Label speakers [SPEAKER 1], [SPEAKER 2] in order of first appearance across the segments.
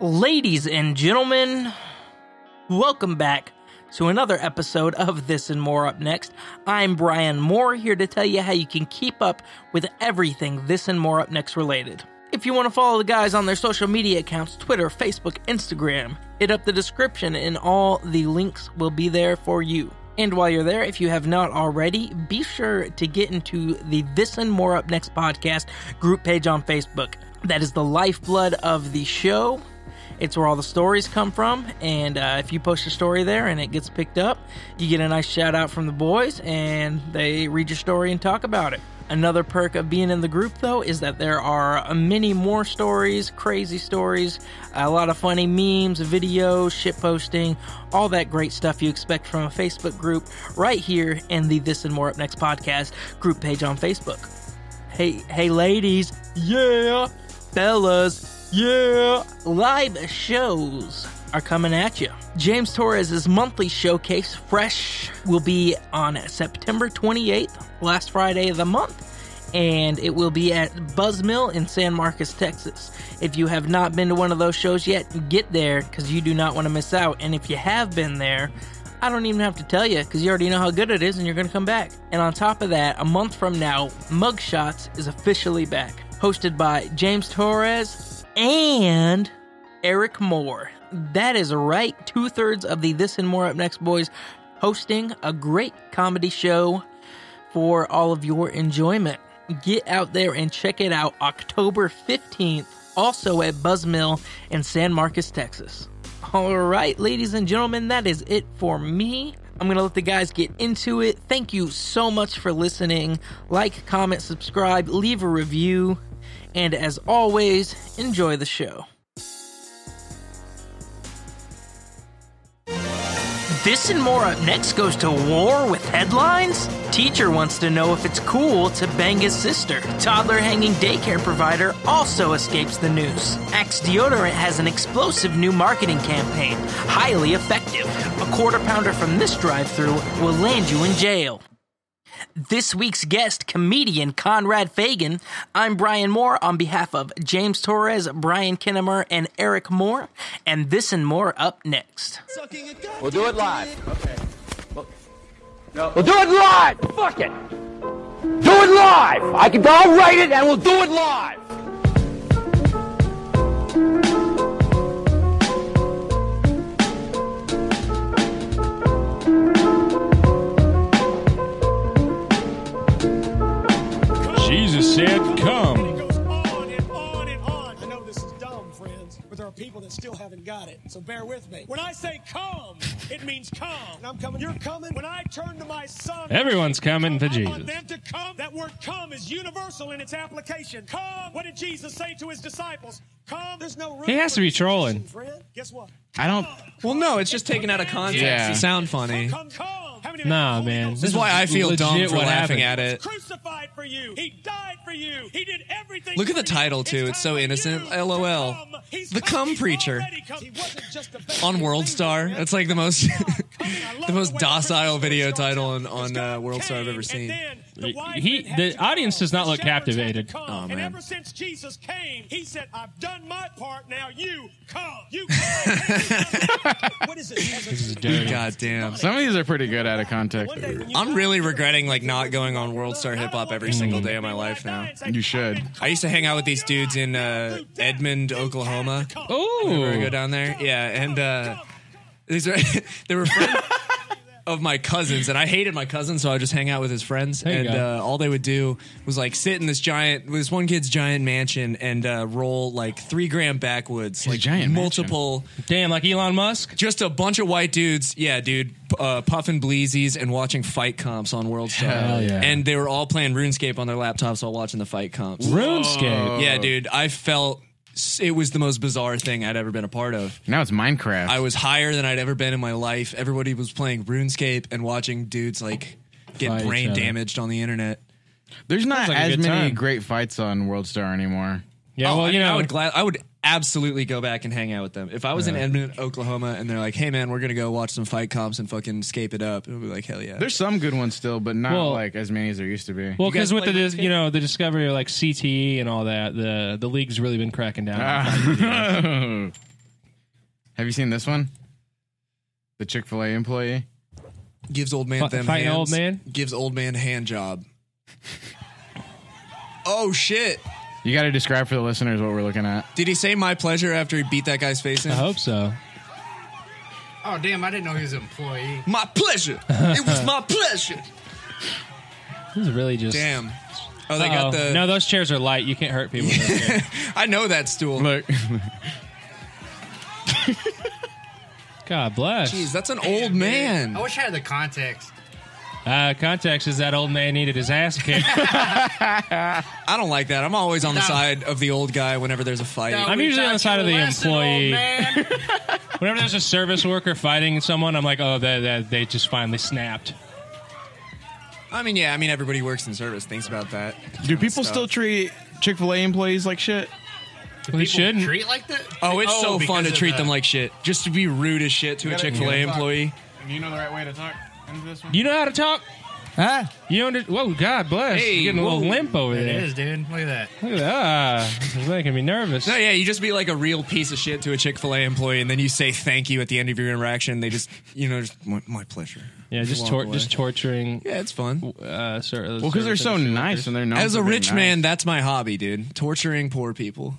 [SPEAKER 1] Ladies and gentlemen, welcome back to another episode of This and More Up Next. I'm Brian Moore here to tell you how you can keep up with everything This and More Up Next related. If you want to follow the guys on their social media accounts Twitter, Facebook, Instagram hit up the description and all the links will be there for you. And while you're there, if you have not already, be sure to get into the This and More Up Next podcast group page on Facebook. That is the lifeblood of the show. It's where all the stories come from. And uh, if you post a story there and it gets picked up, you get a nice shout out from the boys and they read your story and talk about it. Another perk of being in the group, though, is that there are uh, many more stories, crazy stories, a lot of funny memes, videos, shit posting, all that great stuff you expect from a Facebook group right here in the This and More Up Next podcast group page on Facebook. Hey, hey, ladies, yeah, fellas, yeah. Live shows are coming at you. James Torres's monthly showcase, Fresh, will be on September 28th, last Friday of the month. And it will be at Buzzmill in San Marcos, Texas. If you have not been to one of those shows yet, get there because you do not want to miss out. And if you have been there, I don't even have to tell you because you already know how good it is and you're going to come back. And on top of that, a month from now, Mugshots is officially back, hosted by James Torres and Eric Moore. That is right, two thirds of the This and More Up Next Boys hosting a great comedy show for all of your enjoyment. Get out there and check it out October 15th, also at Buzzmill in San Marcos, Texas. All right, ladies and gentlemen, that is it for me. I'm going to let the guys get into it. Thank you so much for listening. Like, comment, subscribe, leave a review, and as always, enjoy the show. This and more up next goes to war with headlines. Teacher wants to know if it's cool to bang his sister. Toddler hanging daycare provider also escapes the news. Axe deodorant has an explosive new marketing campaign, highly effective. A quarter pounder from this drive through will land you in jail. This week's guest, comedian Conrad Fagan. I'm Brian Moore on behalf of James Torres, Brian Kinnemer, and Eric Moore, and this and more up next.
[SPEAKER 2] We'll do it live. Okay. Well, We'll do it live. Fuck it. Do it live. I can. I'll write it, and we'll do it live.
[SPEAKER 3] Jesus said, "Come."
[SPEAKER 4] It goes on and on and on. I know this is dumb, friends, but there are people that still haven't got it, so bear with me. When I say come, it means come. And I'm coming. You're coming. When I turn to my son,
[SPEAKER 3] Everyone's coming to
[SPEAKER 4] I want
[SPEAKER 3] Jesus.
[SPEAKER 4] them to come. That word "come" is universal in its application. Come. What did Jesus say to his disciples? Come. There's no room.
[SPEAKER 3] He has
[SPEAKER 4] for
[SPEAKER 3] to be
[SPEAKER 4] discussion,
[SPEAKER 3] trolling.
[SPEAKER 4] Friend. Guess what?
[SPEAKER 5] I don't. Well, no, it's just taken out of context
[SPEAKER 3] Yeah.
[SPEAKER 5] to sound funny.
[SPEAKER 4] Come, come. How many of you
[SPEAKER 3] Nah,
[SPEAKER 4] have the Holy
[SPEAKER 3] man.
[SPEAKER 4] Ghost?
[SPEAKER 5] This is why I feel
[SPEAKER 3] Legit
[SPEAKER 5] dumb for
[SPEAKER 3] what
[SPEAKER 5] laughing
[SPEAKER 3] happened.
[SPEAKER 5] at
[SPEAKER 4] was
[SPEAKER 5] it.
[SPEAKER 4] crucified for you. He died for you. He did everything.
[SPEAKER 5] Look at
[SPEAKER 4] for
[SPEAKER 5] the
[SPEAKER 4] you.
[SPEAKER 5] title, too.
[SPEAKER 4] time
[SPEAKER 5] It's so
[SPEAKER 4] for
[SPEAKER 5] innocent.
[SPEAKER 4] you to
[SPEAKER 5] LOL.
[SPEAKER 4] come. He's
[SPEAKER 5] The
[SPEAKER 4] come.
[SPEAKER 5] come
[SPEAKER 4] He's
[SPEAKER 5] preacher.
[SPEAKER 4] already come. He wasn't just a baby.
[SPEAKER 5] On World Star, that's like the most, the most docile video title on on uh, World Star I've ever seen.
[SPEAKER 3] He- the audience does not look captivated.
[SPEAKER 5] Oh,
[SPEAKER 4] Oh, man.
[SPEAKER 5] man.
[SPEAKER 4] And ever since Jesus came, he said, I've done my part. Now you come. You come. what is it? This is
[SPEAKER 3] Dirty.
[SPEAKER 5] God damn.
[SPEAKER 6] Some of these are pretty good out of context.
[SPEAKER 5] I'm really regretting like not going on World Star Hip Hop every single day of my life now.
[SPEAKER 6] Mm. You should.
[SPEAKER 5] I used to hang out with these dudes in uh, Edmond, Oklahoma. Whenever I go
[SPEAKER 3] Oh,
[SPEAKER 5] down there, yeah, and uh, these are they were friends of my cousins, and I hated my cousin, so I would just hang out with his friends,
[SPEAKER 3] you
[SPEAKER 5] and
[SPEAKER 3] go.
[SPEAKER 5] uh, all they would do was like sit in this giant, this one kid's giant mansion, and uh, roll like three gram backwoods, like
[SPEAKER 6] giant
[SPEAKER 5] multiple,
[SPEAKER 3] damn! Like Elon Musk.
[SPEAKER 5] just a bunch of white dudes, yeah, dude, p- uh, puffing bleezies and watching fight comps on World Star,
[SPEAKER 3] Hell yeah.
[SPEAKER 5] and they were all playing RuneScape on their laptops while watching the fight comps.
[SPEAKER 3] RuneScape.
[SPEAKER 5] Yeah, dude, I felt. s- It was the most bizarre thing I'd ever been a part of.
[SPEAKER 6] Now it's Minecraft.
[SPEAKER 5] I was higher than I'd ever been in my life. Everybody was playing RuneScape and watching dudes like get
[SPEAKER 3] Fight each
[SPEAKER 5] brain
[SPEAKER 3] other.
[SPEAKER 5] damaged on the internet.
[SPEAKER 6] There's not
[SPEAKER 3] Sounds like a
[SPEAKER 6] as
[SPEAKER 3] good
[SPEAKER 6] many
[SPEAKER 3] time.
[SPEAKER 6] great fights on World Star anymore.
[SPEAKER 3] Yeah,
[SPEAKER 5] Oh,
[SPEAKER 3] well,
[SPEAKER 5] I
[SPEAKER 3] you
[SPEAKER 5] mean, I
[SPEAKER 3] know,
[SPEAKER 5] would glad, I would absolutely go back and hang out with them. If I was in Edmond, Oklahoma, and they're like, "Hey, man, we're gonna go watch some fight comps and fucking scape it up," it would be like, "Hell yeah!"
[SPEAKER 6] There's some good ones still, but not
[SPEAKER 3] Well-
[SPEAKER 6] like as many as there used to be.
[SPEAKER 3] well,
[SPEAKER 5] guys
[SPEAKER 3] because with the
[SPEAKER 5] play
[SPEAKER 3] dis- you know the discovery of like CTE and all that, the the league's really been cracking down. on
[SPEAKER 6] Ah. Have you seen this one? The Chick Fil A employee.
[SPEAKER 5] gives old man
[SPEAKER 3] Fi-
[SPEAKER 5] them
[SPEAKER 3] fighting
[SPEAKER 5] hands,
[SPEAKER 3] old man?
[SPEAKER 5] gives old man hand job. oh shit!
[SPEAKER 6] You got to describe for the listeners what we're looking at.
[SPEAKER 5] Did he say my pleasure after he beat that guy's face in?
[SPEAKER 3] I hope so.
[SPEAKER 7] Oh damn! I didn't know he was an employee.
[SPEAKER 5] My pleasure. it was my pleasure.
[SPEAKER 3] This is really just
[SPEAKER 5] Damn. Oh, they
[SPEAKER 3] Uh-oh.
[SPEAKER 5] got the.
[SPEAKER 3] no. Those chairs are light. You can't hurt people. with those chairs.
[SPEAKER 5] I know that stool.
[SPEAKER 6] Look,
[SPEAKER 3] God bless.
[SPEAKER 5] Jeez, that's an old man.
[SPEAKER 7] I wish I had the context.
[SPEAKER 3] Uh, context is that old man needed his ass kicked.
[SPEAKER 5] I don't like that. I'm always on the
[SPEAKER 7] No.
[SPEAKER 5] side of the old guy whenever there's a fight.
[SPEAKER 7] No,
[SPEAKER 3] I'm
[SPEAKER 7] we
[SPEAKER 3] usually on the
[SPEAKER 7] taught
[SPEAKER 3] side of
[SPEAKER 7] you
[SPEAKER 3] the
[SPEAKER 7] a lesson, old
[SPEAKER 3] employee.
[SPEAKER 7] man.
[SPEAKER 3] Whenever there's a service worker fighting someone, I'm like, oh, that, that they just finally snapped.
[SPEAKER 5] I mean, yeah, I mean everybody works in service. Thinks about that.
[SPEAKER 6] do people still treat Chick Fil A employees like shit?
[SPEAKER 3] They shouldn't.
[SPEAKER 7] treat like that.
[SPEAKER 5] Oh, it's so fun
[SPEAKER 7] because
[SPEAKER 5] to
[SPEAKER 7] of
[SPEAKER 5] treat
[SPEAKER 7] the-
[SPEAKER 5] them like shit. Just to be rude as shit to a
[SPEAKER 6] gotta-
[SPEAKER 5] Chick Fil A
[SPEAKER 6] you gotta-
[SPEAKER 5] employee.
[SPEAKER 6] Do you know the right way to talk into this one?
[SPEAKER 3] You know how to talk? Huh? You know, whoa, God bless.
[SPEAKER 5] Hey,
[SPEAKER 3] You're getting a little
[SPEAKER 5] whoa.
[SPEAKER 3] limp over
[SPEAKER 7] It
[SPEAKER 3] there.
[SPEAKER 7] is, dude. Look at that.
[SPEAKER 3] Look at that. Ah, it's making me nervous.
[SPEAKER 5] No, yeah, you just be like a real piece of shit to a Chick Fil A employee, and then you say thank you at the end of your interaction. They just, you know, just my, my pleasure.
[SPEAKER 3] Yeah, just
[SPEAKER 5] Walk
[SPEAKER 3] tor-
[SPEAKER 5] away.
[SPEAKER 3] just torturing.
[SPEAKER 5] yeah, it's fun.
[SPEAKER 3] Uh, sir, well,
[SPEAKER 6] Well, because they're so nice and they're known
[SPEAKER 5] As
[SPEAKER 6] for
[SPEAKER 5] a
[SPEAKER 6] being
[SPEAKER 5] rich
[SPEAKER 6] nice.
[SPEAKER 5] man, that's my hobby, dude. Torturing poor people.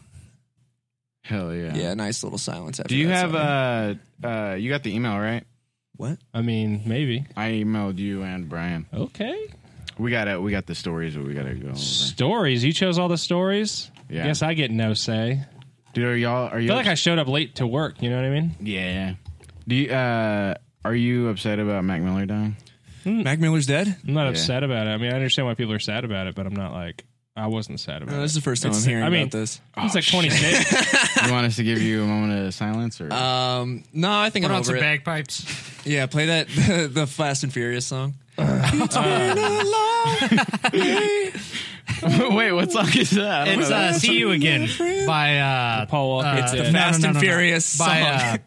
[SPEAKER 6] Hell yeah.
[SPEAKER 5] Yeah, nice little silence. After
[SPEAKER 6] Do you
[SPEAKER 5] that,
[SPEAKER 6] have
[SPEAKER 5] so-
[SPEAKER 6] uh uh you got the email right?
[SPEAKER 5] what?
[SPEAKER 3] I mean, maybe.
[SPEAKER 6] I emailed you and Brian.
[SPEAKER 3] Okay.
[SPEAKER 6] We gotta we got the stories that we gotta go over.
[SPEAKER 3] Stories. You chose all the stories.
[SPEAKER 6] Yeah.
[SPEAKER 3] Guess I get no say.
[SPEAKER 6] Dude, are y'all are
[SPEAKER 3] I
[SPEAKER 6] you
[SPEAKER 3] feel like I showed up late to work. You know what I mean?
[SPEAKER 6] Yeah. Do you uh are you upset about Mac Miller dying?
[SPEAKER 5] Mac Miller's dead.
[SPEAKER 3] I'm not
[SPEAKER 6] Yeah.
[SPEAKER 3] upset about it. I mean, I understand why people are sad about it, but I'm not like I wasn't sad
[SPEAKER 6] Uh,
[SPEAKER 3] about
[SPEAKER 5] No,
[SPEAKER 3] it.
[SPEAKER 5] this is the first time
[SPEAKER 3] It's-
[SPEAKER 5] I'm hearing
[SPEAKER 3] I mean,
[SPEAKER 5] about this.
[SPEAKER 3] It's
[SPEAKER 6] Oh,
[SPEAKER 3] like 26.
[SPEAKER 6] you want us to give you a moment of silence or
[SPEAKER 5] Um, no, I think
[SPEAKER 7] Put
[SPEAKER 5] I'm
[SPEAKER 7] on
[SPEAKER 5] over
[SPEAKER 7] some
[SPEAKER 5] it.
[SPEAKER 7] bagpipes.
[SPEAKER 5] Yeah, play that the, Fast and Furious song. Uh, it's been a long day.
[SPEAKER 6] wait, what song is that? I don't
[SPEAKER 7] It's
[SPEAKER 6] know.
[SPEAKER 7] uh, "See You Again" by uh,
[SPEAKER 3] Paul Walker.
[SPEAKER 7] Uh,
[SPEAKER 3] It's
[SPEAKER 7] no,
[SPEAKER 3] the
[SPEAKER 7] no,
[SPEAKER 5] Fast
[SPEAKER 7] no,
[SPEAKER 5] and
[SPEAKER 7] no, no.
[SPEAKER 5] Furious
[SPEAKER 7] By
[SPEAKER 5] song.
[SPEAKER 7] uh,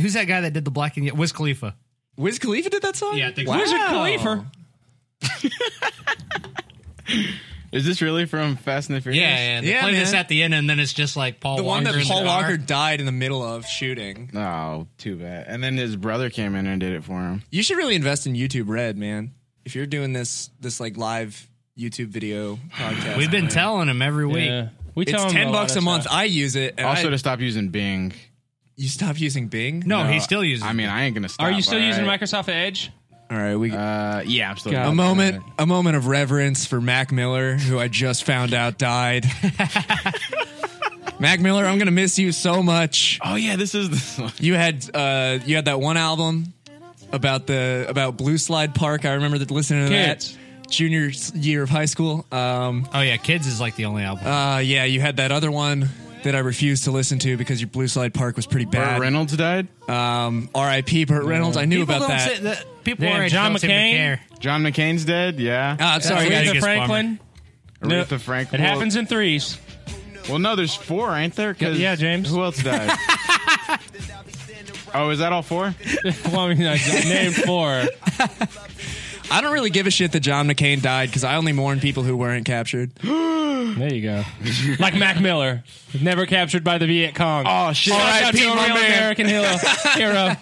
[SPEAKER 7] who's that guy that did the black and yellow? Wiz Khalifa.
[SPEAKER 5] Wiz Khalifa did that song.
[SPEAKER 7] Yeah, I think so.
[SPEAKER 5] wow.
[SPEAKER 7] Wizard
[SPEAKER 6] Oh.
[SPEAKER 3] Khalifa.
[SPEAKER 6] Is this really from Fast and the Furious?
[SPEAKER 7] Yeah, yeah. They
[SPEAKER 5] Yeah,
[SPEAKER 7] play this
[SPEAKER 5] man.
[SPEAKER 7] at the end, and then it's just like Paul.
[SPEAKER 5] The one
[SPEAKER 7] Walker
[SPEAKER 5] that
[SPEAKER 7] in
[SPEAKER 5] Paul
[SPEAKER 7] car.
[SPEAKER 5] Walker died in the middle of shooting.
[SPEAKER 6] Oh, too bad. And then his brother came in and did it for him.
[SPEAKER 5] You should really invest in YouTube Red, man. If you're doing this this like live YouTube video podcast,
[SPEAKER 7] We've been telling him every week.
[SPEAKER 3] Yeah. We tell
[SPEAKER 5] It's
[SPEAKER 3] him
[SPEAKER 5] ten
[SPEAKER 3] lot
[SPEAKER 5] bucks
[SPEAKER 3] of
[SPEAKER 5] a month.
[SPEAKER 3] stuff.
[SPEAKER 5] I use it. and
[SPEAKER 6] Also
[SPEAKER 5] I-
[SPEAKER 6] to stop using Bing.
[SPEAKER 5] you stop using Bing.
[SPEAKER 7] No, he still uses.
[SPEAKER 6] I
[SPEAKER 7] it.
[SPEAKER 6] mean, I ain't gonna stop.
[SPEAKER 3] Are you still
[SPEAKER 6] all
[SPEAKER 3] using
[SPEAKER 6] right?
[SPEAKER 3] Microsoft Edge?
[SPEAKER 5] All right, we.
[SPEAKER 6] Uh, yeah, I'm still.
[SPEAKER 3] God.
[SPEAKER 5] a
[SPEAKER 3] oh,
[SPEAKER 5] moment, a moment of reverence for Mac Miller, who I just found out died. Mac Miller, I'm gonna miss you so much.
[SPEAKER 6] Oh yeah, this is this one.
[SPEAKER 5] You had uh, you had that one album about the about Blue Slide Park. I remember that listening to
[SPEAKER 3] Kids.
[SPEAKER 5] that junior s- year of high school. Um,
[SPEAKER 7] oh yeah, Kids is like the only album.
[SPEAKER 5] uh, yeah, you had that other one that I refused to listen to because your Blue Slide Park was pretty
[SPEAKER 6] Burt
[SPEAKER 5] bad.
[SPEAKER 6] Reynolds died.
[SPEAKER 5] Um, R.I.P. Burt Reynolds. I knew
[SPEAKER 7] people
[SPEAKER 5] about
[SPEAKER 7] don't
[SPEAKER 5] that.
[SPEAKER 7] say- the- people
[SPEAKER 3] Damn,
[SPEAKER 7] our age
[SPEAKER 3] John
[SPEAKER 7] don't seem to
[SPEAKER 3] McCain.
[SPEAKER 7] care.
[SPEAKER 6] John McCain's dead. Yeah.
[SPEAKER 5] Ah,
[SPEAKER 3] Oh,
[SPEAKER 5] I'm sorry, guys.
[SPEAKER 7] That's
[SPEAKER 3] Aretha
[SPEAKER 7] weird. biggest
[SPEAKER 3] Franklin. Uh, No.
[SPEAKER 6] Aretha Franklin.
[SPEAKER 3] It happens in threes.
[SPEAKER 6] Well, no, there's four, ain't there? 'Cause
[SPEAKER 3] Yeah, James.
[SPEAKER 6] Who else died? oh, is that all four?
[SPEAKER 3] well, I mean, like, name four.
[SPEAKER 5] I don't really give a shit that John McCain died because I only mourn people who weren't captured.
[SPEAKER 3] There you go. Like Mac Miller, never captured by the Viet Cong.
[SPEAKER 6] Oh shit!
[SPEAKER 3] Shout out to a
[SPEAKER 5] my
[SPEAKER 3] real
[SPEAKER 5] man.
[SPEAKER 3] American hero. hero.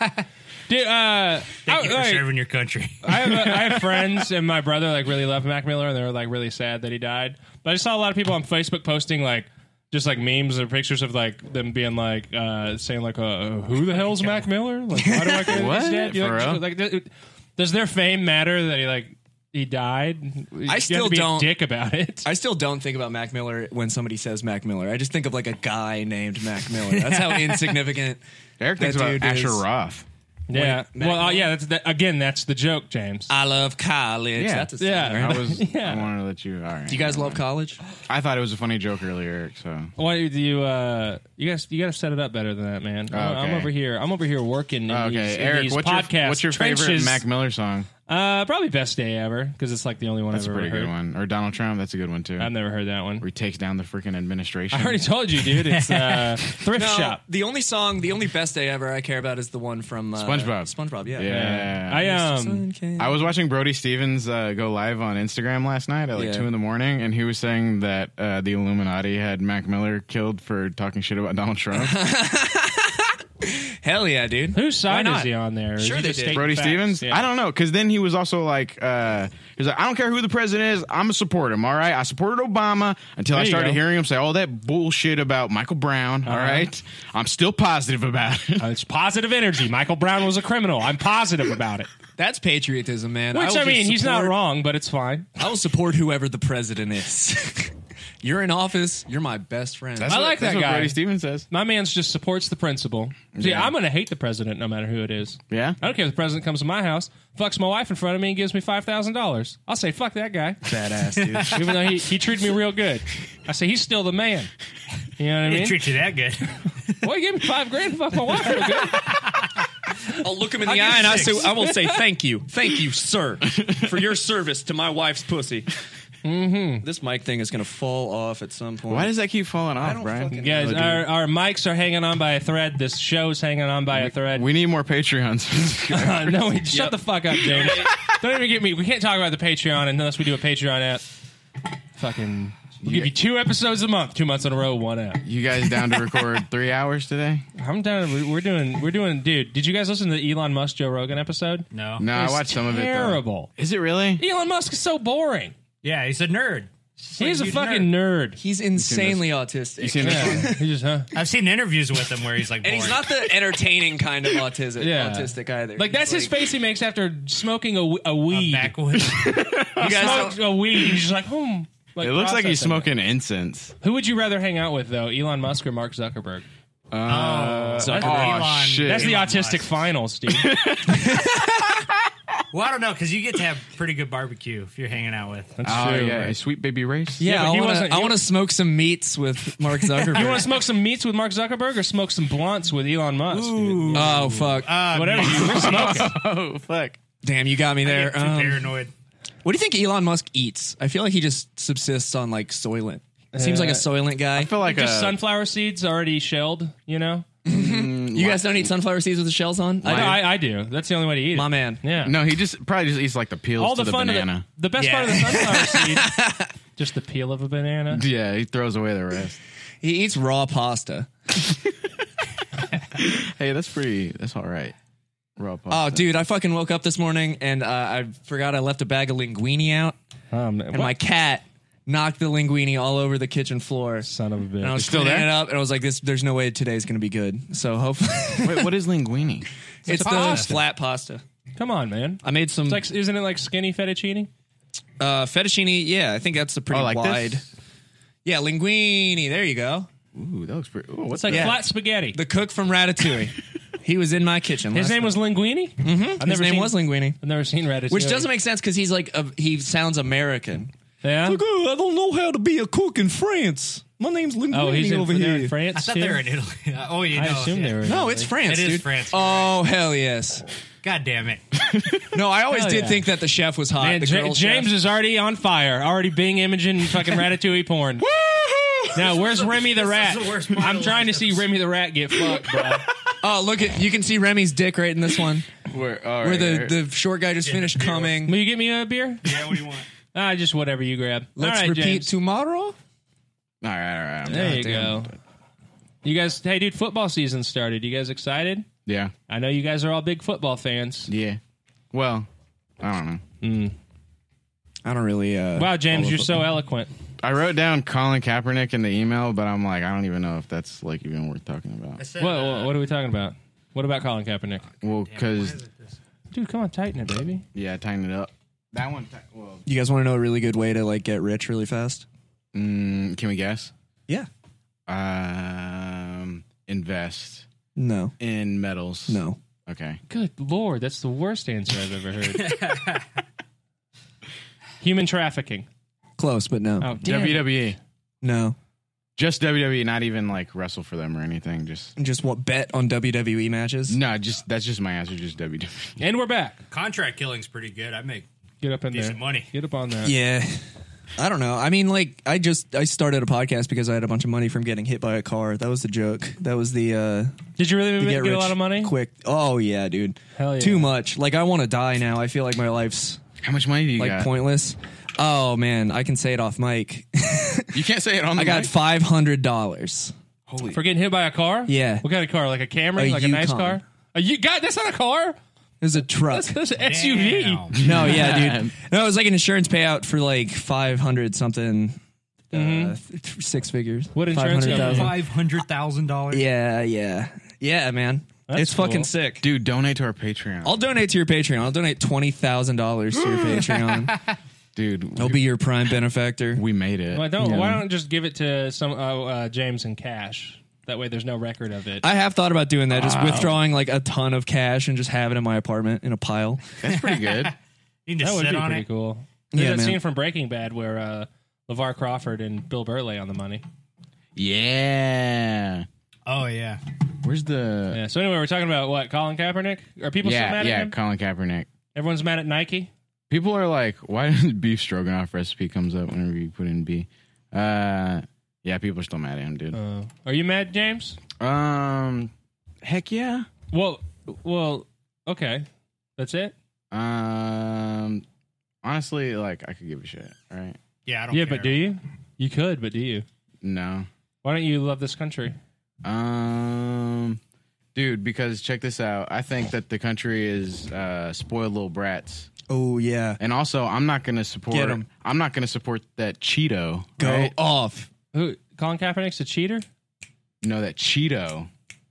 [SPEAKER 3] Dude, uh,
[SPEAKER 7] Thank you for
[SPEAKER 3] I, like,
[SPEAKER 7] serving your country.
[SPEAKER 3] I have, a, I have friends and my brother like really love Mac Miller and they were like really sad that he died. But I just saw a lot of people on Facebook posting like just like memes or pictures of like them being like uh, saying like uh, who the hell's Mac Miller? Like why do I care that
[SPEAKER 6] What?
[SPEAKER 3] he's dead? You know,
[SPEAKER 6] For
[SPEAKER 3] just,
[SPEAKER 6] real?
[SPEAKER 3] like, th- does their fame matter that he like he died? You have to
[SPEAKER 5] still
[SPEAKER 3] be a
[SPEAKER 5] don't-
[SPEAKER 3] dick about it.
[SPEAKER 5] I still don't think about Mac Miller when somebody says Mac Miller. I just think of like a guy named Mac Miller. That's how insignificant.
[SPEAKER 6] Eric thinks
[SPEAKER 5] That
[SPEAKER 6] about
[SPEAKER 5] dude
[SPEAKER 6] Asher
[SPEAKER 5] is-
[SPEAKER 6] Roth.
[SPEAKER 3] yeah.
[SPEAKER 5] Mac
[SPEAKER 3] Well, uh,
[SPEAKER 5] Miller?
[SPEAKER 3] yeah. That's that, again. That's the joke, James.
[SPEAKER 5] I love college.
[SPEAKER 6] Yeah.
[SPEAKER 5] That's a song,
[SPEAKER 3] Yeah.
[SPEAKER 5] right?
[SPEAKER 6] I was.
[SPEAKER 3] Yeah.
[SPEAKER 6] I wanted to let you. All right.
[SPEAKER 5] Do you guys love college?
[SPEAKER 6] I thought it was a funny joke earlier, Eric. So
[SPEAKER 3] Why do you uh you guys you gotta set it up better than that, man. I'm- I'm
[SPEAKER 6] Oh, Okay. Oh,
[SPEAKER 3] over here I'm over here working in
[SPEAKER 6] okay,
[SPEAKER 3] these, in
[SPEAKER 6] Eric,
[SPEAKER 3] these
[SPEAKER 6] what's
[SPEAKER 3] podcasts.
[SPEAKER 6] your what's your favorite
[SPEAKER 3] trenches.
[SPEAKER 6] Mac Miller song?
[SPEAKER 3] Uh, probably best day ever because it's like the only one
[SPEAKER 6] That's a
[SPEAKER 3] I've
[SPEAKER 6] pretty
[SPEAKER 3] ever
[SPEAKER 6] good
[SPEAKER 3] heard.
[SPEAKER 6] one. Or Donald Trump. That's a good one too.
[SPEAKER 3] I've never heard that one.
[SPEAKER 6] Where he takes down the freaking administration.
[SPEAKER 3] I already told you, dude. It's uh, thrift
[SPEAKER 5] No,
[SPEAKER 3] shop.
[SPEAKER 5] the only song, the only best day ever I care about is the one from uh,
[SPEAKER 6] SpongeBob.
[SPEAKER 5] SpongeBob, yeah.
[SPEAKER 6] Yeah.
[SPEAKER 3] I um.
[SPEAKER 6] I was watching Brody Stevens uh, go live on Instagram last night at like
[SPEAKER 5] Yeah.
[SPEAKER 6] two in the morning, and he was saying that uh, the Illuminati had Mac Miller killed for talking shit about Donald Trump.
[SPEAKER 5] Hell yeah, dude.
[SPEAKER 3] Whose
[SPEAKER 5] Why
[SPEAKER 3] side
[SPEAKER 5] not?
[SPEAKER 3] is he on there? Is
[SPEAKER 5] Sure
[SPEAKER 3] he
[SPEAKER 5] they
[SPEAKER 3] just
[SPEAKER 5] did.
[SPEAKER 3] stating
[SPEAKER 6] Brody
[SPEAKER 3] facts?
[SPEAKER 6] Stevens?
[SPEAKER 3] Yeah.
[SPEAKER 6] I don't know, because then he was also like, uh, he was like, I don't care who the president is, I'm gonna support him. All right, I supported Obama until I
[SPEAKER 3] There you
[SPEAKER 6] started
[SPEAKER 3] go. Uh-huh.
[SPEAKER 6] hearing him say all that bullshit about Michael Brown. All right, I'm still positive about it.
[SPEAKER 3] Uh, It's positive energy. Michael Brown was a criminal. I'm positive about it.
[SPEAKER 5] That's patriotism, man.
[SPEAKER 3] Which
[SPEAKER 5] will
[SPEAKER 3] I, mean,
[SPEAKER 5] just
[SPEAKER 3] he's not
[SPEAKER 5] support-
[SPEAKER 3] wrong, but it's fine.
[SPEAKER 5] I will support whoever the president is. you're in office. You're my best friend.
[SPEAKER 6] That's
[SPEAKER 3] I
[SPEAKER 6] what-
[SPEAKER 3] like
[SPEAKER 6] that's
[SPEAKER 3] that
[SPEAKER 6] what
[SPEAKER 3] guy.
[SPEAKER 6] Brody Stevens says.
[SPEAKER 3] My man's just supports the principle. See, I'm gonna hate the president no matter who it is.
[SPEAKER 6] Yeah.
[SPEAKER 3] I don't care if the president comes to my house, fucks my wife in front of me, and gives me five thousand dollars. I'll say fuck that guy,
[SPEAKER 6] Badass dude.
[SPEAKER 3] even though he, he treated me real good. I say he's still the man. You know what I
[SPEAKER 7] They
[SPEAKER 3] mean?
[SPEAKER 7] treat you that good.
[SPEAKER 3] Boy, he gave me five grand to fuck my wife real good.
[SPEAKER 5] I'll look him in the
[SPEAKER 7] give
[SPEAKER 5] eye and I
[SPEAKER 7] six.
[SPEAKER 5] say, I will say thank you, thank you, sir, for your service to my wife's pussy.
[SPEAKER 3] Mm-hmm.
[SPEAKER 5] This mic thing is gonna fall off at some point.
[SPEAKER 6] Why does that keep falling off,
[SPEAKER 5] don't
[SPEAKER 6] Brian?
[SPEAKER 5] fucking
[SPEAKER 3] Guys,
[SPEAKER 6] Oh, dude.
[SPEAKER 3] our, our mics are hanging on by a thread. This show's hanging on by a thread.
[SPEAKER 6] we need more Patreons.
[SPEAKER 3] Uh, no, wait, shut the fuck up, James. Don't even get me. We can't talk about the Patreon unless we do a Patreon app. Fucking. We'll give you two episodes a month, two months in a row, one app.
[SPEAKER 6] you guys down to record three hours today?
[SPEAKER 3] I'm down. We're, we're doing. We're doing. Dude, did you guys listen to the Elon Musk Joe Rogan episode?
[SPEAKER 7] No.
[SPEAKER 6] No, I watched some of it. though.
[SPEAKER 3] Terrible.
[SPEAKER 6] Is it really?
[SPEAKER 3] Elon Musk is so boring.
[SPEAKER 7] Yeah, he's a nerd. He's,
[SPEAKER 3] He's a fucking nerd.
[SPEAKER 5] He's insanely autistic,
[SPEAKER 6] You seen this one?
[SPEAKER 3] Yeah. he just huh.
[SPEAKER 7] I've seen interviews with him where he's like,
[SPEAKER 5] and he's not the entertaining kind of autism,
[SPEAKER 3] Yeah.
[SPEAKER 5] autistic either.
[SPEAKER 3] Like that's his face he makes after smoking a, w- a weed.
[SPEAKER 7] backwards.
[SPEAKER 5] You guys don't-
[SPEAKER 3] Smoked a weed. He's just like hmm. Like
[SPEAKER 6] It looks like he's
[SPEAKER 3] processing it.
[SPEAKER 6] smoking incense.
[SPEAKER 3] Who would you rather hang out with though, Elon Musk or Mark Zuckerberg?
[SPEAKER 6] Uh,
[SPEAKER 7] oh,
[SPEAKER 6] Oh,
[SPEAKER 7] Elon.
[SPEAKER 6] shit.
[SPEAKER 3] That's the
[SPEAKER 7] Elon
[SPEAKER 3] autistic
[SPEAKER 7] Musk.
[SPEAKER 3] finals, dude.
[SPEAKER 7] well, I don't know because you get to have pretty good barbecue if you're hanging out with.
[SPEAKER 6] Oh,
[SPEAKER 3] True,
[SPEAKER 6] yeah.
[SPEAKER 3] right.
[SPEAKER 6] Sweet baby race.
[SPEAKER 5] yeah,
[SPEAKER 3] Yeah, but
[SPEAKER 5] I
[SPEAKER 3] he
[SPEAKER 5] wanna-
[SPEAKER 3] wasn't-
[SPEAKER 5] I
[SPEAKER 3] he-
[SPEAKER 5] want to smoke some meats with Mark Zuckerberg.
[SPEAKER 3] You want to smoke some meats with Mark Zuckerberg or smoke some blunts with Elon Musk? dude?
[SPEAKER 5] oh fuck!
[SPEAKER 7] Uh,
[SPEAKER 3] Whatever you smoke.
[SPEAKER 6] Oh, fuck.
[SPEAKER 5] Damn, you got me
[SPEAKER 7] I get
[SPEAKER 5] there.
[SPEAKER 7] too
[SPEAKER 5] Um,
[SPEAKER 7] paranoid.
[SPEAKER 5] what do you think Elon Musk eats? I feel like he just subsists on like Soylent. It seems like a
[SPEAKER 3] Uh,
[SPEAKER 5] Soylent guy.
[SPEAKER 6] I feel like
[SPEAKER 3] Just
[SPEAKER 6] a,
[SPEAKER 3] sunflower seeds already shelled, you know?
[SPEAKER 5] you guys don't eat sunflower seeds with the shells on.
[SPEAKER 3] No, I, I do. That's the only way to eat it.
[SPEAKER 5] My man.
[SPEAKER 3] Yeah.
[SPEAKER 6] No, he just probably just eats like the peels
[SPEAKER 3] All
[SPEAKER 6] to
[SPEAKER 3] the,
[SPEAKER 6] the,
[SPEAKER 3] fun of
[SPEAKER 6] banana.
[SPEAKER 3] the, the best
[SPEAKER 7] Yeah.
[SPEAKER 3] part of the sunflower seed, just the peel of a banana.
[SPEAKER 6] yeah, he throws away the rest.
[SPEAKER 5] He eats raw pasta.
[SPEAKER 6] hey, that's pretty. That's all right. Raw
[SPEAKER 5] Oh,
[SPEAKER 6] pasta.
[SPEAKER 5] dude, I fucking woke up this morning and uh, I forgot I left a bag of linguine out,
[SPEAKER 3] Um,
[SPEAKER 5] and my cat knocked the linguine all over the kitchen floor.
[SPEAKER 3] son of a
[SPEAKER 5] And I
[SPEAKER 3] bitch.
[SPEAKER 5] was still
[SPEAKER 6] still
[SPEAKER 5] cleaning
[SPEAKER 6] there?
[SPEAKER 5] it up, and I was like, "This, there's no way today's gonna be good." So hopefully,
[SPEAKER 6] Wait, what is linguine?
[SPEAKER 5] it's the
[SPEAKER 3] pasta.
[SPEAKER 5] flat pasta.
[SPEAKER 3] Come on, man.
[SPEAKER 5] I made some
[SPEAKER 3] It's like, isn't it like skinny fettuccine?
[SPEAKER 5] uh, fettuccine. Yeah, I think that's a pretty
[SPEAKER 6] Oh, like
[SPEAKER 5] wide.
[SPEAKER 6] this?
[SPEAKER 5] Yeah, linguine. There you go.
[SPEAKER 6] Ooh, that looks pretty. Ooh,
[SPEAKER 3] It's
[SPEAKER 6] what's
[SPEAKER 3] like
[SPEAKER 5] Yeah.
[SPEAKER 3] flat spaghetti.
[SPEAKER 5] The cook from Ratatouille. he was in my kitchen.
[SPEAKER 3] His
[SPEAKER 5] last
[SPEAKER 3] name
[SPEAKER 5] night.
[SPEAKER 3] was Linguini? Mm-hmm. I've
[SPEAKER 5] His
[SPEAKER 3] never
[SPEAKER 5] name
[SPEAKER 3] seen,
[SPEAKER 5] was linguine,
[SPEAKER 3] I've never seen Reddit.
[SPEAKER 5] which doesn't make sense because he's like a, he sounds American.
[SPEAKER 3] Yeah.
[SPEAKER 5] I don't know how to be a cook in France. My name's Linguini
[SPEAKER 3] Oh, he's in, they're in France.
[SPEAKER 7] I thought
[SPEAKER 3] too?
[SPEAKER 7] they were in Italy. Oh, you
[SPEAKER 3] I
[SPEAKER 7] know.
[SPEAKER 3] assume
[SPEAKER 7] yeah.
[SPEAKER 3] they were. in
[SPEAKER 5] No,
[SPEAKER 3] Italy.
[SPEAKER 5] it's France.
[SPEAKER 7] It is
[SPEAKER 5] dude.
[SPEAKER 7] France, you're
[SPEAKER 5] Oh hell yes.
[SPEAKER 7] God damn it.
[SPEAKER 5] No, I always
[SPEAKER 3] Hell
[SPEAKER 5] did
[SPEAKER 3] yeah.
[SPEAKER 5] think that the chef was hot.
[SPEAKER 3] Man,
[SPEAKER 5] the
[SPEAKER 3] Ja-
[SPEAKER 5] girl
[SPEAKER 3] James
[SPEAKER 5] chef.
[SPEAKER 3] is already on fire, already being imaging fucking ratatouille porn. now, where's Remy the Rat?
[SPEAKER 7] the worst part
[SPEAKER 3] I'm
[SPEAKER 7] of
[SPEAKER 3] trying to
[SPEAKER 7] life.
[SPEAKER 3] see Remy the Rat get fucked, bro.
[SPEAKER 5] Oh look at you can see Remy's dick right in this one
[SPEAKER 6] where, all
[SPEAKER 5] where
[SPEAKER 6] right, all
[SPEAKER 5] the
[SPEAKER 6] right.
[SPEAKER 5] the short guy just finished
[SPEAKER 7] beer.
[SPEAKER 5] coming.
[SPEAKER 3] Will you get me a beer?
[SPEAKER 7] Yeah, what do you want?
[SPEAKER 3] Ah, just whatever you grab.
[SPEAKER 5] Let's
[SPEAKER 3] All right,
[SPEAKER 5] repeat
[SPEAKER 3] James.
[SPEAKER 5] tomorrow.
[SPEAKER 6] all right, all right. I'm
[SPEAKER 3] there
[SPEAKER 6] done.
[SPEAKER 3] you
[SPEAKER 5] damn.
[SPEAKER 3] go. You guys, hey, dude, football season started. You guys excited?
[SPEAKER 6] Yeah,
[SPEAKER 3] I know you guys are all big football fans.
[SPEAKER 6] yeah. Well, I don't know.
[SPEAKER 5] I don't really. Uh,
[SPEAKER 3] Wow, James,
[SPEAKER 5] follow
[SPEAKER 3] you're so
[SPEAKER 5] football.
[SPEAKER 3] eloquent.
[SPEAKER 6] I wrote down Colin Kaepernick in the email, but I'm like, I don't even know if that's like even worth talking
[SPEAKER 7] I
[SPEAKER 6] about.
[SPEAKER 7] said,
[SPEAKER 3] What,
[SPEAKER 7] uh,
[SPEAKER 3] what, what are we talking about? What about Colin Kaepernick?
[SPEAKER 6] Well, because
[SPEAKER 3] Dude, come on, tighten it, baby.
[SPEAKER 6] yeah, tighten it up. That one. ti- well,
[SPEAKER 5] You guys want to know a really good way to like get rich really fast?
[SPEAKER 6] mm, can we guess?
[SPEAKER 5] Yeah.
[SPEAKER 6] Um, invest
[SPEAKER 5] No.
[SPEAKER 6] in metals.
[SPEAKER 5] No.
[SPEAKER 6] Okay.
[SPEAKER 3] Good lord, that's the worst answer I've ever heard. Human trafficking.
[SPEAKER 5] Close, but no.
[SPEAKER 3] Oh, damn it.
[SPEAKER 6] WWE.
[SPEAKER 5] No.
[SPEAKER 6] Just WWE, not even like wrestle for them or anything. Just
[SPEAKER 5] Just what bet on WWE matches?
[SPEAKER 6] no, just that's just my answer. Just WWE.
[SPEAKER 3] And we're back.
[SPEAKER 7] Contract killing's pretty good. I make
[SPEAKER 3] Get up in there.
[SPEAKER 7] Decent money.
[SPEAKER 3] Get up on that.
[SPEAKER 5] Yeah. I don't know. I mean, like, I just I started a podcast because I had a bunch of money from getting hit by a car. That was the joke. That was the uh,
[SPEAKER 3] Did you really
[SPEAKER 5] the
[SPEAKER 3] get,
[SPEAKER 5] get,
[SPEAKER 3] a
[SPEAKER 5] rich
[SPEAKER 3] lot of money?
[SPEAKER 5] quick. Oh yeah, dude.
[SPEAKER 3] Hell yeah.
[SPEAKER 5] Too much. Like, I want to die now. I feel like my life's
[SPEAKER 6] How much money do you
[SPEAKER 5] like
[SPEAKER 6] got?
[SPEAKER 5] pointless. Oh man, I can say it off mic.
[SPEAKER 6] You can't say it on. The
[SPEAKER 5] I got
[SPEAKER 6] mic?
[SPEAKER 5] five hundred dollars.
[SPEAKER 3] For getting hit by a car?
[SPEAKER 5] Yeah.
[SPEAKER 3] What kind of car? Like a Camry?
[SPEAKER 5] A
[SPEAKER 3] like a nice
[SPEAKER 5] Yukon.
[SPEAKER 3] car? A you God, that's not a car.
[SPEAKER 5] It was a truck.
[SPEAKER 3] That's, that's an SUV.
[SPEAKER 7] Damn.
[SPEAKER 5] No, yeah, dude. No, it was like an insurance payout for like five hundred something, uh, th- th- six figures.
[SPEAKER 3] Mm-hmm. What insurance company?
[SPEAKER 5] $500,000.
[SPEAKER 7] Five hundred thousand dollars.
[SPEAKER 5] Yeah, yeah, yeah, man.
[SPEAKER 3] That's
[SPEAKER 5] it's
[SPEAKER 3] cool.
[SPEAKER 5] fucking sick.
[SPEAKER 6] dude. Donate to our Patreon,
[SPEAKER 5] I'll donate to your Patreon. I'll donate twenty thousand dollars to your Patreon.
[SPEAKER 6] dude.
[SPEAKER 5] I'll
[SPEAKER 6] We,
[SPEAKER 5] be your prime benefactor.
[SPEAKER 6] we made it.
[SPEAKER 3] Why don't
[SPEAKER 5] Yeah.
[SPEAKER 3] Why don't just give it to some uh, uh, James and Cash? That way, there's no record of it.
[SPEAKER 5] I have thought about doing that, just withdrawing like a ton of cash and just having it in my apartment in a pile.
[SPEAKER 6] That's pretty good.
[SPEAKER 7] You need to
[SPEAKER 3] that would
[SPEAKER 7] sit
[SPEAKER 3] be
[SPEAKER 7] on
[SPEAKER 3] pretty
[SPEAKER 7] it.
[SPEAKER 3] cool. There's
[SPEAKER 5] Yeah,
[SPEAKER 3] that
[SPEAKER 5] man.
[SPEAKER 3] scene from Breaking Bad where uh, LeVar Crawford and Bill Burr lay on the money.
[SPEAKER 6] yeah.
[SPEAKER 7] Oh yeah.
[SPEAKER 6] Where's the?
[SPEAKER 3] Yeah. So anyway, we're talking about what Colin Kaepernick. Are people still
[SPEAKER 6] Yeah, yeah.
[SPEAKER 3] mad at him?
[SPEAKER 6] Colin Kaepernick.
[SPEAKER 3] Everyone's mad at Nike.
[SPEAKER 6] People are like, why did beef stroganoff recipe comes up whenever you put in B? Uh, yeah, people are still mad at him, dude.
[SPEAKER 3] Uh, are you mad, James?
[SPEAKER 6] Um, heck yeah.
[SPEAKER 3] Well, well, okay. That's it.
[SPEAKER 6] Um, honestly, like I could give a shit, right?
[SPEAKER 7] Yeah, I don't
[SPEAKER 3] Yeah,
[SPEAKER 7] care.
[SPEAKER 3] but do you? You could, but do you?
[SPEAKER 6] No.
[SPEAKER 3] Why don't you love this country?
[SPEAKER 6] Um, dude, because check this out. I think that the country is uh, spoiled little brats,
[SPEAKER 5] Oh yeah,
[SPEAKER 6] and also I'm not gonna support.
[SPEAKER 5] Get 'em.
[SPEAKER 6] I'm not gonna support that Cheeto.
[SPEAKER 5] go
[SPEAKER 6] right?
[SPEAKER 5] off.
[SPEAKER 3] Who? Colin Kaepernick's a cheater.
[SPEAKER 6] No, that Cheeto,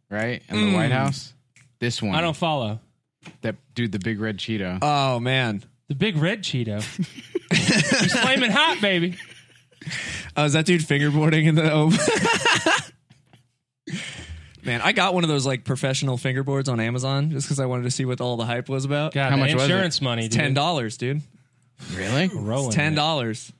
[SPEAKER 6] right? In
[SPEAKER 5] Mm.
[SPEAKER 6] the White House. This one.
[SPEAKER 3] I don't follow
[SPEAKER 6] That dude, the big red Cheeto.
[SPEAKER 5] Oh man.
[SPEAKER 3] the big red Cheeto. He's flaming hot, baby.
[SPEAKER 5] Oh, is that dude fingerboarding in the open? Man, I got one of those like professional fingerboards on Amazon just because I wanted to see what all the hype was about.
[SPEAKER 3] God,
[SPEAKER 6] How
[SPEAKER 3] the
[SPEAKER 6] much was it?
[SPEAKER 3] insurance money, dude.
[SPEAKER 5] ten dollars, dude.
[SPEAKER 6] really?
[SPEAKER 3] Rolling
[SPEAKER 5] Ten
[SPEAKER 3] it.
[SPEAKER 5] dollars.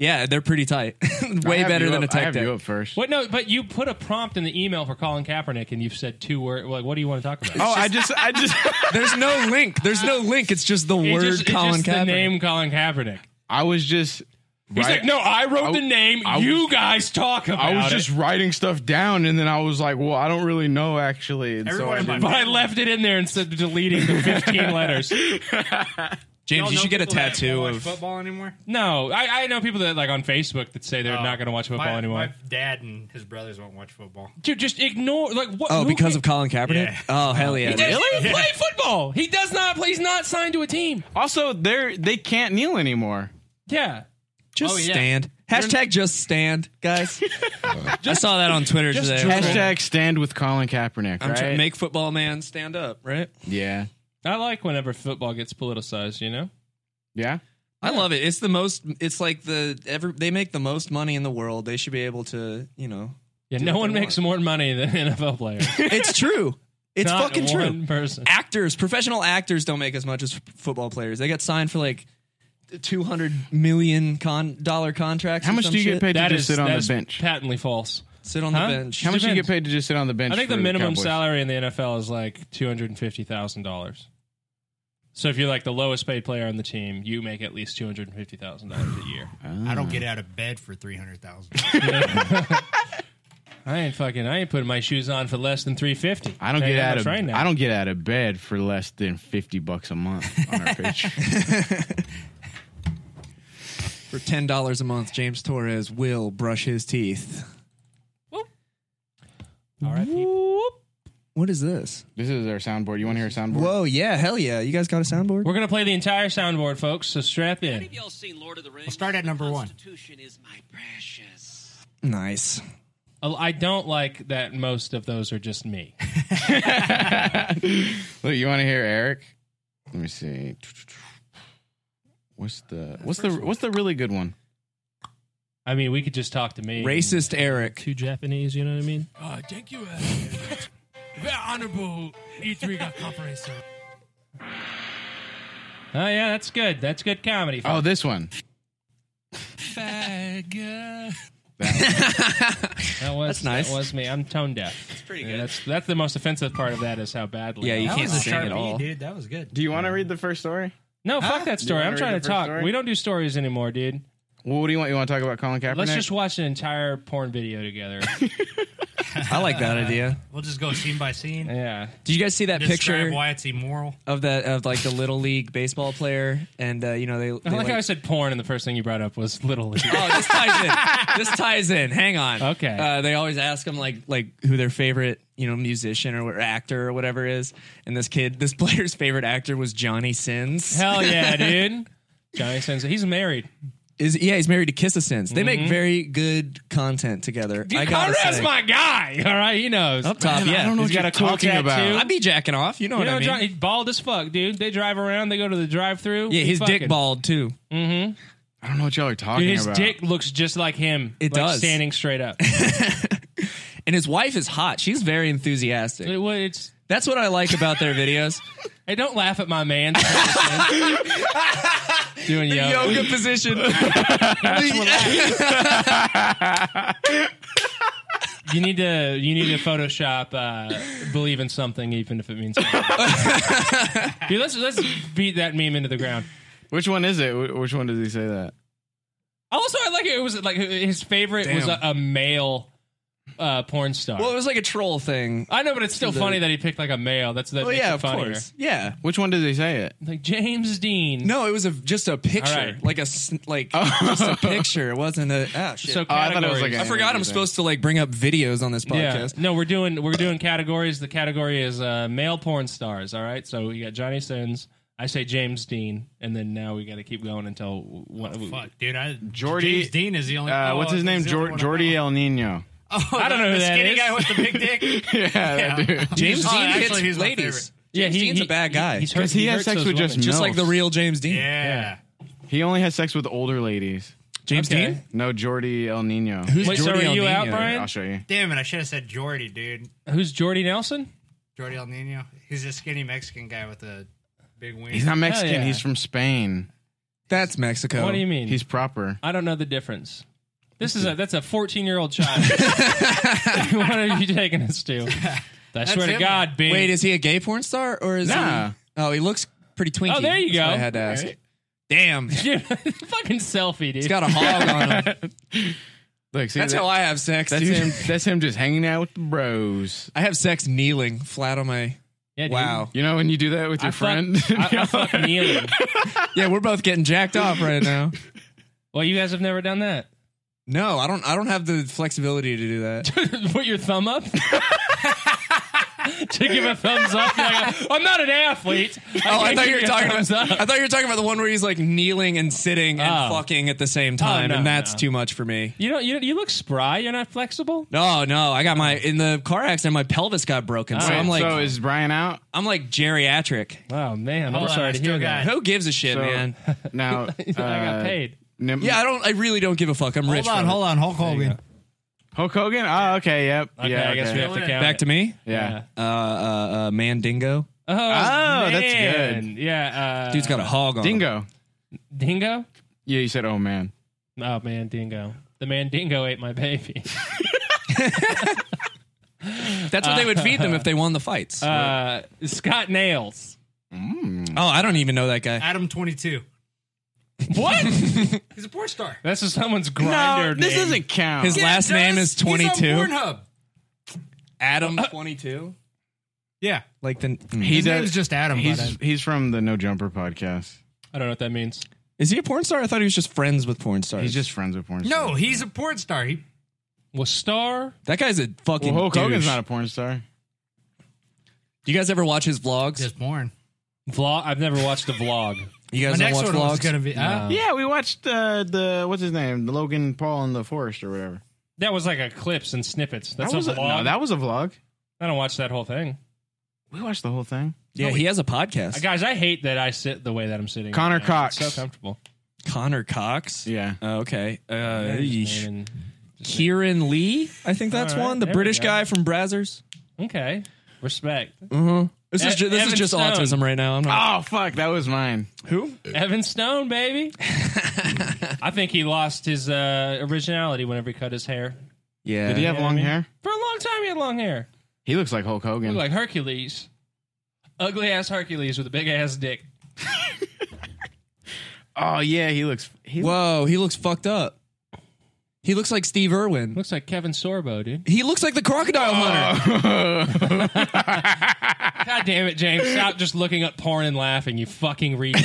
[SPEAKER 5] Yeah, they're pretty tight.
[SPEAKER 6] I
[SPEAKER 5] Way
[SPEAKER 6] have
[SPEAKER 5] better
[SPEAKER 6] you
[SPEAKER 5] than
[SPEAKER 6] up-
[SPEAKER 5] a
[SPEAKER 6] I
[SPEAKER 5] tech
[SPEAKER 6] have you
[SPEAKER 5] deck.
[SPEAKER 6] up first.
[SPEAKER 3] What? No, but you put a prompt in the email for Colin Kaepernick, and you've said two words. Like, what do you want to talk about?
[SPEAKER 6] Oh, I just, I just,
[SPEAKER 5] There's no link. There's no link. It's just the
[SPEAKER 3] It's
[SPEAKER 5] word
[SPEAKER 3] just, it's
[SPEAKER 5] Colin
[SPEAKER 3] just
[SPEAKER 5] Kaepernick.
[SPEAKER 3] the name Colin Kaepernick.
[SPEAKER 6] I was just.
[SPEAKER 3] He's like, no, I wrote
[SPEAKER 6] I-
[SPEAKER 3] the name.
[SPEAKER 6] I
[SPEAKER 3] you
[SPEAKER 6] was-
[SPEAKER 3] guys talk about
[SPEAKER 6] I was
[SPEAKER 3] it.
[SPEAKER 6] just writing stuff down, and then I was like, "Well, I don't really know actually." And so
[SPEAKER 7] Everyone
[SPEAKER 6] I
[SPEAKER 7] in my
[SPEAKER 6] didn't-
[SPEAKER 3] But I left it in there instead of deleting the 15 letters.
[SPEAKER 5] James, you should get a tattoo
[SPEAKER 7] Watch
[SPEAKER 5] of.
[SPEAKER 7] football anymore.
[SPEAKER 3] No, I, I know people that like on Facebook that say they're
[SPEAKER 7] Oh.
[SPEAKER 3] not going to watch football
[SPEAKER 7] my,
[SPEAKER 3] anymore.
[SPEAKER 7] My dad and his brothers won't watch football.
[SPEAKER 3] Dude, just ignore like what?
[SPEAKER 5] Oh,
[SPEAKER 3] who
[SPEAKER 5] because
[SPEAKER 3] ca-
[SPEAKER 5] of Colin Kaepernick.
[SPEAKER 7] Yeah.
[SPEAKER 5] Oh hell yeah!
[SPEAKER 3] He
[SPEAKER 5] dude.
[SPEAKER 3] doesn't even play football. He does not play. He's not signed to a team.
[SPEAKER 6] also, they they can't kneel anymore.
[SPEAKER 3] Yeah.
[SPEAKER 5] Just
[SPEAKER 7] Oh, yeah.
[SPEAKER 5] stand. Hashtag just stand, guys. I saw that on Twitter
[SPEAKER 3] just
[SPEAKER 5] today.
[SPEAKER 3] dribble.
[SPEAKER 6] Hashtag stand with Colin Kaepernick.
[SPEAKER 5] I'm
[SPEAKER 6] right?
[SPEAKER 5] trying to make football man stand up, right?
[SPEAKER 6] yeah,
[SPEAKER 3] I like whenever football gets politicized, you know?
[SPEAKER 6] yeah.
[SPEAKER 5] I love it. It's the most. It's like the every. They make the most money in the world. They should be able to, you know.
[SPEAKER 3] Yeah,
[SPEAKER 5] Do
[SPEAKER 3] no
[SPEAKER 5] what
[SPEAKER 3] one
[SPEAKER 5] they
[SPEAKER 3] makes more money than NFL players.
[SPEAKER 5] It's true. It's
[SPEAKER 3] Not
[SPEAKER 5] fucking true.
[SPEAKER 3] one person.
[SPEAKER 5] Actors, professional actors, don't make as much as f- football players. They got signed for like two hundred million con- dollar contracts.
[SPEAKER 6] How
[SPEAKER 5] or
[SPEAKER 6] much
[SPEAKER 5] some
[SPEAKER 6] do you get
[SPEAKER 5] shit.
[SPEAKER 6] paid
[SPEAKER 3] That
[SPEAKER 6] to just
[SPEAKER 3] is,
[SPEAKER 6] sit on
[SPEAKER 3] that
[SPEAKER 6] the
[SPEAKER 3] is
[SPEAKER 6] bench?
[SPEAKER 3] patently false.
[SPEAKER 5] Sit on the
[SPEAKER 3] Huh?
[SPEAKER 5] bench.
[SPEAKER 6] How much do you get
[SPEAKER 3] Depends.
[SPEAKER 6] paid to just sit on the bench?
[SPEAKER 3] I think
[SPEAKER 6] for
[SPEAKER 3] the minimum
[SPEAKER 6] Cowboys?
[SPEAKER 3] salary in the NFL is like two hundred and fifty thousand dollars. So if you're like the lowest paid player on the team, you make at least two hundred and fifty thousand dollars a year.
[SPEAKER 7] I don't get out of bed for three hundred thousand.
[SPEAKER 3] I ain't fucking. I ain't putting my shoes on for less than three fifty.
[SPEAKER 6] I don't get out of
[SPEAKER 3] right now.
[SPEAKER 6] I don't get out of bed for less than fifty bucks a month on our Patreon.
[SPEAKER 5] For ten dollars a month, James Torres will brush his teeth.
[SPEAKER 3] All right, people.
[SPEAKER 5] What is this?
[SPEAKER 6] this is our soundboard. You want to hear a soundboard?
[SPEAKER 5] Whoa! Yeah, hell yeah! You guys got a soundboard?
[SPEAKER 3] We're gonna play the entire soundboard, folks. So strap in.
[SPEAKER 8] Have y'all seen Lord of the Rings?
[SPEAKER 7] start at number
[SPEAKER 8] the
[SPEAKER 7] one.
[SPEAKER 8] Constitution is my precious.
[SPEAKER 5] Nice.
[SPEAKER 3] Oh, I don't like that most of those are just me.
[SPEAKER 6] Look, you want to hear Eric? Let me see. What's the what's the what's the really good one?
[SPEAKER 3] I mean, we could just talk to me.
[SPEAKER 5] Racist Eric.
[SPEAKER 3] Too Japanese, you know what I mean?
[SPEAKER 9] Uh, thank you, uh, very honorable E3 conference. sir.
[SPEAKER 3] Oh yeah, that's good. That's good comedy.
[SPEAKER 6] Oh, this one.
[SPEAKER 9] Fag. uh,
[SPEAKER 3] That was
[SPEAKER 5] That's nice.
[SPEAKER 3] That was me. I'm tone deaf. That's
[SPEAKER 5] pretty good.
[SPEAKER 3] That's that's the most offensive part of that is how badly.
[SPEAKER 5] Yeah, you
[SPEAKER 3] I-
[SPEAKER 5] can't
[SPEAKER 7] was a
[SPEAKER 5] sing
[SPEAKER 7] sharp
[SPEAKER 5] at all.
[SPEAKER 7] beat, dude. That was good.
[SPEAKER 6] Do you want to read the first story?
[SPEAKER 3] No, fuck that story.
[SPEAKER 6] wanna
[SPEAKER 3] I'm
[SPEAKER 6] read
[SPEAKER 3] trying
[SPEAKER 6] the
[SPEAKER 3] to
[SPEAKER 6] first
[SPEAKER 3] talk.
[SPEAKER 6] story?
[SPEAKER 3] We don't do stories anymore, dude.
[SPEAKER 6] Well, what do you want? You want to talk about Colin Kaepernick?
[SPEAKER 3] Let's just watch an entire porn video together.
[SPEAKER 5] I like that idea.
[SPEAKER 7] We'll just go scene by scene.
[SPEAKER 3] yeah.
[SPEAKER 5] Did you guys see that
[SPEAKER 7] Describe
[SPEAKER 5] picture
[SPEAKER 7] why it's immoral.
[SPEAKER 5] of that of like the little league baseball player and uh, you know they, they
[SPEAKER 3] I like how I
[SPEAKER 5] like-
[SPEAKER 3] said porn, and the first thing you brought up was Little League.
[SPEAKER 5] Oh, this ties in. this ties in. Hang on.
[SPEAKER 3] Okay.
[SPEAKER 5] Uh, they always ask them like like who their favorite you know musician or what- actor or whatever is, and this kid, this player's favorite actor was Johnny Sins.
[SPEAKER 3] Hell yeah, dude. Johnny Sins. He's married.
[SPEAKER 5] Is yeah, he's married to Kissa Sins. They
[SPEAKER 3] Mm-hmm.
[SPEAKER 5] make very good content together. I gotta
[SPEAKER 3] Conrad's
[SPEAKER 5] say.
[SPEAKER 3] my guy. All right, he knows.
[SPEAKER 5] up top.
[SPEAKER 6] Man, I
[SPEAKER 5] yeah,
[SPEAKER 6] don't know
[SPEAKER 5] He's
[SPEAKER 6] what
[SPEAKER 5] got
[SPEAKER 6] you're talking
[SPEAKER 5] tattoo.
[SPEAKER 6] about.
[SPEAKER 5] I'd be jacking off. You
[SPEAKER 3] You
[SPEAKER 5] know what
[SPEAKER 3] know,
[SPEAKER 5] I mean?
[SPEAKER 3] Johnny, he's bald as fuck, dude. They drive around. They go to the drive-through.
[SPEAKER 5] yeah,
[SPEAKER 3] He
[SPEAKER 5] his dick
[SPEAKER 3] fucking-
[SPEAKER 5] bald too.
[SPEAKER 6] I don't know what y'all are talking
[SPEAKER 3] Dude, his
[SPEAKER 6] about.
[SPEAKER 3] dick looks just like him.
[SPEAKER 5] It
[SPEAKER 3] like,
[SPEAKER 5] does.
[SPEAKER 3] Standing straight up.
[SPEAKER 5] And his wife is hot. She's very
[SPEAKER 3] It-
[SPEAKER 5] enthusiastic.
[SPEAKER 3] well, it's.
[SPEAKER 5] That's what I like about their videos.
[SPEAKER 3] Hey, don't laugh at my man. Doing yoga.
[SPEAKER 5] position.
[SPEAKER 3] You need to. You need to Photoshop. Uh, believe in something, even if it means. Something. dude, let's let's beat that meme into the ground.
[SPEAKER 6] Which one is it? Wh- Which one does he say that?
[SPEAKER 3] Also, I like it. It was like his favorite was a,
[SPEAKER 5] Damn.
[SPEAKER 3] a male uh, porn star.
[SPEAKER 5] well, it was like a troll thing.
[SPEAKER 3] I know, but it's still funny that he picked like a male. That's that.
[SPEAKER 5] Oh
[SPEAKER 3] makes
[SPEAKER 5] yeah,
[SPEAKER 3] it
[SPEAKER 5] of
[SPEAKER 3] funnier.
[SPEAKER 5] course. Yeah.
[SPEAKER 6] Which one does he say it?
[SPEAKER 3] Like James Dean.
[SPEAKER 5] No, it was a, just a picture,
[SPEAKER 3] All right.
[SPEAKER 5] like a s- like just a picture. It wasn't a ah shit.
[SPEAKER 3] So
[SPEAKER 6] Oh, I
[SPEAKER 3] categories.
[SPEAKER 6] thought it was like
[SPEAKER 5] I forgot I'm supposed to like bring up videos on this
[SPEAKER 3] yeah.
[SPEAKER 5] podcast.
[SPEAKER 3] No, we're doing we're doing categories. The category is uh, male porn stars. All right. So we got Johnny Sins. I say James Dean, and then now we got to keep going until one.
[SPEAKER 7] Fuck, dude. I,
[SPEAKER 6] Jordy-
[SPEAKER 7] James Dean is the only.
[SPEAKER 6] Uh,
[SPEAKER 7] oh,
[SPEAKER 6] what's his
[SPEAKER 7] he's
[SPEAKER 6] name?
[SPEAKER 7] the
[SPEAKER 6] Jor-
[SPEAKER 7] only one I know.
[SPEAKER 6] Jordy El Nino.
[SPEAKER 7] Oh,
[SPEAKER 3] I don't know who
[SPEAKER 7] the, the
[SPEAKER 3] that
[SPEAKER 7] skinny
[SPEAKER 3] is.
[SPEAKER 7] guy with the big dick.
[SPEAKER 6] yeah, that dude.
[SPEAKER 5] James
[SPEAKER 7] Oh,
[SPEAKER 5] Dean
[SPEAKER 7] actually,
[SPEAKER 5] hits
[SPEAKER 7] he's my
[SPEAKER 5] ladies.
[SPEAKER 3] Yeah,
[SPEAKER 5] James
[SPEAKER 3] he-
[SPEAKER 5] Dean's
[SPEAKER 3] he-
[SPEAKER 5] a bad guy.
[SPEAKER 3] he's hurt-
[SPEAKER 6] Because he, has
[SPEAKER 3] hurts
[SPEAKER 6] sex
[SPEAKER 3] those
[SPEAKER 6] with just
[SPEAKER 3] women.
[SPEAKER 5] just like the
[SPEAKER 6] MILFs.
[SPEAKER 5] real James Dean.
[SPEAKER 7] yeah.
[SPEAKER 6] He only has sex with older ladies.
[SPEAKER 5] James
[SPEAKER 3] Okay.
[SPEAKER 5] Dean.
[SPEAKER 6] No, Jordy El Nino.
[SPEAKER 5] Who's
[SPEAKER 3] Wait, so
[SPEAKER 5] Jordi
[SPEAKER 3] are you
[SPEAKER 5] El
[SPEAKER 3] out,
[SPEAKER 5] Nino?
[SPEAKER 3] Brian?
[SPEAKER 6] I'll show you.
[SPEAKER 7] Damn it! I should have said Jordy, dude.
[SPEAKER 3] Who's Jordy Nelson?
[SPEAKER 7] Jordy El Nino. He's a skinny Mexican guy with a big wing.
[SPEAKER 6] He's not Mexican.
[SPEAKER 3] yeah.
[SPEAKER 6] He's from Spain.
[SPEAKER 5] That's Mexico.
[SPEAKER 3] What do you mean?
[SPEAKER 6] He's proper.
[SPEAKER 3] I don't know the difference. This is a that's a 14 year old child. what are you taking us to? I swear to
[SPEAKER 7] him.
[SPEAKER 3] God, Bing.
[SPEAKER 5] Wait, is he a gay porn star or is
[SPEAKER 6] Nah.
[SPEAKER 5] he? Oh, he looks pretty twinky.
[SPEAKER 3] Oh, there you
[SPEAKER 5] That's
[SPEAKER 3] go.
[SPEAKER 5] what I had to ask.
[SPEAKER 6] Right.
[SPEAKER 5] Damn, he's
[SPEAKER 3] Dude, fucking selfie, dude.
[SPEAKER 5] got a hog on him.
[SPEAKER 6] Look, see,
[SPEAKER 5] That's
[SPEAKER 6] that-
[SPEAKER 5] how I have sex,
[SPEAKER 6] That's
[SPEAKER 5] dude.
[SPEAKER 6] him. That's him just hanging out with the bros.
[SPEAKER 5] I have sex kneeling flat on my.
[SPEAKER 3] Yeah, dude.
[SPEAKER 5] Wow.
[SPEAKER 6] You know when you do that with your
[SPEAKER 3] I fuck,
[SPEAKER 6] friend.
[SPEAKER 3] I, I fuck kneeling.
[SPEAKER 5] Yeah, we're both getting jacked off right now.
[SPEAKER 3] Well, you guys have never done that.
[SPEAKER 5] No, I don't. I don't have the flexibility to do that.
[SPEAKER 3] Put your thumb up. to give a thumbs up. You're like, I'm not an athlete.
[SPEAKER 5] Oh, I
[SPEAKER 3] can't
[SPEAKER 5] thought
[SPEAKER 3] give
[SPEAKER 5] you were
[SPEAKER 3] a
[SPEAKER 5] talking
[SPEAKER 3] thumbs
[SPEAKER 5] about. I thought you were talking about the one where he's like kneeling and sitting and
[SPEAKER 3] Oh.
[SPEAKER 5] fucking at the same time,
[SPEAKER 3] no,
[SPEAKER 5] and that's
[SPEAKER 3] no.
[SPEAKER 5] too much for me.
[SPEAKER 3] You don't. You, don't- you look spry. You're not flexible.
[SPEAKER 5] No, no, I got my in the car accident. My pelvis got broken, so
[SPEAKER 6] Wait,
[SPEAKER 5] I'm like,
[SPEAKER 6] so is Brian out
[SPEAKER 5] I'm like geriatric.
[SPEAKER 3] Oh man,
[SPEAKER 7] Hold
[SPEAKER 3] I'm
[SPEAKER 7] on,
[SPEAKER 3] sorry
[SPEAKER 7] I
[SPEAKER 3] to
[SPEAKER 7] still
[SPEAKER 3] hear that.
[SPEAKER 7] got-
[SPEAKER 5] Who gives a shit,
[SPEAKER 6] So-
[SPEAKER 5] man?
[SPEAKER 6] now? I
[SPEAKER 3] I
[SPEAKER 6] Uh,
[SPEAKER 3] got paid.
[SPEAKER 5] Yeah, I don't. I really don't give a fuck. I'm rich.
[SPEAKER 7] Hold on, hold on, Hulk Hogan.
[SPEAKER 6] Hulk Hogan. Oh, okay. Yep.
[SPEAKER 3] Okay,
[SPEAKER 6] yeah.
[SPEAKER 3] I guess
[SPEAKER 6] okay.
[SPEAKER 3] we have to count.
[SPEAKER 5] Back
[SPEAKER 3] it.
[SPEAKER 5] to me.
[SPEAKER 6] Yeah.
[SPEAKER 5] Uh, uh, uh, Mandingo.
[SPEAKER 3] Oh,
[SPEAKER 6] Oh, that's
[SPEAKER 3] man.
[SPEAKER 6] good.
[SPEAKER 3] Yeah, uh,
[SPEAKER 5] Dude's got a hog on. him.
[SPEAKER 6] Dingo.
[SPEAKER 3] dingo.
[SPEAKER 6] Yeah, you said, oh man.
[SPEAKER 3] Oh man, dingo. The man dingo ate my baby.
[SPEAKER 5] That's what they would feed them if they won the fights.
[SPEAKER 3] Uh, Scott Nails.
[SPEAKER 5] oh, I don't even know that guy.
[SPEAKER 7] Adam twenty two.
[SPEAKER 3] What?
[SPEAKER 7] He's a porn star.
[SPEAKER 3] this is someone's grinder.
[SPEAKER 6] this
[SPEAKER 3] name.
[SPEAKER 6] doesn't count.
[SPEAKER 5] His last
[SPEAKER 7] Yeah, it
[SPEAKER 5] name
[SPEAKER 7] does.
[SPEAKER 5] is 22.
[SPEAKER 7] He's on Pornhub.
[SPEAKER 5] Adam 22.
[SPEAKER 7] Yeah,
[SPEAKER 5] Like the
[SPEAKER 6] he
[SPEAKER 7] his
[SPEAKER 6] does-
[SPEAKER 7] name's just Adam.
[SPEAKER 6] He's
[SPEAKER 7] but
[SPEAKER 6] he's from the No Jumper podcast.
[SPEAKER 3] I don't know what that means.
[SPEAKER 5] Is he a porn star? I thought he was just friends with porn stars.
[SPEAKER 6] He's just friends with porn.
[SPEAKER 7] I- uh, no, he's a porn star. He
[SPEAKER 3] Well, star.
[SPEAKER 5] That guy's a fucking
[SPEAKER 6] Well, Hulk
[SPEAKER 5] douche.
[SPEAKER 6] Hogan's not a porn star.
[SPEAKER 5] Do you guys ever watch his vlogs?
[SPEAKER 7] does porn.
[SPEAKER 3] Vlog. I've never watched a vlog.
[SPEAKER 5] You
[SPEAKER 7] My
[SPEAKER 5] guys don't
[SPEAKER 7] next
[SPEAKER 5] watch
[SPEAKER 7] one was
[SPEAKER 5] vlogs?
[SPEAKER 7] gonna be. Uh,
[SPEAKER 6] yeah, we watched uh, the what's his name, the Logan Paul in the forest or whatever.
[SPEAKER 3] That was like a clips and snippets. That's
[SPEAKER 6] that was
[SPEAKER 3] a vlog.
[SPEAKER 6] no, that was a vlog.
[SPEAKER 3] I don't watch that whole thing.
[SPEAKER 6] We watched the whole thing.
[SPEAKER 5] yeah, he has a podcast.
[SPEAKER 3] Uh, Guys, I hate that I sit the way that I'm sitting.
[SPEAKER 6] Connor
[SPEAKER 3] right now. It's
[SPEAKER 6] Cox.
[SPEAKER 3] so comfortable.
[SPEAKER 5] Connor Cox.
[SPEAKER 6] Yeah.
[SPEAKER 5] Oh, okay. Uh, yeesh.
[SPEAKER 3] And-
[SPEAKER 5] Kieran Lee. I think that's
[SPEAKER 3] All right,
[SPEAKER 5] one. The
[SPEAKER 3] there we
[SPEAKER 5] British
[SPEAKER 3] go.
[SPEAKER 5] guy from Brazzers.
[SPEAKER 3] Okay. Respect.
[SPEAKER 5] This is
[SPEAKER 3] E-
[SPEAKER 5] ju- this
[SPEAKER 3] Evan
[SPEAKER 5] is just
[SPEAKER 3] Stone.
[SPEAKER 5] autism right now. I'm not,
[SPEAKER 6] Oh fuck, that was mine.
[SPEAKER 5] who?
[SPEAKER 3] Evan Stone, baby. I think he lost his uh, originality whenever he cut his hair.
[SPEAKER 5] Yeah.
[SPEAKER 6] Did he have
[SPEAKER 3] yeah, I
[SPEAKER 6] long
[SPEAKER 3] mean-
[SPEAKER 6] hair?
[SPEAKER 3] For a long time, he had long hair.
[SPEAKER 6] He looks like Hulk Hogan.
[SPEAKER 3] Looked like Hercules. Ugly ass Hercules with a big ass dick.
[SPEAKER 6] oh yeah, he looks. He
[SPEAKER 5] Whoa, he looks fucked up. He looks like Steve Irwin.
[SPEAKER 3] Looks like Kevin Sorbo, dude.
[SPEAKER 5] He looks like the crocodile hunter.
[SPEAKER 3] God damn it, James. Stop just looking up porn and laughing, you fucking read.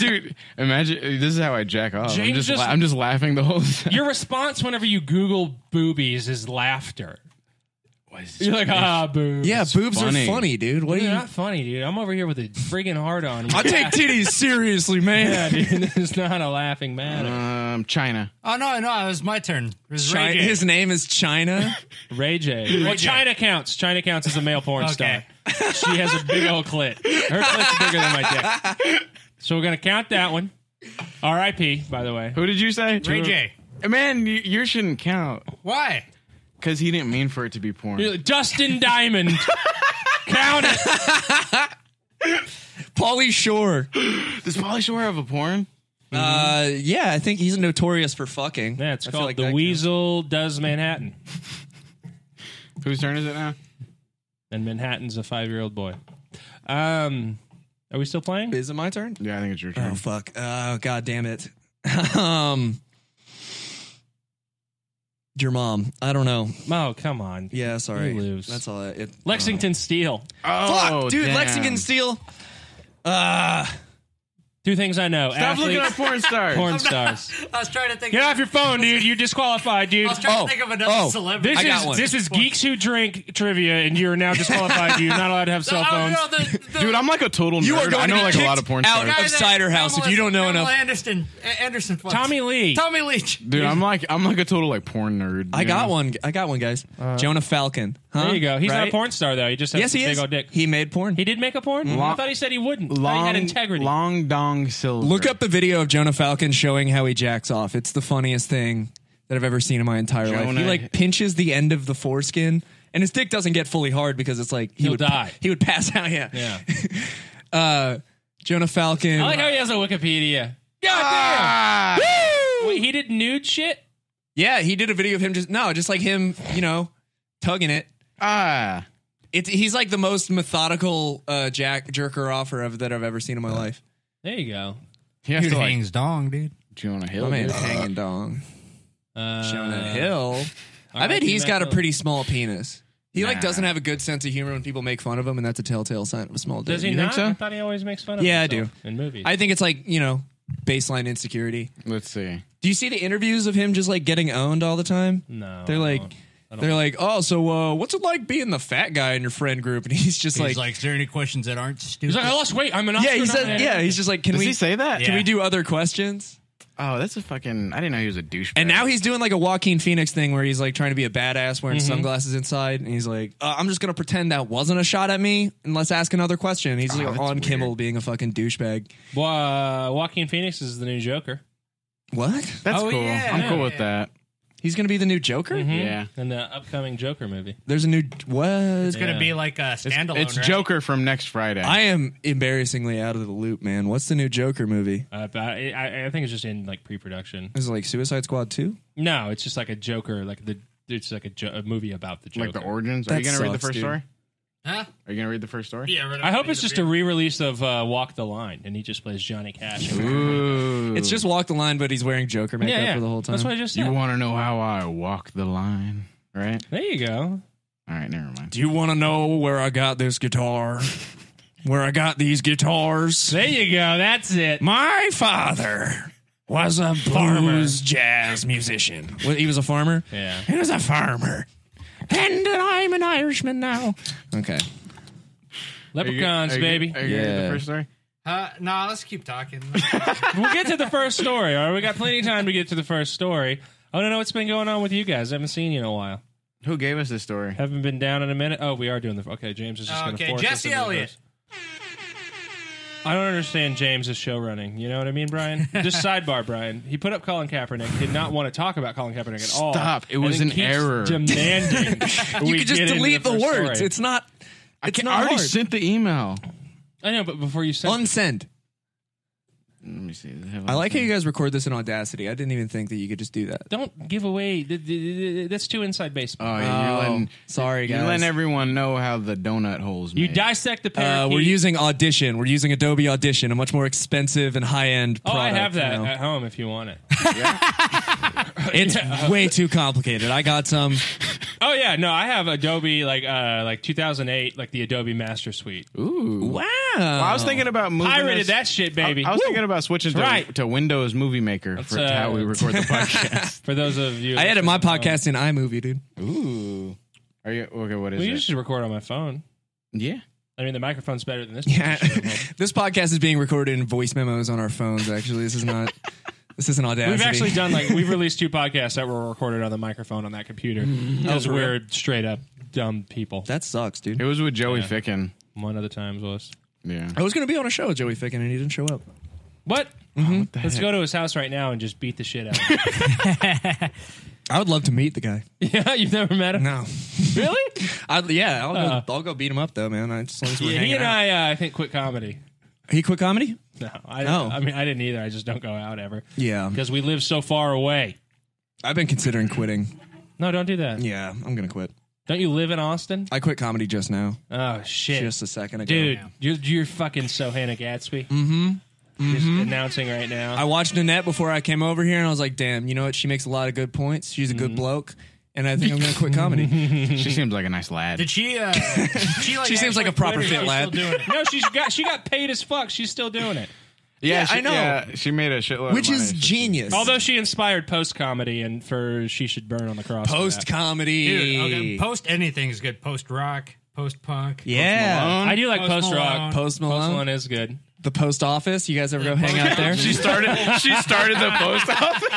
[SPEAKER 6] dude, imagine this is how I jack off. I'm
[SPEAKER 3] James
[SPEAKER 6] just,
[SPEAKER 3] just-
[SPEAKER 6] la- I'm just laughing the whole time.
[SPEAKER 3] Your response whenever you Google boobies is laughter. You're like, ah, boobs.
[SPEAKER 5] Yeah, boobs
[SPEAKER 6] funny.
[SPEAKER 5] are funny, dude. What are
[SPEAKER 3] They're
[SPEAKER 5] you?
[SPEAKER 3] not funny, dude. I'm over here with a friggin' hard on.
[SPEAKER 5] I take titties seriously, man.
[SPEAKER 3] Yeah, dude. This is not a laughing matter.
[SPEAKER 6] um, China.
[SPEAKER 7] Oh no, no, it was my turn. It was Ray
[SPEAKER 5] Chi-
[SPEAKER 7] J.
[SPEAKER 5] his name is China.
[SPEAKER 3] Ray J. Well,
[SPEAKER 7] J.
[SPEAKER 3] China counts. China counts as a male porn
[SPEAKER 7] Okay.
[SPEAKER 3] star. She has a big old clit. Her clit's bigger than my dick. So we're gonna count that one. R.I.P. By the way.
[SPEAKER 6] Who did you say?
[SPEAKER 7] Ray J.
[SPEAKER 6] Man, you, you shouldn't count
[SPEAKER 7] Why?
[SPEAKER 6] because he didn't mean for it to be porn.
[SPEAKER 3] Justin Diamond. count it.
[SPEAKER 5] Paulie Shore.
[SPEAKER 6] Does Polly Shore have a porn?
[SPEAKER 5] Uh, yeah, I think he's notorious for fucking.
[SPEAKER 3] That's
[SPEAKER 5] I feel
[SPEAKER 3] called
[SPEAKER 5] like
[SPEAKER 3] the
[SPEAKER 5] that
[SPEAKER 3] Weasel Does Manhattan,
[SPEAKER 6] Whose turn is it now?
[SPEAKER 3] and Manhattan's a five-year-old boy. Um, are we still playing?
[SPEAKER 5] counts. Is it my turn?
[SPEAKER 6] Yeah, I think it's your
[SPEAKER 5] Oh
[SPEAKER 6] turn. Mm.
[SPEAKER 5] fuck! Oh god damn it! um, your mom. I don't know.
[SPEAKER 3] Oh, come on.
[SPEAKER 5] Yeah, sorry.
[SPEAKER 3] You lose.
[SPEAKER 5] That's all. I, it,
[SPEAKER 3] Lexington Steel.
[SPEAKER 6] Oh,
[SPEAKER 5] Uh, fuck, dude.
[SPEAKER 6] damn.
[SPEAKER 5] Lexington Steel. Uh,
[SPEAKER 3] Two things I know.
[SPEAKER 6] Stop looking at
[SPEAKER 3] Athletes,
[SPEAKER 6] porn stars.
[SPEAKER 3] porn stars.
[SPEAKER 7] I was trying to think.
[SPEAKER 3] Get
[SPEAKER 7] of,
[SPEAKER 3] off your phone, dude. You're disqualified, dude.
[SPEAKER 7] I was trying
[SPEAKER 5] Oh,
[SPEAKER 7] to think of another
[SPEAKER 5] oh,
[SPEAKER 7] celebrity.
[SPEAKER 3] This
[SPEAKER 5] I got
[SPEAKER 3] is
[SPEAKER 5] one.
[SPEAKER 3] this is geeks who drink trivia, and you're now disqualified. You're not allowed to have cell
[SPEAKER 7] oh,
[SPEAKER 3] phones.
[SPEAKER 7] no, the, the
[SPEAKER 6] Dude, I'm like a total nerd.
[SPEAKER 5] you are going
[SPEAKER 6] I know
[SPEAKER 5] to get
[SPEAKER 6] like a lot of
[SPEAKER 5] kicked
[SPEAKER 6] porn
[SPEAKER 5] out
[SPEAKER 6] stars.
[SPEAKER 5] of Cider House if you don't know enough.
[SPEAKER 7] Anderson, A- Anderson, was.
[SPEAKER 3] Tommy Lee.
[SPEAKER 7] Tommy Leach.
[SPEAKER 6] Dude, I'm like I'm like a total like porn nerd.
[SPEAKER 5] I
[SPEAKER 6] you
[SPEAKER 5] got
[SPEAKER 6] know?
[SPEAKER 5] one. I got one, guys. Jonah Falcon. Huh?
[SPEAKER 3] there you go. He's not a
[SPEAKER 5] Right?
[SPEAKER 3] porn star though. He just has
[SPEAKER 5] Yes,
[SPEAKER 3] a
[SPEAKER 5] he
[SPEAKER 3] big
[SPEAKER 5] is.
[SPEAKER 3] old dick. He,
[SPEAKER 5] He made porn.
[SPEAKER 3] did make a porn. I
[SPEAKER 6] Long-
[SPEAKER 3] thought he said he wouldn't. I thought
[SPEAKER 6] Long
[SPEAKER 3] he had integrity.
[SPEAKER 6] Long dong silver.
[SPEAKER 5] Look up the video of Jonah Falcon showing how he jacks off. It's the funniest thing that I've ever seen in my entire life. He
[SPEAKER 6] Jonah-
[SPEAKER 5] like pinches the end of the foreskin, and his dick doesn't get fully hard because it's like he
[SPEAKER 3] He'll
[SPEAKER 5] would
[SPEAKER 3] die.
[SPEAKER 5] He would pass out. Yeah.
[SPEAKER 3] yeah.
[SPEAKER 5] Uh, Jonah Falcon.
[SPEAKER 3] I like how he has a Wikipedia. God
[SPEAKER 6] Ah!
[SPEAKER 3] damn. Wait, he did nude shit.
[SPEAKER 5] yeah, he did a video of him just no, just like him, you know, tugging it.
[SPEAKER 6] Ah.
[SPEAKER 5] It's he's like the most methodical uh, jack jerker offer of, that I've ever seen in my life.
[SPEAKER 3] There you go.
[SPEAKER 6] He has
[SPEAKER 7] Dude
[SPEAKER 6] to like
[SPEAKER 7] hangs dong, dude.
[SPEAKER 6] Jonah Hill.
[SPEAKER 5] My man's
[SPEAKER 6] dude.
[SPEAKER 5] hanging dong.
[SPEAKER 3] Uh,
[SPEAKER 5] Jonah Hill. I bet
[SPEAKER 3] R.I.P.
[SPEAKER 5] he's got a
[SPEAKER 3] Matt
[SPEAKER 5] pretty small penis. He like
[SPEAKER 6] Nah.
[SPEAKER 5] doesn't have a good sense of humor when people make fun of him, and that's a telltale sign of a small dick.
[SPEAKER 3] Does he
[SPEAKER 6] You
[SPEAKER 3] not?
[SPEAKER 6] think so?
[SPEAKER 3] I thought he always makes fun of.
[SPEAKER 5] Yeah, I
[SPEAKER 3] himself In movies.
[SPEAKER 5] I think it's like you know baseline insecurity.
[SPEAKER 6] Let's see.
[SPEAKER 5] Do you see the interviews of him just like getting owned all the time?
[SPEAKER 3] no.
[SPEAKER 5] They're like, they're like, oh, so uh, what's it like being the fat guy in your friend group? And he's just
[SPEAKER 7] He's
[SPEAKER 5] like,
[SPEAKER 7] like, is there any questions that aren't stupid?
[SPEAKER 3] He's like, "Oh, I lost weight. I'm an
[SPEAKER 5] yeah,
[SPEAKER 3] astronaut.
[SPEAKER 5] he said, yeah, he's just like, can
[SPEAKER 6] Does
[SPEAKER 5] we
[SPEAKER 6] he say that?
[SPEAKER 5] Can we do other questions?
[SPEAKER 6] Oh, that's a fucking. I didn't know he was a douchebag.
[SPEAKER 5] And now he's doing like a Joaquin Phoenix thing where he's like trying to be a badass wearing sunglasses inside, and he's like, uh, I'm just gonna pretend that wasn't a shot at me, and let's ask another question. And he's like
[SPEAKER 6] that's
[SPEAKER 5] on
[SPEAKER 6] weird.
[SPEAKER 5] Kimmel being a fucking douchebag.
[SPEAKER 3] Well, uh, Joaquin Phoenix is the new Joker.
[SPEAKER 5] What?
[SPEAKER 6] That's
[SPEAKER 7] Oh,
[SPEAKER 6] cool.
[SPEAKER 7] yeah.
[SPEAKER 6] I'm cool with that.
[SPEAKER 5] He's gonna be the new Joker?
[SPEAKER 6] Yeah.
[SPEAKER 3] In the upcoming Joker movie.
[SPEAKER 5] There's a new what?
[SPEAKER 7] it's gonna be like a standalone.
[SPEAKER 6] It's
[SPEAKER 7] right?
[SPEAKER 6] Joker from next Friday.
[SPEAKER 5] I am embarrassingly out of the loop, man. What's the new Joker movie?
[SPEAKER 3] Uh, but I, I, I think it's just in like pre-production.
[SPEAKER 5] Is it like Suicide Squad 2?
[SPEAKER 3] No, it's just like a Joker, like the it's like a, jo- a movie about the Joker.
[SPEAKER 6] like the origins. Are
[SPEAKER 5] That
[SPEAKER 6] you gonna read the
[SPEAKER 5] sucks,
[SPEAKER 6] first
[SPEAKER 5] dude.
[SPEAKER 6] story?
[SPEAKER 7] Huh?
[SPEAKER 6] Are you gonna read the first story?
[SPEAKER 7] Yeah. Right
[SPEAKER 3] I hope it's just a re-release of uh, Walk the Line, and he just plays Johnny Cash.
[SPEAKER 6] Ooh.
[SPEAKER 5] It's just Walk the Line, but he's wearing Joker makeup for the whole time.
[SPEAKER 3] That's what I just said.
[SPEAKER 6] You want to know how I walk the line, right?
[SPEAKER 3] there you go.
[SPEAKER 6] All right, never mind.
[SPEAKER 5] Do you want to know where I got this guitar? where I got these guitars?
[SPEAKER 3] There you go. That's it.
[SPEAKER 5] My father was a blues jazz musician. What, he was a farmer?
[SPEAKER 3] Yeah.
[SPEAKER 5] He was a farmer. And I'm an Irishman now. Okay.
[SPEAKER 6] Are you-
[SPEAKER 3] Leprechauns,
[SPEAKER 6] are you-
[SPEAKER 3] baby.
[SPEAKER 6] Are you gonna read
[SPEAKER 5] Yeah.
[SPEAKER 6] the first story?
[SPEAKER 7] Uh, nah, let's keep talking.
[SPEAKER 3] we'll get to the first story. All right, we got plenty of time to get to the first story. Oh, I don't know what's been going on with you guys. I haven't seen you in a while.
[SPEAKER 6] Who gave us this story?
[SPEAKER 3] Haven't been down in a minute. Oh, we are doing the. Okay, James is just going to
[SPEAKER 7] Okay,
[SPEAKER 3] force us
[SPEAKER 7] Jesse
[SPEAKER 3] into the
[SPEAKER 7] Elliott.
[SPEAKER 3] first. I don't understand James's show running. You know what I mean, Brian? Just sidebar, Brian. He put up Colin Kaepernick. Did not want to talk about Colin Kaepernick at all.
[SPEAKER 6] Stop. It
[SPEAKER 3] and
[SPEAKER 6] was
[SPEAKER 3] then
[SPEAKER 6] an
[SPEAKER 3] keeps
[SPEAKER 6] error.
[SPEAKER 3] Demanding.
[SPEAKER 5] You
[SPEAKER 3] we
[SPEAKER 5] could just
[SPEAKER 3] get into
[SPEAKER 5] delete the,
[SPEAKER 3] first
[SPEAKER 5] words.
[SPEAKER 3] story.
[SPEAKER 5] It's not.
[SPEAKER 6] I,
[SPEAKER 5] It's
[SPEAKER 6] can't,
[SPEAKER 5] not
[SPEAKER 6] I already
[SPEAKER 5] hard.
[SPEAKER 6] sent the email.
[SPEAKER 3] I know, but before you sent it-
[SPEAKER 5] Unsend.
[SPEAKER 6] Let me see.
[SPEAKER 5] I like how you guys record this in Audacity. I didn't even think that you could just do that.
[SPEAKER 3] don't give away. th- th- th- th- That's too inside baseball.
[SPEAKER 6] Oh, yeah, you're
[SPEAKER 5] Oh,
[SPEAKER 6] letting,
[SPEAKER 5] sorry,
[SPEAKER 6] you're
[SPEAKER 5] guys.
[SPEAKER 6] letting everyone know how the donut holes.
[SPEAKER 3] you
[SPEAKER 6] made.
[SPEAKER 3] dissect the
[SPEAKER 5] Uh,
[SPEAKER 3] parakeet.
[SPEAKER 5] we're using Audition. We're using Adobe Audition, a much more expensive and high-end.
[SPEAKER 3] Oh, I
[SPEAKER 5] product
[SPEAKER 3] have that
[SPEAKER 5] now.
[SPEAKER 3] at home if you want it.
[SPEAKER 5] It's way too complicated. I got some.
[SPEAKER 3] Oh yeah, no, I have Adobe like uh like 2008 like the Adobe Master Suite.
[SPEAKER 6] Ooh.
[SPEAKER 5] Wow.
[SPEAKER 6] I was thinking about moving.
[SPEAKER 3] Pirated
[SPEAKER 6] us-
[SPEAKER 3] that shit, baby.
[SPEAKER 6] I, I was thinking about switching to,
[SPEAKER 3] That's right.
[SPEAKER 6] to Windows Movie Maker for
[SPEAKER 3] uh,
[SPEAKER 6] how we record the podcast.
[SPEAKER 3] For those of you,
[SPEAKER 5] I edit my podcast in iMovie, dude.
[SPEAKER 6] Ooh. Are you okay? What is
[SPEAKER 3] Well, you
[SPEAKER 6] it?
[SPEAKER 3] should record on my phone.
[SPEAKER 6] yeah.
[SPEAKER 3] I mean, the microphone's better than this.
[SPEAKER 5] Yeah.
[SPEAKER 3] one.
[SPEAKER 5] this podcast is being recorded in voice memos on our phones. Actually, this is not. This isn't Audacity.
[SPEAKER 3] We've actually done like we've released two podcasts that were recorded on the microphone on that computer
[SPEAKER 5] Mm-hmm.
[SPEAKER 3] because we're straight up dumb people.
[SPEAKER 5] That sucks, dude.
[SPEAKER 6] It was with Joey Ficken.
[SPEAKER 3] One of the times was
[SPEAKER 6] Yeah.
[SPEAKER 5] I was going to be on a show with Joey Ficken, and he didn't show up.
[SPEAKER 3] what? Let's go to his house right now and just beat the shit out. of him.
[SPEAKER 5] I would love to meet the guy.
[SPEAKER 3] yeah, you've never met him.
[SPEAKER 5] No,
[SPEAKER 3] Really?
[SPEAKER 5] I, yeah, I'll, go, I'll go beat him up though, man. I, as long as we're
[SPEAKER 3] Yeah, he
[SPEAKER 5] hanging
[SPEAKER 3] and
[SPEAKER 5] out.
[SPEAKER 3] I, uh, I think, quit comedy.
[SPEAKER 5] He quit comedy.
[SPEAKER 3] No, I
[SPEAKER 5] Oh.
[SPEAKER 3] don't. I mean, I didn't either. I just don't go out ever.
[SPEAKER 5] Yeah.
[SPEAKER 3] because we live so far away.
[SPEAKER 5] I've been considering quitting.
[SPEAKER 3] No, don't do that.
[SPEAKER 5] Yeah, I'm gonna quit.
[SPEAKER 3] Don't you live in Austin?
[SPEAKER 5] I quit comedy just now,
[SPEAKER 3] Oh shit,
[SPEAKER 5] just a second ago.
[SPEAKER 3] dude, you're, you're fucking so Hannah Gatsby. Mm-hmm. Just
[SPEAKER 5] Mm-hmm.
[SPEAKER 3] announcing right now.
[SPEAKER 5] I watched Nanette before I came over here, and I was like, "Damn, you know what? She makes a lot of good points. She's a good bloke." And I think I'm gonna quit comedy.
[SPEAKER 6] She seems like a nice lad.
[SPEAKER 7] Did she? Uh, she like
[SPEAKER 5] she seems like a
[SPEAKER 7] actually
[SPEAKER 5] proper
[SPEAKER 7] quit or
[SPEAKER 5] fit
[SPEAKER 7] she's
[SPEAKER 5] lad.
[SPEAKER 7] still doing it?
[SPEAKER 3] no, she's got she got paid as fuck. She's still doing it.
[SPEAKER 6] yeah, she,
[SPEAKER 5] I know.
[SPEAKER 6] Yeah, she made a shitload.
[SPEAKER 5] which
[SPEAKER 6] of money.
[SPEAKER 5] is genius.
[SPEAKER 3] Although she inspired post comedy and for she should burn on the cross. for
[SPEAKER 5] post
[SPEAKER 3] that.
[SPEAKER 5] comedy,
[SPEAKER 7] Dude, okay, post anything's good. Post rock, post punk.
[SPEAKER 5] yeah,
[SPEAKER 3] I do like
[SPEAKER 7] Post
[SPEAKER 3] post rock.
[SPEAKER 7] Malone.
[SPEAKER 5] Post Malone.
[SPEAKER 3] Post Malone is good.
[SPEAKER 5] the post office. You guys ever go hang out there?
[SPEAKER 6] She started. she started the post office.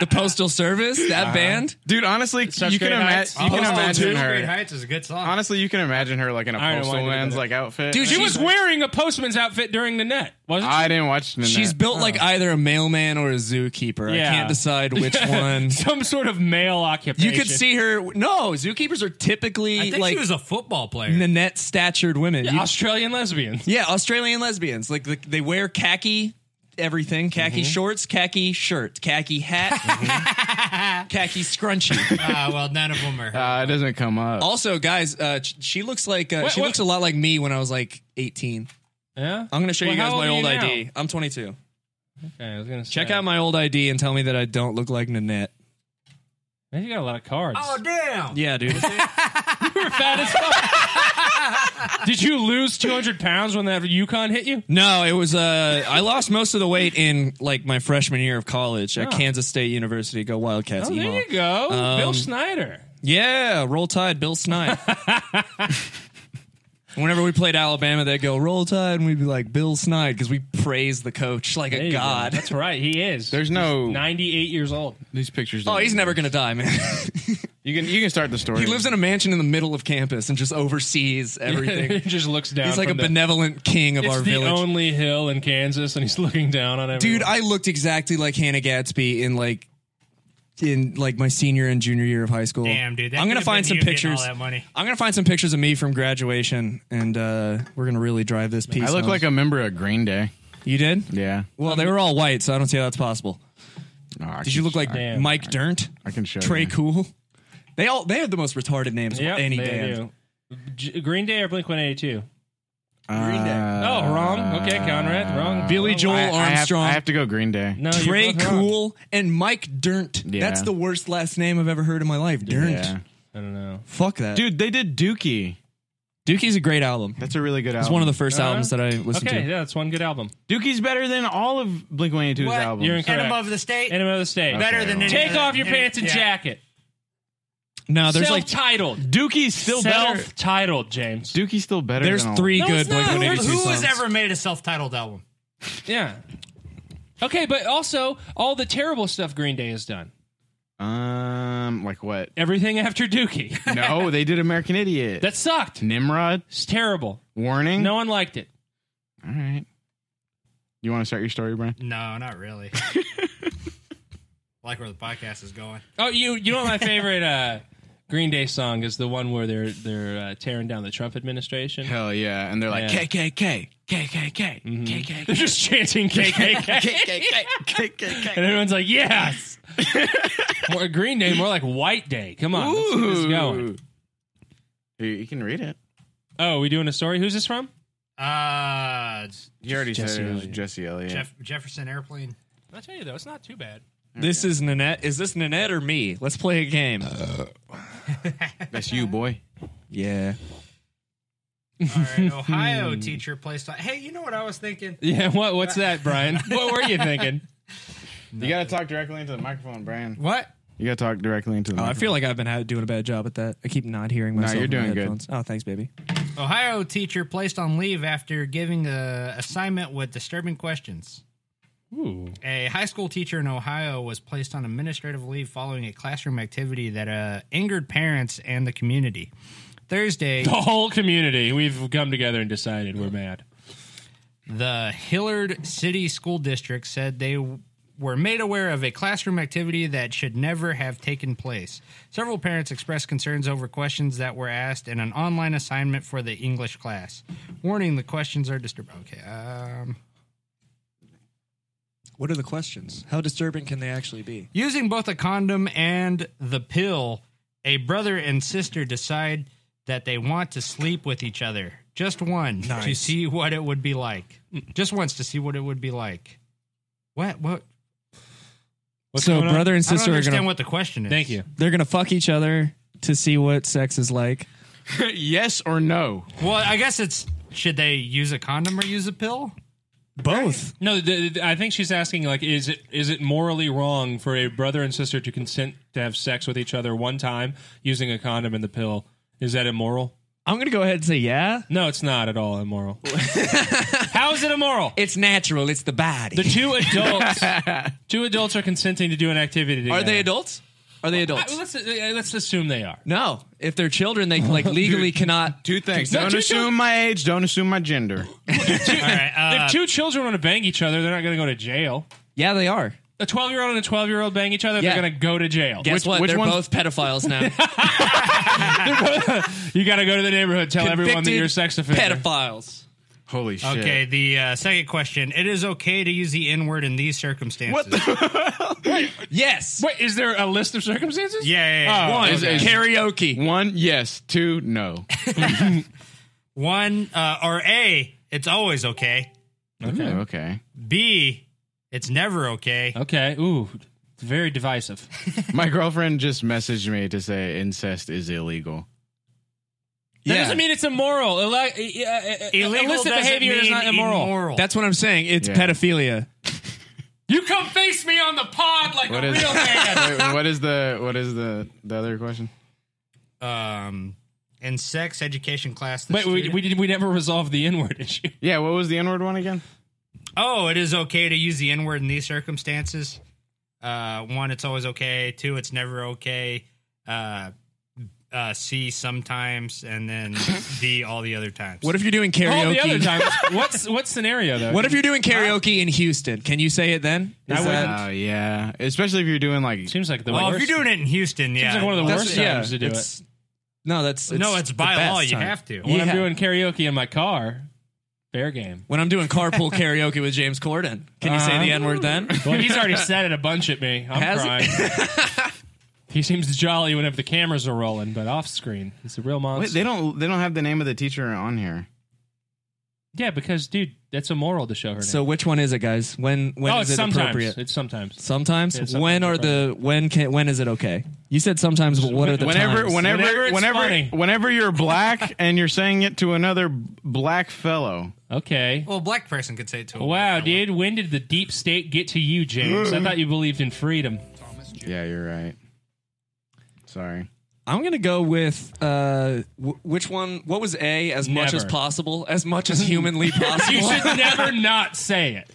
[SPEAKER 5] the postal service, that
[SPEAKER 7] Uh-huh.
[SPEAKER 5] band.
[SPEAKER 6] Dude, honestly,
[SPEAKER 3] Such
[SPEAKER 6] you can,
[SPEAKER 3] great
[SPEAKER 6] ima-
[SPEAKER 3] heights.
[SPEAKER 6] you can
[SPEAKER 5] Postal
[SPEAKER 6] imagine
[SPEAKER 5] too.
[SPEAKER 7] Great
[SPEAKER 6] her.
[SPEAKER 7] Heights is a good song.
[SPEAKER 6] Honestly, you can imagine her like in a
[SPEAKER 3] I don't know why I
[SPEAKER 6] postal
[SPEAKER 3] did
[SPEAKER 6] man's
[SPEAKER 3] that.
[SPEAKER 6] like outfit.
[SPEAKER 5] Dude,
[SPEAKER 3] She
[SPEAKER 5] She's
[SPEAKER 3] was
[SPEAKER 5] like-
[SPEAKER 3] wearing a postman's outfit during the net, wasn't she?
[SPEAKER 6] I didn't watch. Nanette.
[SPEAKER 5] She's built like
[SPEAKER 7] Oh.
[SPEAKER 5] either a mailman or a zookeeper. I
[SPEAKER 3] Yeah.
[SPEAKER 5] can't decide which one.
[SPEAKER 3] Some sort of male
[SPEAKER 5] You
[SPEAKER 3] occupation.
[SPEAKER 5] could see her. No, zookeepers are typically
[SPEAKER 7] I think
[SPEAKER 5] like
[SPEAKER 7] she was a football player.
[SPEAKER 5] Nanette statured women. You-
[SPEAKER 3] Australian lesbian.
[SPEAKER 5] Yeah, Australian lesbians. Like the, they wear khaki everything, khaki
[SPEAKER 7] Mm-hmm.
[SPEAKER 5] shorts, khaki shirt, khaki hat,
[SPEAKER 7] Mm-hmm.
[SPEAKER 5] khaki scrunchie.
[SPEAKER 7] Ah, well, none of them are. Her.
[SPEAKER 6] Uh, it doesn't come up.
[SPEAKER 5] also, guys, uh, sh- she looks like uh,
[SPEAKER 3] What-
[SPEAKER 5] she
[SPEAKER 3] what-
[SPEAKER 5] looks a lot like me when I was like 18.
[SPEAKER 3] Yeah.
[SPEAKER 5] I'm gonna show
[SPEAKER 3] Well,
[SPEAKER 5] you guys
[SPEAKER 3] how
[SPEAKER 5] my
[SPEAKER 3] old
[SPEAKER 5] old
[SPEAKER 3] are you
[SPEAKER 5] ID. I'm 22.
[SPEAKER 3] Okay, I was gonna
[SPEAKER 5] Check out my old ID and tell me that I don't look like Nanette.
[SPEAKER 3] Man, you got a lot of cards.
[SPEAKER 7] oh damn!
[SPEAKER 5] Yeah, dude.
[SPEAKER 3] You're fat as fuck. Did you lose 200 pounds when that Yukon hit you?
[SPEAKER 5] No, it was. Uh, I lost most of the weight in like my freshman year of college at Kansas State University. Go Wildcats!
[SPEAKER 3] Oh, there
[SPEAKER 5] emo.
[SPEAKER 3] you go, Bill
[SPEAKER 5] Um,
[SPEAKER 3] Snyder.
[SPEAKER 5] Yeah, roll tide, Bill Snyder. Whenever we played Alabama, they'd go roll tide, and we'd be like Bill Snyder because we praise the coach like
[SPEAKER 3] There
[SPEAKER 5] a
[SPEAKER 3] you go.
[SPEAKER 5] god.
[SPEAKER 3] That's right. He is.
[SPEAKER 6] There's no
[SPEAKER 3] 98 years old.
[SPEAKER 6] these pictures.
[SPEAKER 5] Oh, he's never gonna die, man.
[SPEAKER 6] You can you can start the story.
[SPEAKER 5] he lives in a mansion in the middle of campus and just oversees
[SPEAKER 3] he
[SPEAKER 5] everything.
[SPEAKER 3] just looks down.
[SPEAKER 5] He's like a
[SPEAKER 3] from the,
[SPEAKER 5] benevolent king of
[SPEAKER 3] It's
[SPEAKER 5] our
[SPEAKER 3] the
[SPEAKER 5] village.
[SPEAKER 3] only hill in Kansas, and he's looking down on everyone.
[SPEAKER 5] Dude, I looked exactly like Hannah Gatsby in like in like my senior and junior year of high school.
[SPEAKER 7] Damn, dude. That
[SPEAKER 5] I'm gonna
[SPEAKER 7] could've been
[SPEAKER 5] find some
[SPEAKER 7] you getting
[SPEAKER 5] pictures.
[SPEAKER 7] All that money.
[SPEAKER 5] I'm gonna find some pictures of me from graduation, and uh, we're gonna really drive this piece.
[SPEAKER 6] I look
[SPEAKER 5] home.
[SPEAKER 6] like a member of Green Day.
[SPEAKER 5] you did.
[SPEAKER 6] Yeah.
[SPEAKER 5] Well, they were all white, so I don't see how that's possible.
[SPEAKER 6] No, I
[SPEAKER 5] Did
[SPEAKER 6] can-
[SPEAKER 5] you look like
[SPEAKER 3] Damn.
[SPEAKER 5] Mike Dirnt,
[SPEAKER 6] I can show
[SPEAKER 5] Trey
[SPEAKER 6] you.
[SPEAKER 5] Cool? They all they have the most retarded names of
[SPEAKER 3] Yep,
[SPEAKER 5] any
[SPEAKER 3] they
[SPEAKER 5] band.
[SPEAKER 3] do. J- Green Day or Blink 182?
[SPEAKER 6] Green Day.
[SPEAKER 3] oh, wrong. Okay, Conrad, wrong.
[SPEAKER 5] Uh, Billy
[SPEAKER 3] Wrong.
[SPEAKER 5] Joel
[SPEAKER 6] Uh, I, I have,
[SPEAKER 5] Armstrong.
[SPEAKER 6] I have to go Green Day.
[SPEAKER 3] No, you're
[SPEAKER 5] Trey
[SPEAKER 3] both wrong.
[SPEAKER 5] Cool and Mike Dirnt.
[SPEAKER 6] Yeah.
[SPEAKER 5] That's the worst last name I've ever heard in my life. Dirnt.
[SPEAKER 6] Yeah.
[SPEAKER 3] I don't know.
[SPEAKER 5] Fuck that.
[SPEAKER 6] Dude, they did Dookie.
[SPEAKER 5] Dookie's a great album.
[SPEAKER 6] That's a really good album.
[SPEAKER 5] It's one of the 1st albums that I listened
[SPEAKER 3] Uh-huh. Okay,
[SPEAKER 5] to.
[SPEAKER 3] yeah, that's one good album.
[SPEAKER 6] Dookie's better than all of Blink 182's
[SPEAKER 7] What?
[SPEAKER 6] albums.
[SPEAKER 3] You're incorrect.
[SPEAKER 7] And above the state,
[SPEAKER 3] Enema of the State.
[SPEAKER 7] better than any
[SPEAKER 3] Take
[SPEAKER 7] other-
[SPEAKER 3] off your
[SPEAKER 7] any-
[SPEAKER 3] pants and
[SPEAKER 7] yeah.
[SPEAKER 3] jacket.
[SPEAKER 5] No, there's like
[SPEAKER 3] Self-titled.
[SPEAKER 6] Dookie's still better.
[SPEAKER 3] Self-titled, James.
[SPEAKER 6] Dookie's still better.
[SPEAKER 5] there's
[SPEAKER 6] than all-
[SPEAKER 5] three
[SPEAKER 3] No, it's
[SPEAKER 5] good
[SPEAKER 3] not.
[SPEAKER 5] Blink One Eighty Two
[SPEAKER 7] Who
[SPEAKER 5] songs.
[SPEAKER 7] has ever made a self-titled album?
[SPEAKER 3] Yeah. Okay, but also all the terrible stuff Green Day has done.
[SPEAKER 6] Um, like what?
[SPEAKER 3] Everything after Dookie.
[SPEAKER 6] No, they did American Idiot.
[SPEAKER 3] that sucked.
[SPEAKER 6] Nimrod.
[SPEAKER 3] It's terrible.
[SPEAKER 6] Warning.
[SPEAKER 3] No one liked it.
[SPEAKER 6] All right. You want to start your story, Brian?
[SPEAKER 7] No, Oh, not really. like where the podcast is going.
[SPEAKER 3] Oh, you you know what my favorite uh, Green Day song is the one where they're they're uh, tearing down the Trump administration.
[SPEAKER 6] Hell yeah. And they're like,
[SPEAKER 3] Yeah.
[SPEAKER 6] KKK, KKK,
[SPEAKER 3] They're
[SPEAKER 6] KKK,
[SPEAKER 3] just chanting KKK,
[SPEAKER 6] KKK, KKK.
[SPEAKER 3] and everyone's like, "Yes." more Green Day, more like White Day. Come on, let's get this going.
[SPEAKER 6] You, you can read it.
[SPEAKER 3] Oh, we doing a story? Who's this from?
[SPEAKER 7] Uh, it's
[SPEAKER 6] You already
[SPEAKER 3] Jesse
[SPEAKER 6] said it was
[SPEAKER 3] Elliott.
[SPEAKER 6] Jesse Elliott.
[SPEAKER 7] Jeff- Jefferson Airplane.
[SPEAKER 3] I tell you though, it's not too bad.
[SPEAKER 5] This is Nanette. Is this Nanette or me? Let's play a game.
[SPEAKER 6] That's you, boy.
[SPEAKER 5] yeah.
[SPEAKER 7] All right, Ohio teacher placed on. Hey, you know what I was thinking?
[SPEAKER 3] Yeah. What? What's that, Brian? what were you thinking?
[SPEAKER 6] You gotta talk directly into the microphone, Brian.
[SPEAKER 7] What?
[SPEAKER 6] You gotta talk directly into the.
[SPEAKER 5] Oh, I
[SPEAKER 6] microphone.
[SPEAKER 5] feel like I've been ha- doing a bad job at that. I keep not hearing myself.
[SPEAKER 6] you're
[SPEAKER 5] in my
[SPEAKER 6] doing good.
[SPEAKER 5] headphones. Oh, thanks, baby.
[SPEAKER 7] Ohio teacher placed on leave after giving a assignment with disturbing questions.
[SPEAKER 3] Ooh.
[SPEAKER 7] A high school teacher in Ohio was placed on administrative leave following a classroom activity that uh, angered parents and the community. Thursday,
[SPEAKER 3] The whole community. We've come together and decided we're mad.
[SPEAKER 7] the Hillard City School District said they w- were made aware of a classroom activity that should never have taken place. Several parents expressed concerns over questions that were asked in an online assignment for the English class, warning the questions are disturbing. Okay, um.
[SPEAKER 5] What are the questions? How disturbing can they actually be?
[SPEAKER 7] Using both a condom and the pill, a brother and sister decide that they want to sleep with each other. Just one to
[SPEAKER 5] Nice.
[SPEAKER 7] see what it would be like. Just once to see what it would be like. What? What?
[SPEAKER 3] What's
[SPEAKER 5] so
[SPEAKER 3] going on?
[SPEAKER 5] brother and
[SPEAKER 7] I don't
[SPEAKER 5] sister are
[SPEAKER 7] understand
[SPEAKER 5] gonna
[SPEAKER 7] what the question is.
[SPEAKER 3] Thank you.
[SPEAKER 5] they're gonna fuck each other to see what sex is like.
[SPEAKER 6] yes or no.
[SPEAKER 7] Well, I guess it's should they use a condom or use a pill?
[SPEAKER 5] Both.
[SPEAKER 3] No, the, the- I think she's asking like, is it is it morally wrong for a brother and sister to consent to have sex with each other one time using a condom and the pill? Is that immoral?
[SPEAKER 5] I'm gonna go ahead and say yeah.
[SPEAKER 3] No, it's not at all immoral. How is it immoral?
[SPEAKER 5] It's natural. It's the body.
[SPEAKER 3] the two adults, two adults are consenting to do an activity together.
[SPEAKER 5] are they adults? Are they adults?
[SPEAKER 3] I- let's, uh, let's assume they are.
[SPEAKER 5] no. If they're children, they like legally cannot.
[SPEAKER 6] Two things.
[SPEAKER 3] No,
[SPEAKER 6] Don't
[SPEAKER 3] two-
[SPEAKER 6] assume my age. Don't assume my gender.
[SPEAKER 5] Uh,
[SPEAKER 3] if two children want to bang each other, they're not going to go to jail.
[SPEAKER 5] Yeah, they are.
[SPEAKER 3] A twelve-year-old and a twelve-year-old bang each other,
[SPEAKER 5] Yeah.
[SPEAKER 3] they're going to go to jail.
[SPEAKER 5] Guess what?
[SPEAKER 6] which
[SPEAKER 5] they're
[SPEAKER 6] one's-
[SPEAKER 5] both pedophiles now.
[SPEAKER 3] You got to go to the neighborhood, tell everyone that
[SPEAKER 5] Convicted
[SPEAKER 3] you're a sex offender.
[SPEAKER 5] Pedophiles.
[SPEAKER 6] Holy shit.
[SPEAKER 7] Okay, the uh, second question. It is okay to use the N word in these circumstances.
[SPEAKER 6] What the?
[SPEAKER 5] Yes.
[SPEAKER 3] Wait, is there a list of circumstances?
[SPEAKER 7] Yeah, yeah, yeah.
[SPEAKER 6] One.
[SPEAKER 5] Is- is- karaoke.
[SPEAKER 6] One, yes. Two, no.
[SPEAKER 7] One uh, or A, it's always okay.
[SPEAKER 6] Okay. okay.
[SPEAKER 7] B, it's never okay.
[SPEAKER 3] Okay. Ooh, it's very divisive.
[SPEAKER 6] My girlfriend just messaged me to say incest is illegal.
[SPEAKER 3] That doesn't mean it's immoral. Ille- uh, uh, uh,
[SPEAKER 7] Illegal
[SPEAKER 3] illicit
[SPEAKER 7] doesn't
[SPEAKER 3] behavior is
[SPEAKER 7] mean
[SPEAKER 3] not immoral.
[SPEAKER 7] immoral.
[SPEAKER 5] That's what I'm saying. It's
[SPEAKER 6] Yeah.
[SPEAKER 5] pedophilia.
[SPEAKER 3] You come face me on the pod like
[SPEAKER 6] What
[SPEAKER 3] a
[SPEAKER 6] is-
[SPEAKER 3] real man.
[SPEAKER 6] Wait, what is the what is the the other question?
[SPEAKER 7] um, in sex education class. the
[SPEAKER 3] Wait, we,
[SPEAKER 7] student-
[SPEAKER 3] we, did, we never resolved the N-word issue.
[SPEAKER 6] Yeah, what was the N word one again?
[SPEAKER 7] oh, it is okay to use the N word in these circumstances. Uh, one, it's always okay. Two, it's never okay. Uh, uh, C, sometimes, and then D, all the other times.
[SPEAKER 5] What if you're doing
[SPEAKER 3] All
[SPEAKER 5] karaoke?
[SPEAKER 3] the other times. What's what scenario though?
[SPEAKER 5] What if you're doing karaoke in Houston? Can you say it then?
[SPEAKER 3] I
[SPEAKER 5] Is
[SPEAKER 3] wouldn't.
[SPEAKER 5] that-
[SPEAKER 6] Oh yeah, especially if you're doing like
[SPEAKER 3] seems like the
[SPEAKER 7] well,
[SPEAKER 3] worst.
[SPEAKER 7] if you're doing it in Houston, yeah.
[SPEAKER 3] seems like one of the
[SPEAKER 5] that's-
[SPEAKER 3] worst
[SPEAKER 5] yeah,
[SPEAKER 3] times to do it.
[SPEAKER 5] it's- No, that's
[SPEAKER 7] no, it's
[SPEAKER 5] the
[SPEAKER 7] by
[SPEAKER 5] best
[SPEAKER 7] law. You
[SPEAKER 5] time.
[SPEAKER 7] have to.
[SPEAKER 3] When
[SPEAKER 5] yeah.
[SPEAKER 3] I'm doing karaoke in my car, fair game.
[SPEAKER 5] When I'm doing carpool karaoke with James Corden, can you say
[SPEAKER 3] Uh-huh.
[SPEAKER 5] the N word then?
[SPEAKER 3] Well, he's already said it a bunch at me. I'm
[SPEAKER 5] Has he?
[SPEAKER 3] crying. he seems jolly whenever the cameras are rolling, but off screen, he's a real monster.
[SPEAKER 6] Wait, they don't they don't have the name of the teacher on here.
[SPEAKER 3] yeah, because dude, that's immoral to show her. Name.
[SPEAKER 5] So which one is it, guys? When when
[SPEAKER 3] oh,
[SPEAKER 5] is
[SPEAKER 3] it's
[SPEAKER 5] it
[SPEAKER 3] sometimes.
[SPEAKER 5] appropriate?
[SPEAKER 3] It's sometimes.
[SPEAKER 5] sometimes?
[SPEAKER 3] Yeah, sometimes
[SPEAKER 5] When are the when can when is it okay? You said sometimes, but what are the
[SPEAKER 6] Whenever,
[SPEAKER 5] times?
[SPEAKER 6] whenever,
[SPEAKER 3] Whenever
[SPEAKER 6] whenever,
[SPEAKER 3] it's
[SPEAKER 6] whenever,
[SPEAKER 3] funny.
[SPEAKER 6] you're black and you're saying it to another b- black fellow.
[SPEAKER 3] Okay.
[SPEAKER 7] Well, a black person could say it too.
[SPEAKER 3] Wow, dude. When did the deep state get to you, James? I thought you believed in freedom.
[SPEAKER 6] Yeah, you're right. Sorry.
[SPEAKER 5] I'm gonna go with uh, w- which one? What was A as much
[SPEAKER 3] Never.
[SPEAKER 5] as possible, as much as humanly
[SPEAKER 3] You
[SPEAKER 5] possible?
[SPEAKER 3] should never not say it.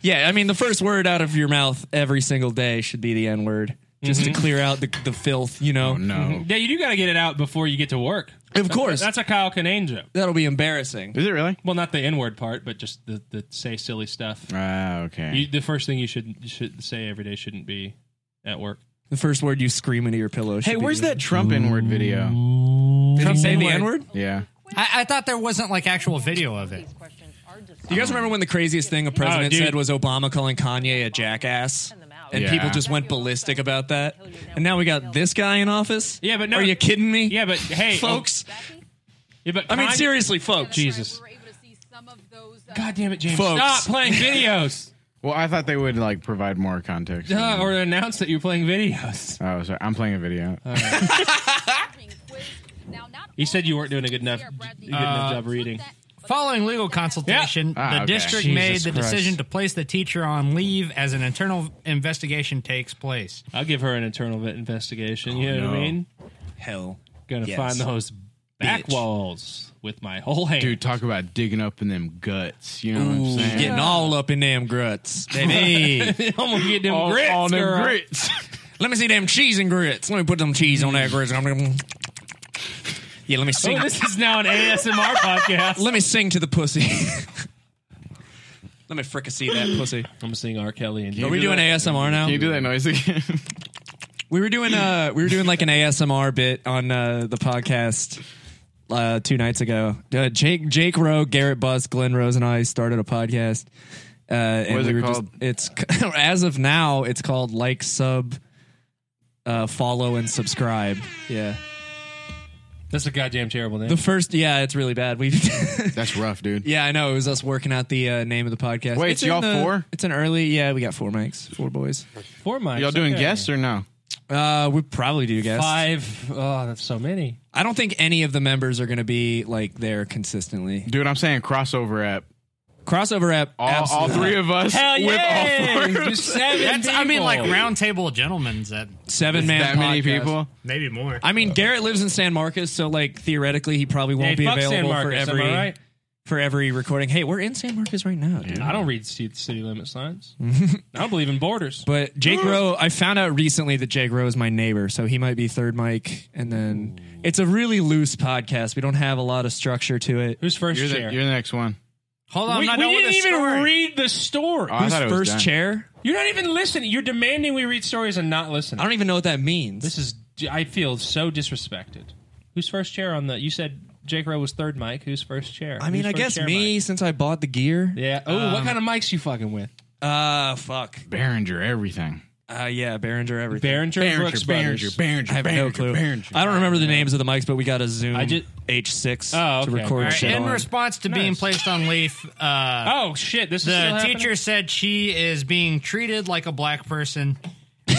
[SPEAKER 5] yeah, I mean the first word out of your mouth every single day should be the N word, just
[SPEAKER 3] Mm-hmm.
[SPEAKER 5] to clear out the, the filth. You know,
[SPEAKER 6] Oh no.
[SPEAKER 3] Yeah, you do got to get it out before you get to work.
[SPEAKER 5] of course
[SPEAKER 3] That's a Kyle Kinane joke.
[SPEAKER 5] that'll be embarrassing.
[SPEAKER 6] Is it really?
[SPEAKER 3] Well, not the N word part, but just the, the say silly stuff.
[SPEAKER 6] Ah, okay.
[SPEAKER 3] You, the first thing you should should say every day shouldn't be at work.
[SPEAKER 5] The first word you scream into your pillow.
[SPEAKER 6] Hey, where's that Trump inward video?
[SPEAKER 5] Did he say the
[SPEAKER 7] N-word?
[SPEAKER 5] N word?
[SPEAKER 6] Yeah.
[SPEAKER 7] I, I thought there wasn't like actual video of it.
[SPEAKER 5] Do you guys remember when the craziest thing a president
[SPEAKER 3] Oh, dude.
[SPEAKER 5] said was Obama calling Kanye a jackass? And
[SPEAKER 6] Yeah.
[SPEAKER 5] people just went ballistic about that. And now we got this guy in office?
[SPEAKER 3] Yeah, but no-
[SPEAKER 5] Are you kidding me?
[SPEAKER 3] Yeah, but hey,
[SPEAKER 5] folks.
[SPEAKER 3] Yeah, but
[SPEAKER 5] I mean,
[SPEAKER 3] Kanye-
[SPEAKER 5] seriously, folks.
[SPEAKER 3] Jesus. God damn it, James!
[SPEAKER 5] Folks.
[SPEAKER 3] Stop playing videos,
[SPEAKER 6] Well, I thought they would like provide more context.
[SPEAKER 3] Duh, or announce that you're playing videos.
[SPEAKER 6] oh, sorry. I'm playing a video.
[SPEAKER 3] He said you weren't doing a good enough, good enough job reading.
[SPEAKER 7] Following legal consultation,
[SPEAKER 6] Ah,
[SPEAKER 7] the
[SPEAKER 6] okay.
[SPEAKER 7] district
[SPEAKER 6] Jesus
[SPEAKER 7] made the
[SPEAKER 6] Christ.
[SPEAKER 7] decision to place the teacher on leave as an internal investigation takes place.
[SPEAKER 3] I'll give her an internal vet investigation. you know what
[SPEAKER 6] no.
[SPEAKER 3] I mean?
[SPEAKER 5] Hell.
[SPEAKER 3] Gonna
[SPEAKER 5] Yes.
[SPEAKER 3] find those back
[SPEAKER 5] Bitch.
[SPEAKER 3] walls with my whole hand.
[SPEAKER 6] Dude, talk about digging up in them guts. You know what
[SPEAKER 5] Ooh,
[SPEAKER 6] I'm saying?
[SPEAKER 5] Getting all up in damn gruts. Baby.
[SPEAKER 3] I'm gonna get them
[SPEAKER 6] all,
[SPEAKER 3] grits,
[SPEAKER 6] all them
[SPEAKER 3] girl.
[SPEAKER 6] grits.
[SPEAKER 5] Let me see them cheese and grits. Let me put them cheese on that grits. Yeah, let me sing.
[SPEAKER 3] Oh, this is now an ASMR podcast.
[SPEAKER 5] Let me sing to the pussy. let me fricassee that pussy.
[SPEAKER 3] I'm seeing R. Kelly and
[SPEAKER 5] Are we doing ASMR now?
[SPEAKER 6] Can you do that noise again?
[SPEAKER 5] We were doing uh we were doing like an ASMR bit on uh the podcast uh two nights ago. Uh, Jake Jake Rowe, Garrett Bus, Glenn Rose and I started a podcast. Uh and
[SPEAKER 6] What is
[SPEAKER 5] we
[SPEAKER 6] it
[SPEAKER 5] were
[SPEAKER 6] called?
[SPEAKER 5] Just, it's as of now it's called like sub uh follow and subscribe. Yeah.
[SPEAKER 3] That's a goddamn terrible name.
[SPEAKER 5] The first yeah, it's really bad. We
[SPEAKER 6] That's rough, dude.
[SPEAKER 5] Yeah, I know. It was us working out the uh, name of the podcast.
[SPEAKER 6] Wait,
[SPEAKER 5] in
[SPEAKER 6] y'all
[SPEAKER 5] the-
[SPEAKER 6] four?
[SPEAKER 5] It's an early. Yeah, we got four mics, four boys.
[SPEAKER 3] Four mics.
[SPEAKER 6] Y'all doing
[SPEAKER 3] okay.
[SPEAKER 6] guests or no?
[SPEAKER 5] Uh, we probably do guess.
[SPEAKER 3] Five. Oh, that's so many.
[SPEAKER 5] I don't think any of the members are going to be like there consistently.
[SPEAKER 6] Dude, I'm saying crossover app.
[SPEAKER 5] Crossover app.
[SPEAKER 6] All, all
[SPEAKER 5] absolutely.
[SPEAKER 6] three of us
[SPEAKER 3] Hell
[SPEAKER 6] with
[SPEAKER 3] yeah!
[SPEAKER 6] all four. of
[SPEAKER 3] Just seven
[SPEAKER 7] That's, I mean,
[SPEAKER 3] people.
[SPEAKER 7] like roundtable gentlemen's that
[SPEAKER 5] seven man.
[SPEAKER 6] that many
[SPEAKER 5] podcast.
[SPEAKER 6] people.
[SPEAKER 7] maybe more.
[SPEAKER 5] I mean, Garrett lives in San Marcos, so like theoretically, he probably won't
[SPEAKER 3] Hey,
[SPEAKER 5] be
[SPEAKER 3] fuck San
[SPEAKER 5] available
[SPEAKER 3] Marcos.
[SPEAKER 5] for
[SPEAKER 3] am
[SPEAKER 5] every
[SPEAKER 3] I right?
[SPEAKER 5] for every recording. Hey, we're in San Marcos right now. Dude.
[SPEAKER 3] I don't read city, city limit signs. I don't believe in borders.
[SPEAKER 5] But Jake Rowe, I found out recently that Jake Rowe is my neighbor, so he might be third mic. And then it's a really loose podcast. We don't have a lot of structure to it.
[SPEAKER 3] Who's 1st
[SPEAKER 6] You're the,
[SPEAKER 3] chair?
[SPEAKER 6] you're the next one.
[SPEAKER 7] Hold on, I'm
[SPEAKER 3] we
[SPEAKER 7] not
[SPEAKER 3] we
[SPEAKER 7] done with
[SPEAKER 3] didn't
[SPEAKER 7] the
[SPEAKER 3] even
[SPEAKER 7] story.
[SPEAKER 3] read the story.
[SPEAKER 6] Oh, I
[SPEAKER 5] Who's
[SPEAKER 6] thought it was
[SPEAKER 5] first
[SPEAKER 6] done.
[SPEAKER 5] chair?
[SPEAKER 3] You're not even listening. You're demanding we read stories and not listen.
[SPEAKER 5] I don't even know what that means.
[SPEAKER 3] This is. I feel so disrespected. Who's first chair on the? You said Jake Rowe was third mic. Who's first chair?
[SPEAKER 5] I mean,
[SPEAKER 3] Who's
[SPEAKER 5] I
[SPEAKER 3] first
[SPEAKER 5] guess
[SPEAKER 3] chair
[SPEAKER 5] me
[SPEAKER 3] mic?
[SPEAKER 5] since I bought the gear.
[SPEAKER 3] Yeah. Oh, what kind of mics you fucking with?
[SPEAKER 5] Uh, fuck.
[SPEAKER 6] Behringer, everything.
[SPEAKER 5] Uh, yeah, Behringer everything.
[SPEAKER 3] Behringer, and Brooks Brothers.
[SPEAKER 6] Behringer,
[SPEAKER 5] I have no clue. I don't remember the names of the mics, but we got a Zoom
[SPEAKER 3] I ju-
[SPEAKER 5] H6
[SPEAKER 3] Oh,
[SPEAKER 5] to
[SPEAKER 3] okay.
[SPEAKER 5] record
[SPEAKER 3] All right,
[SPEAKER 5] shit
[SPEAKER 7] In
[SPEAKER 5] on.
[SPEAKER 7] response to being
[SPEAKER 3] Nice.
[SPEAKER 7] placed on leave, uh,
[SPEAKER 3] Oh shit! This is
[SPEAKER 7] the
[SPEAKER 3] still
[SPEAKER 7] teacher said she is being treated like a black person. And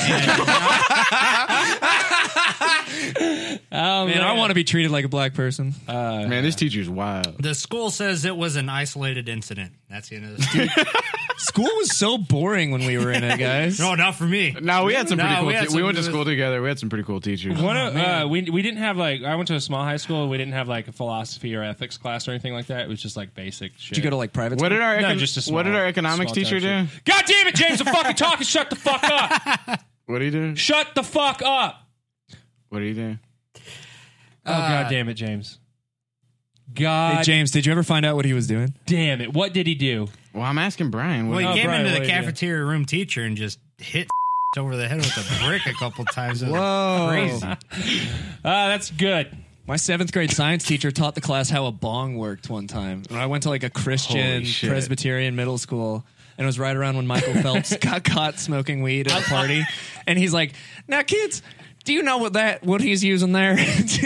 [SPEAKER 5] man, I want to be treated like a black person.
[SPEAKER 3] Uh,
[SPEAKER 6] Man, this teacher's wild.
[SPEAKER 7] the school says it was an isolated incident. That's the end of the story.
[SPEAKER 5] School was so boring when we were in it, guys.
[SPEAKER 7] no, not for me.
[SPEAKER 6] No, we had some pretty
[SPEAKER 7] No,
[SPEAKER 6] cool.
[SPEAKER 7] we
[SPEAKER 6] We,
[SPEAKER 7] had
[SPEAKER 6] we
[SPEAKER 7] some-
[SPEAKER 6] went to school together. We had some pretty cool teachers.
[SPEAKER 3] One
[SPEAKER 5] Oh,
[SPEAKER 3] of, uh, we we didn't have like I went to a small high school. We didn't have like a philosophy or ethics class or anything like that. It was just like basic shit.
[SPEAKER 5] Did you go to like private?
[SPEAKER 6] What
[SPEAKER 5] school?
[SPEAKER 6] did our
[SPEAKER 3] No,
[SPEAKER 6] econ-
[SPEAKER 3] just a small-
[SPEAKER 6] What did our economics
[SPEAKER 3] small
[SPEAKER 6] teacher do?
[SPEAKER 3] town God damn it, James! I'm fucking talking. Shut the fuck up!
[SPEAKER 6] What did he do?
[SPEAKER 3] Shut the fuck up!
[SPEAKER 6] What did he do?
[SPEAKER 3] Oh god damn it, James!
[SPEAKER 5] Uh, Hey,
[SPEAKER 3] God
[SPEAKER 5] James, did you ever find out what he was doing?
[SPEAKER 3] damn it! What did he do?
[SPEAKER 6] Well, I'm asking Brian. What
[SPEAKER 7] Well, he
[SPEAKER 3] Oh,
[SPEAKER 7] came
[SPEAKER 3] Brian,
[SPEAKER 7] into
[SPEAKER 3] what
[SPEAKER 7] the
[SPEAKER 3] do you do?
[SPEAKER 7] cafeteria room teacher and just hit over the head with a brick a couple times. It was
[SPEAKER 5] Whoa.
[SPEAKER 7] Crazy.
[SPEAKER 3] Ah, that's good.
[SPEAKER 5] My seventh grade science teacher taught the class how a bong worked one time. And I went to like a Christian
[SPEAKER 6] Holy shit.
[SPEAKER 5] Presbyterian middle school. And it was right around when Michael Phelps got caught smoking weed at a party. And he's like, Now, kids, do you know what that, what he's using there?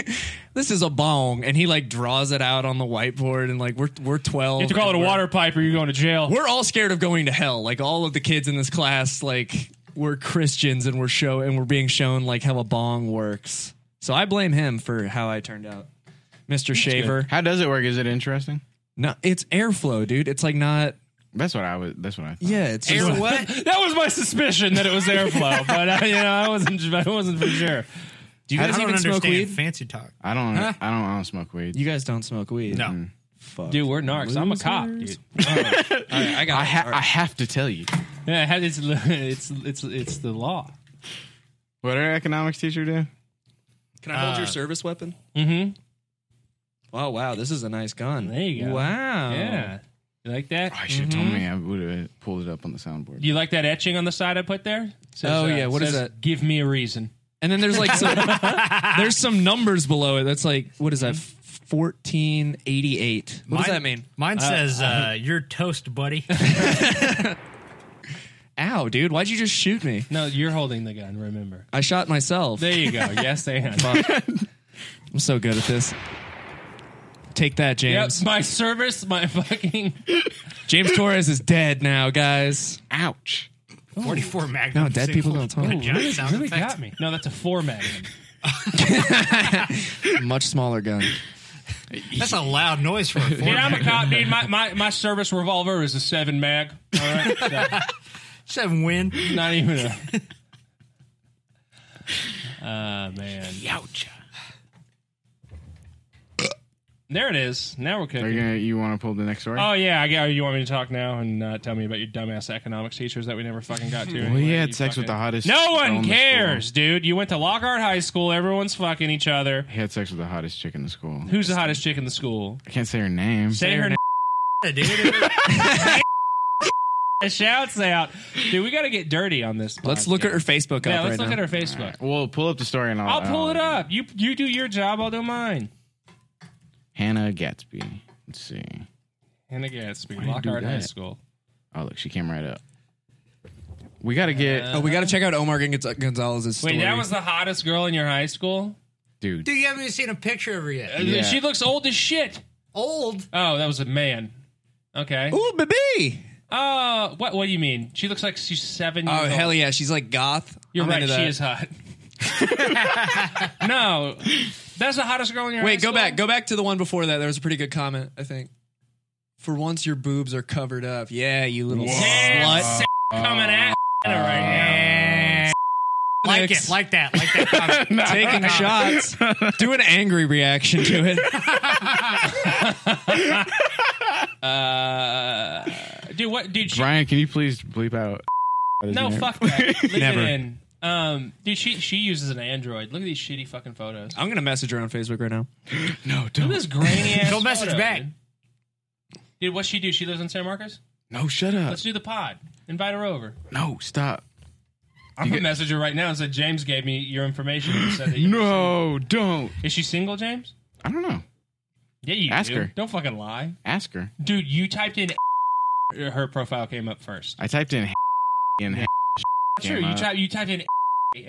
[SPEAKER 5] this is a bong. And he like draws it out on the whiteboard. And like, we're, we're 12.
[SPEAKER 3] You have to call it
[SPEAKER 5] and
[SPEAKER 3] a
[SPEAKER 5] we're-
[SPEAKER 3] water pipe, or you're going to jail.
[SPEAKER 5] We're all scared of going to hell. Like, all of the kids in this class, like, we're Christians and we're show and we're being shown like how a bong works. So I blame him for how I turned out. Mr. Shaver.
[SPEAKER 6] How does it work? Is it interesting?
[SPEAKER 5] No, it's airflow, dude. It's like not.
[SPEAKER 6] That's what I was. That's what I. Thought.
[SPEAKER 5] Yeah, it's just-
[SPEAKER 3] That was my suspicion that it was airflow, but uh, you know I wasn't. I wasn't for sure.
[SPEAKER 5] Do you
[SPEAKER 7] I
[SPEAKER 5] guys
[SPEAKER 7] don't
[SPEAKER 5] even
[SPEAKER 7] understand
[SPEAKER 5] smoke weed?
[SPEAKER 7] fancy talk.
[SPEAKER 6] I don't. I don't. I don't smoke weed.
[SPEAKER 5] You guys don't smoke weed.
[SPEAKER 7] No.
[SPEAKER 5] Fuck.
[SPEAKER 3] Dude, we're narcs. I'm a cop, dude.
[SPEAKER 5] Losers. All right, I got.
[SPEAKER 6] I,
[SPEAKER 5] it.
[SPEAKER 6] ha-
[SPEAKER 5] All
[SPEAKER 6] I
[SPEAKER 5] right.
[SPEAKER 6] have to tell you.
[SPEAKER 3] Yeah, it had- it's it's it's it's the law.
[SPEAKER 6] What did our economics teacher do?
[SPEAKER 5] Can I hold your service weapon? Mm-hmm. Oh wow, this is a nice gun.
[SPEAKER 3] There you go.
[SPEAKER 5] Wow.
[SPEAKER 3] Yeah. You like that?
[SPEAKER 6] I should have Oh, told me. I would have pulled it up on the soundboard.
[SPEAKER 3] You like that etching on the side I put there? Says,
[SPEAKER 5] Oh, yeah, what
[SPEAKER 3] What
[SPEAKER 5] is
[SPEAKER 3] is
[SPEAKER 5] that?
[SPEAKER 3] Give me a reason.
[SPEAKER 5] And then there's like some, there's some numbers below it. That's like what is that? Fourteen eighty eight. What does that mean?
[SPEAKER 7] Mine says, uh, "You're toast, buddy."
[SPEAKER 5] Ow, dude! Why'd you just shoot me?
[SPEAKER 3] No, you're holding the gun. Remember.
[SPEAKER 5] I shot myself.
[SPEAKER 3] There you go. yes, they have.
[SPEAKER 5] I'm so good at this. Take that,
[SPEAKER 3] Yep,
[SPEAKER 5] James.
[SPEAKER 3] my service, my fucking.
[SPEAKER 5] James Torres is dead now, guys.
[SPEAKER 6] Ouch.
[SPEAKER 7] Forty-four magnum.
[SPEAKER 5] No, dead
[SPEAKER 7] singles.
[SPEAKER 5] people don't talk.
[SPEAKER 7] Giant sound
[SPEAKER 3] really
[SPEAKER 7] effect.
[SPEAKER 3] got me. No, that's a four magnum.
[SPEAKER 5] Much smaller gun.
[SPEAKER 7] That's a loud noise for a four
[SPEAKER 3] Dude, I'm a
[SPEAKER 7] magnum.
[SPEAKER 3] cop, dude. My, my, my service revolver is a seven mag. All right, so,
[SPEAKER 7] Seven win.
[SPEAKER 3] not even a. Ah man,
[SPEAKER 7] Youch.
[SPEAKER 3] there it is. Now we're
[SPEAKER 6] Are
[SPEAKER 3] cooking.
[SPEAKER 6] you gonna? You want to pull the next story?
[SPEAKER 3] Oh yeah, I got. You want me to talk now and uh, tell me about your dumbass economics teachers that we never fucking got to?
[SPEAKER 6] well,
[SPEAKER 3] anyway,
[SPEAKER 6] he
[SPEAKER 3] you
[SPEAKER 6] had sex with the
[SPEAKER 3] fucking-
[SPEAKER 6] hottest.
[SPEAKER 3] No
[SPEAKER 6] girl in
[SPEAKER 3] one
[SPEAKER 6] the
[SPEAKER 3] cares,
[SPEAKER 6] school.
[SPEAKER 3] dude. You went to Lockhart High School. Everyone's fucking each other.
[SPEAKER 6] He had sex with the hottest chick in the school.
[SPEAKER 3] Who's the hottest chick in the school?
[SPEAKER 6] I can't say her name.
[SPEAKER 3] Say her name. Shouts out, dude. We got to get dirty on this.
[SPEAKER 5] Let's look at her Facebook
[SPEAKER 3] Yeah,
[SPEAKER 5] up
[SPEAKER 3] let's
[SPEAKER 5] right
[SPEAKER 3] look
[SPEAKER 5] now. Uh, um,
[SPEAKER 3] at her Facebook.
[SPEAKER 6] Well, pull up the story and I'll. um,
[SPEAKER 3] I'll pull it up. You you do your job. I'll do mine.
[SPEAKER 6] Hannah Gatsby. Let's see.
[SPEAKER 3] Hannah Gatsby,
[SPEAKER 6] do you
[SPEAKER 3] Lockhart
[SPEAKER 6] do
[SPEAKER 3] High
[SPEAKER 6] that?
[SPEAKER 3] School.
[SPEAKER 6] Oh look, she came right up. We gotta get
[SPEAKER 3] Uh,
[SPEAKER 5] Oh, we got to check out Omar Gonz- Gonzalez's story.
[SPEAKER 3] Wait, that was the hottest girl in your high school. Uh,
[SPEAKER 6] dude.
[SPEAKER 7] Dude, you haven't even seen a picture of her yet.
[SPEAKER 6] Yeah.
[SPEAKER 3] She looks old as shit.
[SPEAKER 7] Old.
[SPEAKER 3] Oh, that was a man. Okay.
[SPEAKER 5] Ooh, baby!
[SPEAKER 3] Uh, what? What do you mean? She looks like she's seven years
[SPEAKER 5] Oh
[SPEAKER 3] old.
[SPEAKER 5] hell yeah, she's like goth.
[SPEAKER 3] You're
[SPEAKER 5] I'm
[SPEAKER 3] right.
[SPEAKER 5] into
[SPEAKER 3] She
[SPEAKER 5] that.
[SPEAKER 3] is hot. no, that's the hottest girl in your. high
[SPEAKER 5] Wait, go
[SPEAKER 3] school?
[SPEAKER 5] back. Go back to the one before that. There was a pretty good comment, I think. For once, your boobs are covered up. Yeah, you little
[SPEAKER 3] Damn,
[SPEAKER 5] slut.
[SPEAKER 3] s- coming at her right now.
[SPEAKER 7] Like it. Like that. Like that. comment.
[SPEAKER 5] Taking shots. Do an angry reaction to it.
[SPEAKER 3] Dude, what? Dude, she
[SPEAKER 6] Brian, can you please bleep out?
[SPEAKER 3] No,
[SPEAKER 6] name.
[SPEAKER 3] fuck that. Leave
[SPEAKER 5] Never.
[SPEAKER 3] it in. Um, dude, she she uses an Android. Look at these shitty fucking photos.
[SPEAKER 5] I'm gonna message her on Facebook right now.
[SPEAKER 6] No,
[SPEAKER 3] Look
[SPEAKER 6] don't.
[SPEAKER 3] at this grainy ass.
[SPEAKER 7] Don't message
[SPEAKER 3] photo,
[SPEAKER 7] back.
[SPEAKER 3] Dude. Dude, what's she do? She lives in San Marcos.
[SPEAKER 6] No, shut up.
[SPEAKER 3] Let's do the pod. Invite her over.
[SPEAKER 6] No, stop.
[SPEAKER 3] I'm gonna message her right now and say James gave me your information. And said that you
[SPEAKER 6] No, don't.
[SPEAKER 3] Is she single, James?
[SPEAKER 6] I don't know.
[SPEAKER 3] Yeah, you
[SPEAKER 6] Ask
[SPEAKER 3] do.
[SPEAKER 6] her.
[SPEAKER 3] Don't fucking lie,
[SPEAKER 6] Ask her.
[SPEAKER 3] dude. You typed in. Her profile came up first.
[SPEAKER 6] I typed in and
[SPEAKER 3] True.
[SPEAKER 6] came
[SPEAKER 3] You
[SPEAKER 6] up.
[SPEAKER 3] typed you typed in and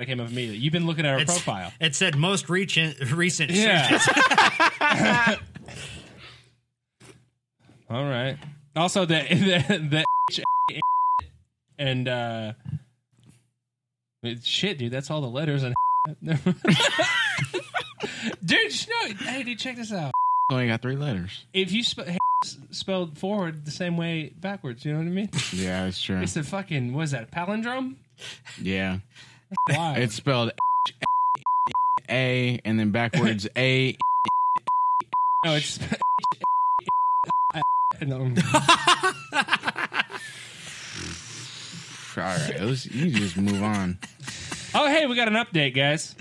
[SPEAKER 3] it came up immediately. You've been looking at her
[SPEAKER 7] It's-
[SPEAKER 3] profile.
[SPEAKER 7] It said most recent. recent
[SPEAKER 3] Yeah. All right. Also, the the, the and uh, it- shit, dude. That's all the letters and. dude, sh- no. Hey, dude, check this out.
[SPEAKER 6] only got three letters.
[SPEAKER 3] If you spe- s- spelled forward the same way backwards, you know what I mean?
[SPEAKER 6] Yeah, that's true.
[SPEAKER 3] It's a fucking what is that a palindrome?
[SPEAKER 6] Yeah,
[SPEAKER 3] Why?
[SPEAKER 6] it's spelled a and then backwards a.
[SPEAKER 3] no, it's. No.
[SPEAKER 6] All right, let's you just move on.
[SPEAKER 3] Oh, hey, we got an update, guys.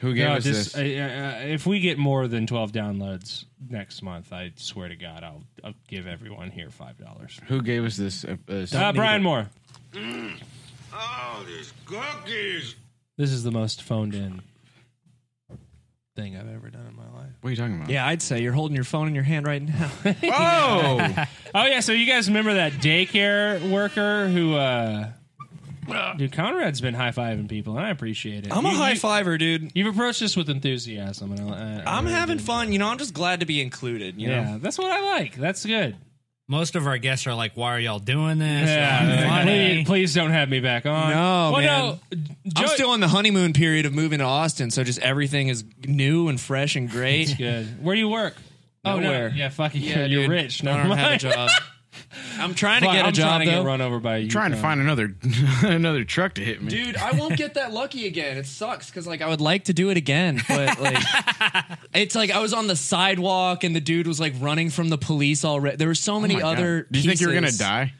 [SPEAKER 6] Who gave
[SPEAKER 3] No,
[SPEAKER 6] us
[SPEAKER 3] just,
[SPEAKER 6] this?
[SPEAKER 3] uh, uh, if we get more than 12 downloads next month, I swear to God, I'll, I'll give everyone here $5.
[SPEAKER 6] Who gave us this? Uh, uh,
[SPEAKER 3] Uh, Brian Moore.
[SPEAKER 9] Oh, Mm. these cookies.
[SPEAKER 3] This is the most phoned in thing I've ever done in my life.
[SPEAKER 6] What are you talking about?
[SPEAKER 5] Yeah, I'd say you're holding your phone in your hand right now.
[SPEAKER 6] Oh,
[SPEAKER 3] Oh, yeah. So you guys remember that daycare worker who, uh, dude, Conrad's been high fiving people, and I appreciate it.
[SPEAKER 5] I'm a
[SPEAKER 3] You-
[SPEAKER 5] high
[SPEAKER 3] you-
[SPEAKER 5] fiver, dude.
[SPEAKER 3] You've approached this with enthusiasm, and I, I, I
[SPEAKER 5] I'm
[SPEAKER 3] really
[SPEAKER 5] having
[SPEAKER 3] do.
[SPEAKER 5] fun. You know, I'm just glad to be included. You know,
[SPEAKER 3] Yeah, that's what I like. That's good.
[SPEAKER 7] Most of our guests are like, "Why are y'all doing this?"
[SPEAKER 3] Yeah,
[SPEAKER 7] Funny.
[SPEAKER 3] please, please don't have me back on. well,
[SPEAKER 5] No, man.
[SPEAKER 3] no.
[SPEAKER 5] I'm
[SPEAKER 3] Joey-
[SPEAKER 5] still in the honeymoon period of moving to Austin, so just everything is new and fresh and great.
[SPEAKER 3] Good. Where do you work?
[SPEAKER 5] Nowhere.
[SPEAKER 3] Oh, Yeah, fuck you.
[SPEAKER 5] Yeah,
[SPEAKER 3] you're
[SPEAKER 5] dude.
[SPEAKER 3] rich.
[SPEAKER 5] I
[SPEAKER 3] Never
[SPEAKER 5] don't have a
[SPEAKER 3] mind.
[SPEAKER 5] job. I'm trying to
[SPEAKER 3] Fuck,
[SPEAKER 5] get a
[SPEAKER 3] I'm
[SPEAKER 5] job
[SPEAKER 3] trying to
[SPEAKER 5] though.
[SPEAKER 3] get run over by you.
[SPEAKER 6] trying to find another another truck to hit me. Oh
[SPEAKER 5] Dude, I won't get that lucky again. It sucks because like I would like to do it again, but like it's like I was on the sidewalk and the dude was like running from the police already. There were so
[SPEAKER 6] Oh
[SPEAKER 5] many
[SPEAKER 6] my God.
[SPEAKER 5] other.
[SPEAKER 6] Do you think you were gonna
[SPEAKER 5] pieces.
[SPEAKER 6] die?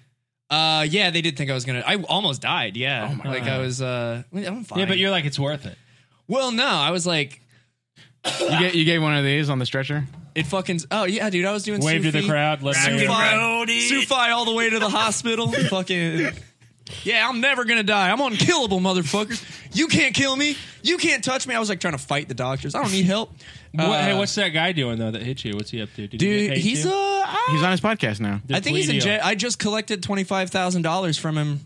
[SPEAKER 5] Uh, yeah, they did think I was gonna. I almost died. Yeah,
[SPEAKER 6] Oh my
[SPEAKER 5] like I was. Uh, I'm fine.
[SPEAKER 3] Yeah, but you're like it's worth it.
[SPEAKER 5] Well, no, I was like,
[SPEAKER 6] You get you gave one of these on the stretcher.
[SPEAKER 5] It fucking. Oh yeah, dude. I was doing
[SPEAKER 3] Wave to the
[SPEAKER 5] Sufi.
[SPEAKER 3] crowd. Let them
[SPEAKER 5] Sufi,
[SPEAKER 3] know.
[SPEAKER 5] Sufi all the way to the hospital. fucking. Yeah, I'm never gonna die. I'm unkillable, motherfuckers. You can't kill me. You can't touch me. I was like trying to fight the doctors. I don't need help.
[SPEAKER 3] What, hey,
[SPEAKER 5] Uh,
[SPEAKER 3] what's that guy doing though? That hit you? What's he up to? Did he
[SPEAKER 5] dude?
[SPEAKER 3] get hate
[SPEAKER 5] He's
[SPEAKER 3] you?
[SPEAKER 5] uh. I-
[SPEAKER 6] He's on his podcast now.
[SPEAKER 5] I think he's in
[SPEAKER 3] Plea deal.
[SPEAKER 5] jail. I just collected twenty five thousand dollars from him.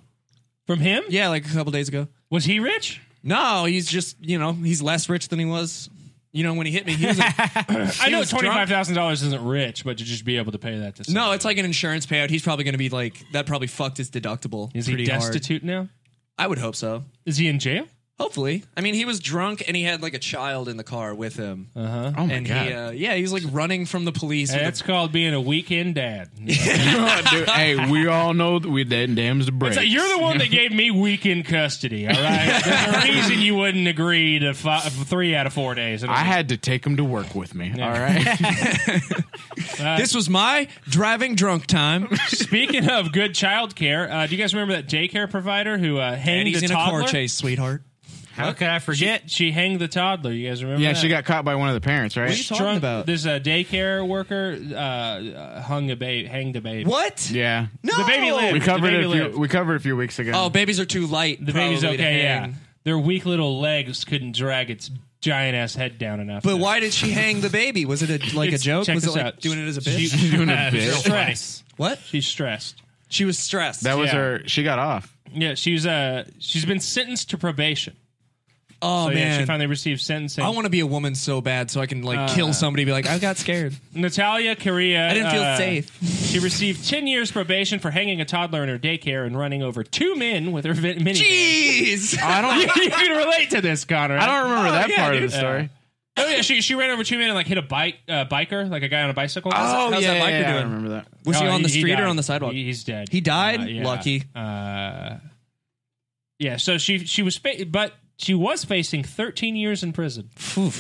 [SPEAKER 3] From him?
[SPEAKER 5] Yeah, like a couple days ago.
[SPEAKER 3] Was he rich?
[SPEAKER 5] No, he's just you know he's less rich than he was. You know when he hit me, he was like,
[SPEAKER 3] I know
[SPEAKER 5] was
[SPEAKER 3] twenty
[SPEAKER 5] drunk.
[SPEAKER 3] five thousand dollars isn't rich, but to just be able to pay that to someone.
[SPEAKER 5] no, it's like an insurance payout. He's probably going to be like that. Probably fucked his deductible.
[SPEAKER 3] is
[SPEAKER 5] pretty
[SPEAKER 3] he
[SPEAKER 5] hard.
[SPEAKER 3] destitute now?
[SPEAKER 5] I would hope so.
[SPEAKER 3] Is he in jail?
[SPEAKER 5] Hopefully, I mean he was drunk and he had like a child in the car with him.
[SPEAKER 6] Oh my
[SPEAKER 5] and
[SPEAKER 6] god,
[SPEAKER 5] he, uh, yeah, he was like running from the police.
[SPEAKER 3] Hey,
[SPEAKER 5] with a-
[SPEAKER 3] that's called being a weekend dad.
[SPEAKER 6] Dude, hey, we all know that we that damns the brakes.
[SPEAKER 3] So you're the one that gave me weekend custody. All right, there's a reason you wouldn't agree to five, three out of four days.
[SPEAKER 6] I had to take him to work with me. All right,
[SPEAKER 5] this was my driving drunk time.
[SPEAKER 3] Speaking of good child care, uh, do you guys remember that daycare provider who uh, hanged
[SPEAKER 5] and he's
[SPEAKER 3] the
[SPEAKER 5] in a
[SPEAKER 3] toddler?
[SPEAKER 5] car chase, sweetheart.
[SPEAKER 7] How could I forget?
[SPEAKER 3] She hanged the toddler. You guys remember?
[SPEAKER 6] yeah,
[SPEAKER 3] that?
[SPEAKER 6] she got caught by one of the parents, right?
[SPEAKER 5] What are you talking about?
[SPEAKER 3] There's a daycare worker uh, uh, hung a baby, hanged a baby.
[SPEAKER 5] What?
[SPEAKER 6] yeah,
[SPEAKER 5] No.
[SPEAKER 3] The baby lived.
[SPEAKER 6] we
[SPEAKER 3] The
[SPEAKER 6] covered
[SPEAKER 3] baby
[SPEAKER 6] it. A few,
[SPEAKER 3] lived.
[SPEAKER 6] we covered it a few weeks ago.
[SPEAKER 5] Oh, babies are too light.
[SPEAKER 3] The baby's
[SPEAKER 5] probably, to
[SPEAKER 3] okay. Yeah,
[SPEAKER 5] hang.
[SPEAKER 3] their weak little legs couldn't drag its giant ass head down enough.
[SPEAKER 5] But why did she hang the baby? Was it a, like a
[SPEAKER 3] It's-
[SPEAKER 5] joke?
[SPEAKER 3] check
[SPEAKER 5] Was it
[SPEAKER 3] this
[SPEAKER 5] like
[SPEAKER 3] out.
[SPEAKER 5] doing it as a bit?
[SPEAKER 3] She,
[SPEAKER 6] doing a
[SPEAKER 7] Uh,
[SPEAKER 6] bit.
[SPEAKER 7] so-
[SPEAKER 3] stress.
[SPEAKER 5] what?
[SPEAKER 3] She's stressed.
[SPEAKER 5] She was stressed.
[SPEAKER 6] That was
[SPEAKER 3] yeah.
[SPEAKER 6] her. She got off.
[SPEAKER 3] Yeah, she's uh she's been sentenced to probation.
[SPEAKER 5] oh
[SPEAKER 3] So yeah,
[SPEAKER 5] man.
[SPEAKER 3] she finally received sentencing.
[SPEAKER 5] I want to be a woman so bad, so I can like
[SPEAKER 3] Uh.
[SPEAKER 5] kill somebody. Be like, I got scared.
[SPEAKER 3] Natalia Correa.
[SPEAKER 5] I didn't feel
[SPEAKER 3] uh,
[SPEAKER 5] safe.
[SPEAKER 3] She received 10 years probation for hanging a toddler in her daycare and running over two men with her vin- minivan.
[SPEAKER 5] Jeez.
[SPEAKER 6] I don't.
[SPEAKER 3] you can relate to this, Connor.
[SPEAKER 6] I don't remember that
[SPEAKER 5] yeah,
[SPEAKER 6] part
[SPEAKER 5] dude.
[SPEAKER 6] of the story.
[SPEAKER 3] Oh yeah, she she ran over two men and like hit a bike uh, biker, like a guy on a bicycle.
[SPEAKER 5] Oh,
[SPEAKER 6] How's
[SPEAKER 5] yeah,
[SPEAKER 6] that biker
[SPEAKER 5] yeah, yeah, I
[SPEAKER 6] doing? I remember that.
[SPEAKER 5] Was he
[SPEAKER 3] Oh,
[SPEAKER 5] on the street or
[SPEAKER 3] died.
[SPEAKER 5] on the sidewalk?
[SPEAKER 3] He- he's dead.
[SPEAKER 5] He died?
[SPEAKER 3] Uh, yeah.
[SPEAKER 5] Lucky.
[SPEAKER 3] Uh, yeah. So she she was fa- but she was facing 13 years in prison.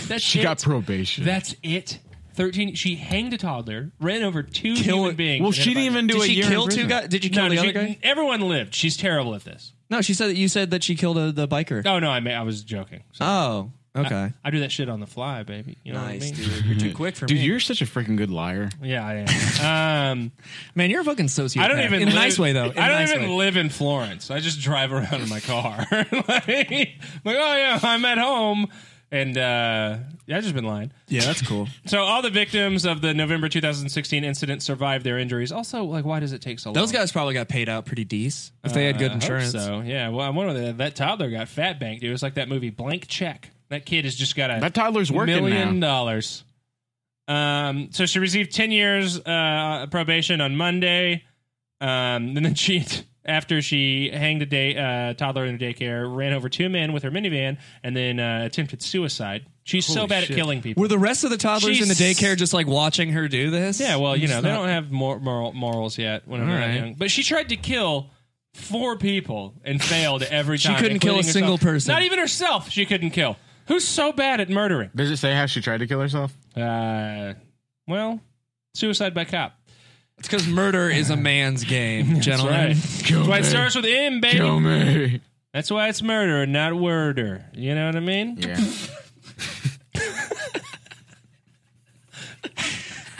[SPEAKER 3] That's
[SPEAKER 6] She
[SPEAKER 3] it.
[SPEAKER 6] got probation.
[SPEAKER 3] That's it. 13. She hanged a toddler, ran over two human beings.
[SPEAKER 6] well,
[SPEAKER 3] and hit
[SPEAKER 6] she
[SPEAKER 3] a
[SPEAKER 6] didn't
[SPEAKER 3] bike.
[SPEAKER 6] even do
[SPEAKER 5] Did
[SPEAKER 6] a
[SPEAKER 5] she
[SPEAKER 6] year. in
[SPEAKER 5] kill two
[SPEAKER 6] prison.
[SPEAKER 5] guys? Did you kill
[SPEAKER 3] No,
[SPEAKER 5] the
[SPEAKER 3] did
[SPEAKER 5] other
[SPEAKER 3] you-
[SPEAKER 5] guy?
[SPEAKER 3] Everyone lived. She's terrible at this.
[SPEAKER 5] No, she said that you said that she killed a, the biker.
[SPEAKER 3] Oh no, I mean, I was joking. So
[SPEAKER 5] Oh, okay.
[SPEAKER 3] I do that shit on the fly, baby. You know
[SPEAKER 5] nice,
[SPEAKER 3] what I mean?
[SPEAKER 5] dude. You're too quick for
[SPEAKER 6] Dude,
[SPEAKER 5] me.
[SPEAKER 6] you're such a freaking good liar.
[SPEAKER 3] Yeah, I am. Um,
[SPEAKER 5] Man, you're a fucking sociopath.
[SPEAKER 3] I don't even
[SPEAKER 5] in
[SPEAKER 3] live,
[SPEAKER 5] a nice way though.
[SPEAKER 3] I
[SPEAKER 5] In
[SPEAKER 3] don't
[SPEAKER 5] a nice
[SPEAKER 3] even
[SPEAKER 5] way.
[SPEAKER 3] live in Florence. I just drive around in my car. like, like, oh yeah, I'm at home, and uh, yeah, I've just been lying.
[SPEAKER 5] Yeah, that's cool.
[SPEAKER 3] So all the victims of the November 2016 incident survived their injuries. Also, like, why does it take so long?
[SPEAKER 5] Those guys probably got paid out pretty decent if they had good
[SPEAKER 3] Uh, I hope
[SPEAKER 5] insurance.
[SPEAKER 3] So yeah, well, I wonder that that toddler got fat banked. It was like that movie Blank Check. That kid has just got a
[SPEAKER 6] That toddler's working
[SPEAKER 3] million
[SPEAKER 6] now.
[SPEAKER 3] dollars. Um, so she received ten years uh, probation on Monday, um, and then she, after she hanged a day uh, toddler in a daycare, ran over two men with her minivan, and then uh, attempted suicide. She's so bad at killing people.
[SPEAKER 5] Were the rest of the toddlers in the
[SPEAKER 3] She's-
[SPEAKER 5] daycare just like watching her do this?
[SPEAKER 3] yeah, well, you
[SPEAKER 5] It's
[SPEAKER 3] know they
[SPEAKER 5] not-
[SPEAKER 3] don't have mor- moral morals yet. Whenever they're
[SPEAKER 5] All right.
[SPEAKER 3] young, but she tried to kill. Four people and failed every time.
[SPEAKER 5] couldn't kill a
[SPEAKER 3] including herself.
[SPEAKER 5] single person.
[SPEAKER 3] Not even herself. She couldn't kill. Who's so bad at murdering?
[SPEAKER 6] Does it say how she tried to kill herself?
[SPEAKER 3] Uh, well, suicide by cop.
[SPEAKER 5] It's because murder is a man's game, gentlemen. Uh,
[SPEAKER 6] Kill
[SPEAKER 3] That's why it
[SPEAKER 6] me.
[SPEAKER 3] starts with M, baby.
[SPEAKER 6] Kill me.
[SPEAKER 3] That's why it's murder, and not worder. You know what I mean?
[SPEAKER 6] Yeah.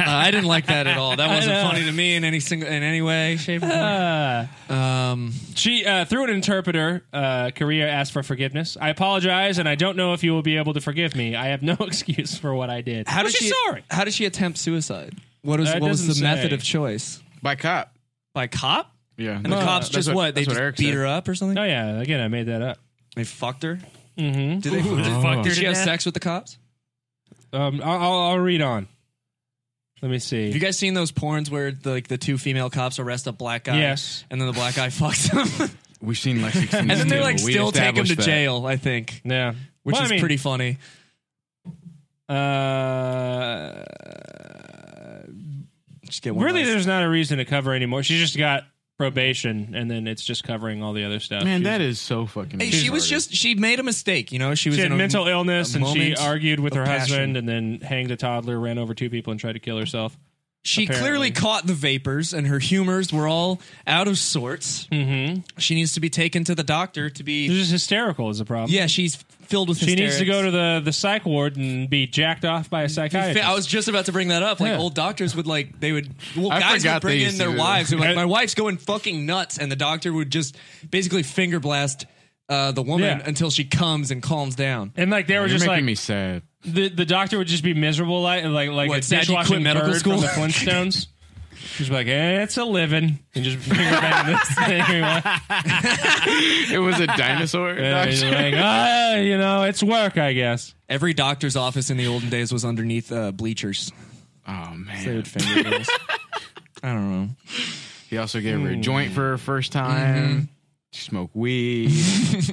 [SPEAKER 5] Uh, I didn't like that at all. That wasn't
[SPEAKER 3] know.
[SPEAKER 5] funny to me in any single in any way, shape, or form.
[SPEAKER 3] Uh, she uh, through an interpreter. Uh, Korea asked for forgiveness. I apologize, and I don't know if you will be able to forgive me. I have no excuse for what I did.
[SPEAKER 5] How
[SPEAKER 3] Well,
[SPEAKER 5] did
[SPEAKER 3] she's
[SPEAKER 5] she?
[SPEAKER 3] sorry?
[SPEAKER 5] How did she attempt suicide? What was
[SPEAKER 3] That
[SPEAKER 5] what was the
[SPEAKER 3] doesn't
[SPEAKER 5] method
[SPEAKER 3] say.
[SPEAKER 5] of choice?
[SPEAKER 6] By cop.
[SPEAKER 5] By cop?
[SPEAKER 6] Yeah.
[SPEAKER 5] And the cops just what? They just beat her up or something?
[SPEAKER 3] Oh yeah, again, I made that up.
[SPEAKER 5] They fucked her. Mm-hmm. Did they?
[SPEAKER 7] Fucked her
[SPEAKER 5] Did she
[SPEAKER 7] to
[SPEAKER 5] have
[SPEAKER 7] death?
[SPEAKER 5] sex with the cops?
[SPEAKER 3] Um, I'll, I'll, I'll read on. Let me see.
[SPEAKER 5] Have you guys seen those porns where the, like the two female cops arrest a black guy?
[SPEAKER 3] Yes.
[SPEAKER 5] And then the black guy fucks him,
[SPEAKER 6] We've seen Lexington.
[SPEAKER 5] and then they
[SPEAKER 6] too.
[SPEAKER 5] like
[SPEAKER 6] We
[SPEAKER 5] still take him to
[SPEAKER 6] established that.
[SPEAKER 5] jail. I think,
[SPEAKER 3] yeah,
[SPEAKER 5] which
[SPEAKER 3] Well, I
[SPEAKER 5] is
[SPEAKER 3] mean,
[SPEAKER 5] pretty funny.
[SPEAKER 3] Uh,
[SPEAKER 5] Just get one
[SPEAKER 3] really,
[SPEAKER 5] last-
[SPEAKER 3] there's not a reason to cover anymore. She just got probation, and then it's just covering all the other stuff.
[SPEAKER 6] Man,
[SPEAKER 3] She's-
[SPEAKER 6] that is so fucking.
[SPEAKER 5] Hey, she was
[SPEAKER 6] retarded.
[SPEAKER 5] just she made a mistake. You know, she was
[SPEAKER 3] She
[SPEAKER 5] in
[SPEAKER 3] had
[SPEAKER 5] a,
[SPEAKER 3] mental illness
[SPEAKER 5] a
[SPEAKER 3] and she
[SPEAKER 5] moment
[SPEAKER 3] argued with
[SPEAKER 5] of
[SPEAKER 3] her
[SPEAKER 5] passion.
[SPEAKER 3] husband and then hanged a toddler, ran over two people, and tried to kill herself.
[SPEAKER 5] She
[SPEAKER 3] Apparently.
[SPEAKER 5] clearly caught the vapors, and her humors were all out of sorts. Mm-hmm. She needs to be taken to the doctor to
[SPEAKER 3] She's
[SPEAKER 5] be.
[SPEAKER 3] just hysterical is the problem.
[SPEAKER 5] Yeah, she's filled with.
[SPEAKER 3] She needs to
[SPEAKER 5] hysterics.
[SPEAKER 3] go to the, the psych ward and be jacked off by a psychiatrist.
[SPEAKER 5] I was just about to bring that up. Like
[SPEAKER 3] Yeah.
[SPEAKER 5] old doctors would like they would well,
[SPEAKER 6] I
[SPEAKER 5] guys would
[SPEAKER 6] forgot
[SPEAKER 5] bring
[SPEAKER 6] they
[SPEAKER 5] in
[SPEAKER 6] used to
[SPEAKER 5] their
[SPEAKER 6] do that.
[SPEAKER 5] wives. They're Like, my wife's going fucking nuts, and the doctor would just basically finger blast uh, the woman
[SPEAKER 3] Yeah.
[SPEAKER 5] until she comes and calms down.
[SPEAKER 3] and like they were
[SPEAKER 6] You're
[SPEAKER 3] just
[SPEAKER 6] making
[SPEAKER 3] like
[SPEAKER 6] me sad.
[SPEAKER 3] the, the doctor would just be miserable like like like
[SPEAKER 5] What,
[SPEAKER 3] a
[SPEAKER 5] sad you quit
[SPEAKER 3] dishwashing
[SPEAKER 5] medical
[SPEAKER 3] bird from
[SPEAKER 5] school?
[SPEAKER 3] the Flintstones. Just be like, eh, it's a living, and just finger bang this thing.
[SPEAKER 6] It was a dinosaur.
[SPEAKER 3] And he's
[SPEAKER 6] doctor.
[SPEAKER 3] like, ah, you know, it's work, I guess.
[SPEAKER 5] Every doctor's office in the olden days was underneath uh, bleachers.
[SPEAKER 6] oh
[SPEAKER 5] They
[SPEAKER 6] man.
[SPEAKER 5] would finger blast. I don't know.
[SPEAKER 6] He also gave her a joint for her first time. She smoked weed.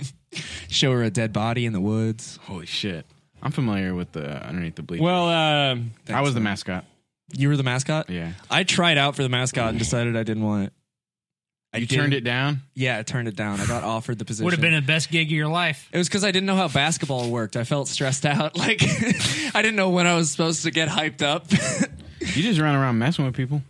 [SPEAKER 5] Show her a dead body in the woods.
[SPEAKER 6] Holy shit. I'm familiar with the underneath the bleachers.
[SPEAKER 3] Well, uh,
[SPEAKER 6] I was the mascot.
[SPEAKER 5] You were the mascot.
[SPEAKER 6] Yeah.
[SPEAKER 5] I tried out for the mascot and decided I didn't want it. I
[SPEAKER 6] You
[SPEAKER 5] did-
[SPEAKER 6] turned it down.
[SPEAKER 5] Yeah, I turned it down. I got offered the position.
[SPEAKER 7] Would have been the best gig of your life.
[SPEAKER 5] It was because I didn't know how basketball worked. I felt stressed out. Like I didn't know when I was supposed to get hyped up.
[SPEAKER 6] You just run around messing with people.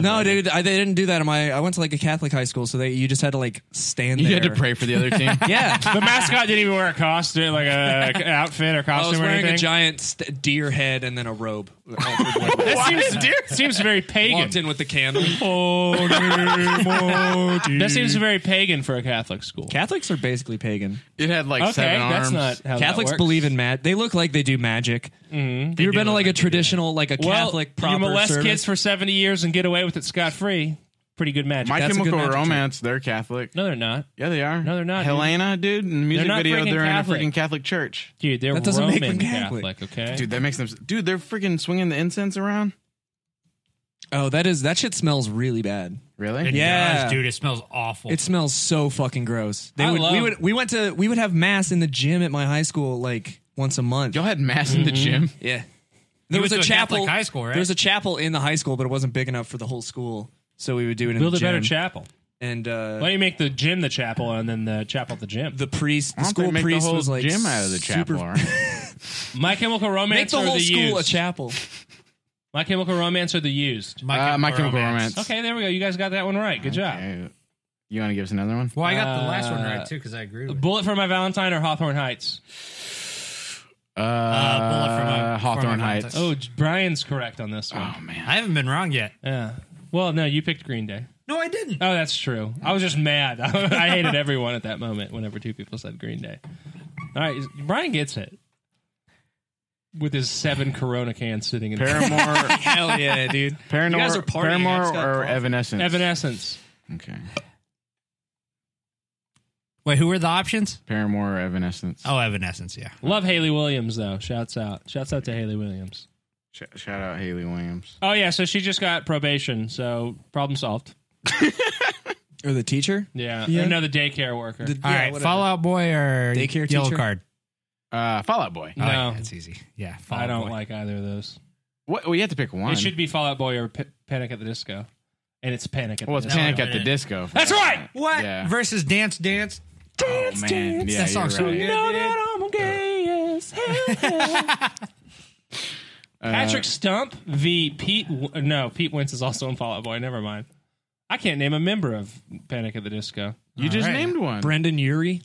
[SPEAKER 5] no, dude, I, they didn't do that. In my, I went to like a Catholic high school, so they you just had to like stand.
[SPEAKER 6] You
[SPEAKER 5] there.
[SPEAKER 6] had to pray for the other team.
[SPEAKER 5] Yeah,
[SPEAKER 3] the mascot didn't even wear a costume, like a a outfit or
[SPEAKER 5] Oh, I was
[SPEAKER 3] costume or
[SPEAKER 5] wearing
[SPEAKER 3] anything.
[SPEAKER 5] a giant st- deer head and then a robe.
[SPEAKER 3] that seems, seems very
[SPEAKER 5] Walked
[SPEAKER 3] pagan.
[SPEAKER 5] in with the candle.
[SPEAKER 3] that seems very pagan for a Catholic school.
[SPEAKER 5] Catholics are basically pagan.
[SPEAKER 6] It had like
[SPEAKER 3] okay,
[SPEAKER 6] seven
[SPEAKER 3] that's
[SPEAKER 6] arms.
[SPEAKER 3] not how that works.
[SPEAKER 5] Catholics
[SPEAKER 3] Mm-hmm.
[SPEAKER 5] believe in mag. They look like they do magic. You ever been to like a traditional, like a
[SPEAKER 3] well,
[SPEAKER 5] Catholic
[SPEAKER 3] you
[SPEAKER 5] proper
[SPEAKER 3] molest
[SPEAKER 5] service?
[SPEAKER 3] kids for seventy years and get away with it scot free. Pretty good magic.
[SPEAKER 6] My
[SPEAKER 5] That's a good
[SPEAKER 6] Chemical
[SPEAKER 5] magic
[SPEAKER 6] Romance, they're Catholic.
[SPEAKER 3] no, they're not,
[SPEAKER 6] Yeah, they are.
[SPEAKER 3] No, they're not, dude.
[SPEAKER 6] Helena, dude, in the music
[SPEAKER 3] not
[SPEAKER 6] video,
[SPEAKER 3] freaking
[SPEAKER 6] they're
[SPEAKER 3] Catholic.
[SPEAKER 6] in a freaking Catholic church.
[SPEAKER 3] dude. They're
[SPEAKER 5] That doesn't
[SPEAKER 3] Roman
[SPEAKER 5] make them Catholic.
[SPEAKER 3] Okay,
[SPEAKER 6] Dude, that makes them. Dude, they're freaking swinging the incense around.
[SPEAKER 5] oh, that is that shit smells really bad.
[SPEAKER 6] Really?
[SPEAKER 7] It
[SPEAKER 5] Yeah.
[SPEAKER 7] does, dude. It smells awful.
[SPEAKER 5] It smells so fucking gross. They
[SPEAKER 3] I
[SPEAKER 5] would, we
[SPEAKER 3] love-
[SPEAKER 5] would we went to we would have mass in the gym at my high school like once a month.
[SPEAKER 6] Y'all had mass in the gym.
[SPEAKER 5] Yeah. There
[SPEAKER 7] You
[SPEAKER 5] was a
[SPEAKER 7] went to a
[SPEAKER 5] chapel
[SPEAKER 7] Catholic high school, right?
[SPEAKER 5] There was a chapel in the high school, but it wasn't big enough for the whole school. So we would do it in
[SPEAKER 3] build
[SPEAKER 5] the
[SPEAKER 3] a
[SPEAKER 5] gym.
[SPEAKER 3] better chapel.
[SPEAKER 5] And
[SPEAKER 3] Why
[SPEAKER 5] uh,
[SPEAKER 3] don't you make the gym the chapel and then the chapel the gym?
[SPEAKER 5] the priest, the
[SPEAKER 6] Why don't they
[SPEAKER 5] school
[SPEAKER 6] make
[SPEAKER 5] priest
[SPEAKER 6] the whole
[SPEAKER 5] was like
[SPEAKER 6] gym out of the chapel.
[SPEAKER 5] super-
[SPEAKER 6] all right?
[SPEAKER 3] My Chemical
[SPEAKER 5] Make
[SPEAKER 3] Romance
[SPEAKER 5] the
[SPEAKER 3] or
[SPEAKER 5] whole
[SPEAKER 3] the
[SPEAKER 5] school
[SPEAKER 3] used?
[SPEAKER 5] a chapel.
[SPEAKER 3] My Chemical Romance or the used?
[SPEAKER 6] Uh, My Chemical Romance.
[SPEAKER 3] Okay, there we go. You guys got that one right. Good job.
[SPEAKER 6] Okay. You want to give us another one?
[SPEAKER 7] Well, I got the last one
[SPEAKER 3] Uh,
[SPEAKER 7] right too because I agreed. With it.
[SPEAKER 3] Bullet for My Valentine or Hawthorne Heights?
[SPEAKER 6] Uh,
[SPEAKER 7] Bullet for My-
[SPEAKER 6] Hawthorne
[SPEAKER 7] for My
[SPEAKER 6] Heights.
[SPEAKER 3] Oh, J- Brian's correct on this one.
[SPEAKER 6] Oh, man.
[SPEAKER 7] I haven't been wrong yet.
[SPEAKER 3] Yeah. Well, no, you picked Green Day.
[SPEAKER 7] No, I didn't.
[SPEAKER 3] Oh, that's true. I was just mad. I hated everyone at that moment whenever two people said Green Day. All right, is- Brian gets it with his seven Corona cans sitting in
[SPEAKER 6] Paramore,
[SPEAKER 5] Hell yeah, dude.
[SPEAKER 6] Paramore,
[SPEAKER 5] guys are partying. I
[SPEAKER 6] Paramore
[SPEAKER 5] just got
[SPEAKER 6] or
[SPEAKER 5] called.
[SPEAKER 6] Evanescence?
[SPEAKER 3] Evanescence.
[SPEAKER 6] Okay.
[SPEAKER 7] Wait, who were the options?
[SPEAKER 6] Paramore or Evanescence?
[SPEAKER 7] Oh, Evanescence. Yeah.
[SPEAKER 3] Love Haley Williams though. Shouts out. Shouts out to Haley Williams.
[SPEAKER 6] Sh- shout out Haley Williams.
[SPEAKER 3] Oh yeah, so she just got probation, so problem solved.
[SPEAKER 5] Or the teacher?
[SPEAKER 3] Yeah.
[SPEAKER 5] Yeah.
[SPEAKER 3] Another daycare worker.
[SPEAKER 5] The-
[SPEAKER 7] All
[SPEAKER 5] yeah,
[SPEAKER 7] right,
[SPEAKER 5] whatever.
[SPEAKER 7] Fallout Boy or
[SPEAKER 5] Daycare
[SPEAKER 7] Yellow
[SPEAKER 5] teacher?
[SPEAKER 7] Card.
[SPEAKER 6] Uh, Fallout Boy.
[SPEAKER 7] Oh, yeah,
[SPEAKER 3] no.
[SPEAKER 7] that's easy. Yeah,
[SPEAKER 3] I
[SPEAKER 7] Fallout
[SPEAKER 3] don't
[SPEAKER 7] Boy.
[SPEAKER 3] like either of those.
[SPEAKER 6] What? Well, you have to pick one.
[SPEAKER 3] It should be Fallout Boy or P- Panic at the Disco. And it's Panic at
[SPEAKER 6] Well,
[SPEAKER 3] the
[SPEAKER 6] it's
[SPEAKER 3] Disco.
[SPEAKER 6] Panic
[SPEAKER 7] I
[SPEAKER 6] at the
[SPEAKER 7] didn't.
[SPEAKER 6] Disco.
[SPEAKER 3] That's right.
[SPEAKER 7] What
[SPEAKER 6] Yeah.
[SPEAKER 7] versus Dance Dance?
[SPEAKER 6] Oh, man. Yeah,
[SPEAKER 7] that
[SPEAKER 6] you're
[SPEAKER 7] song's so
[SPEAKER 6] right.
[SPEAKER 7] good.
[SPEAKER 3] I'm gay as hell. Patrick Stump v. Pete. W- No, Pete Wentz is also in Fallout Boy. Never mind. I can't name a member of Panic at the Disco.
[SPEAKER 6] You just
[SPEAKER 7] right.
[SPEAKER 6] named one.
[SPEAKER 5] Brendan Urie.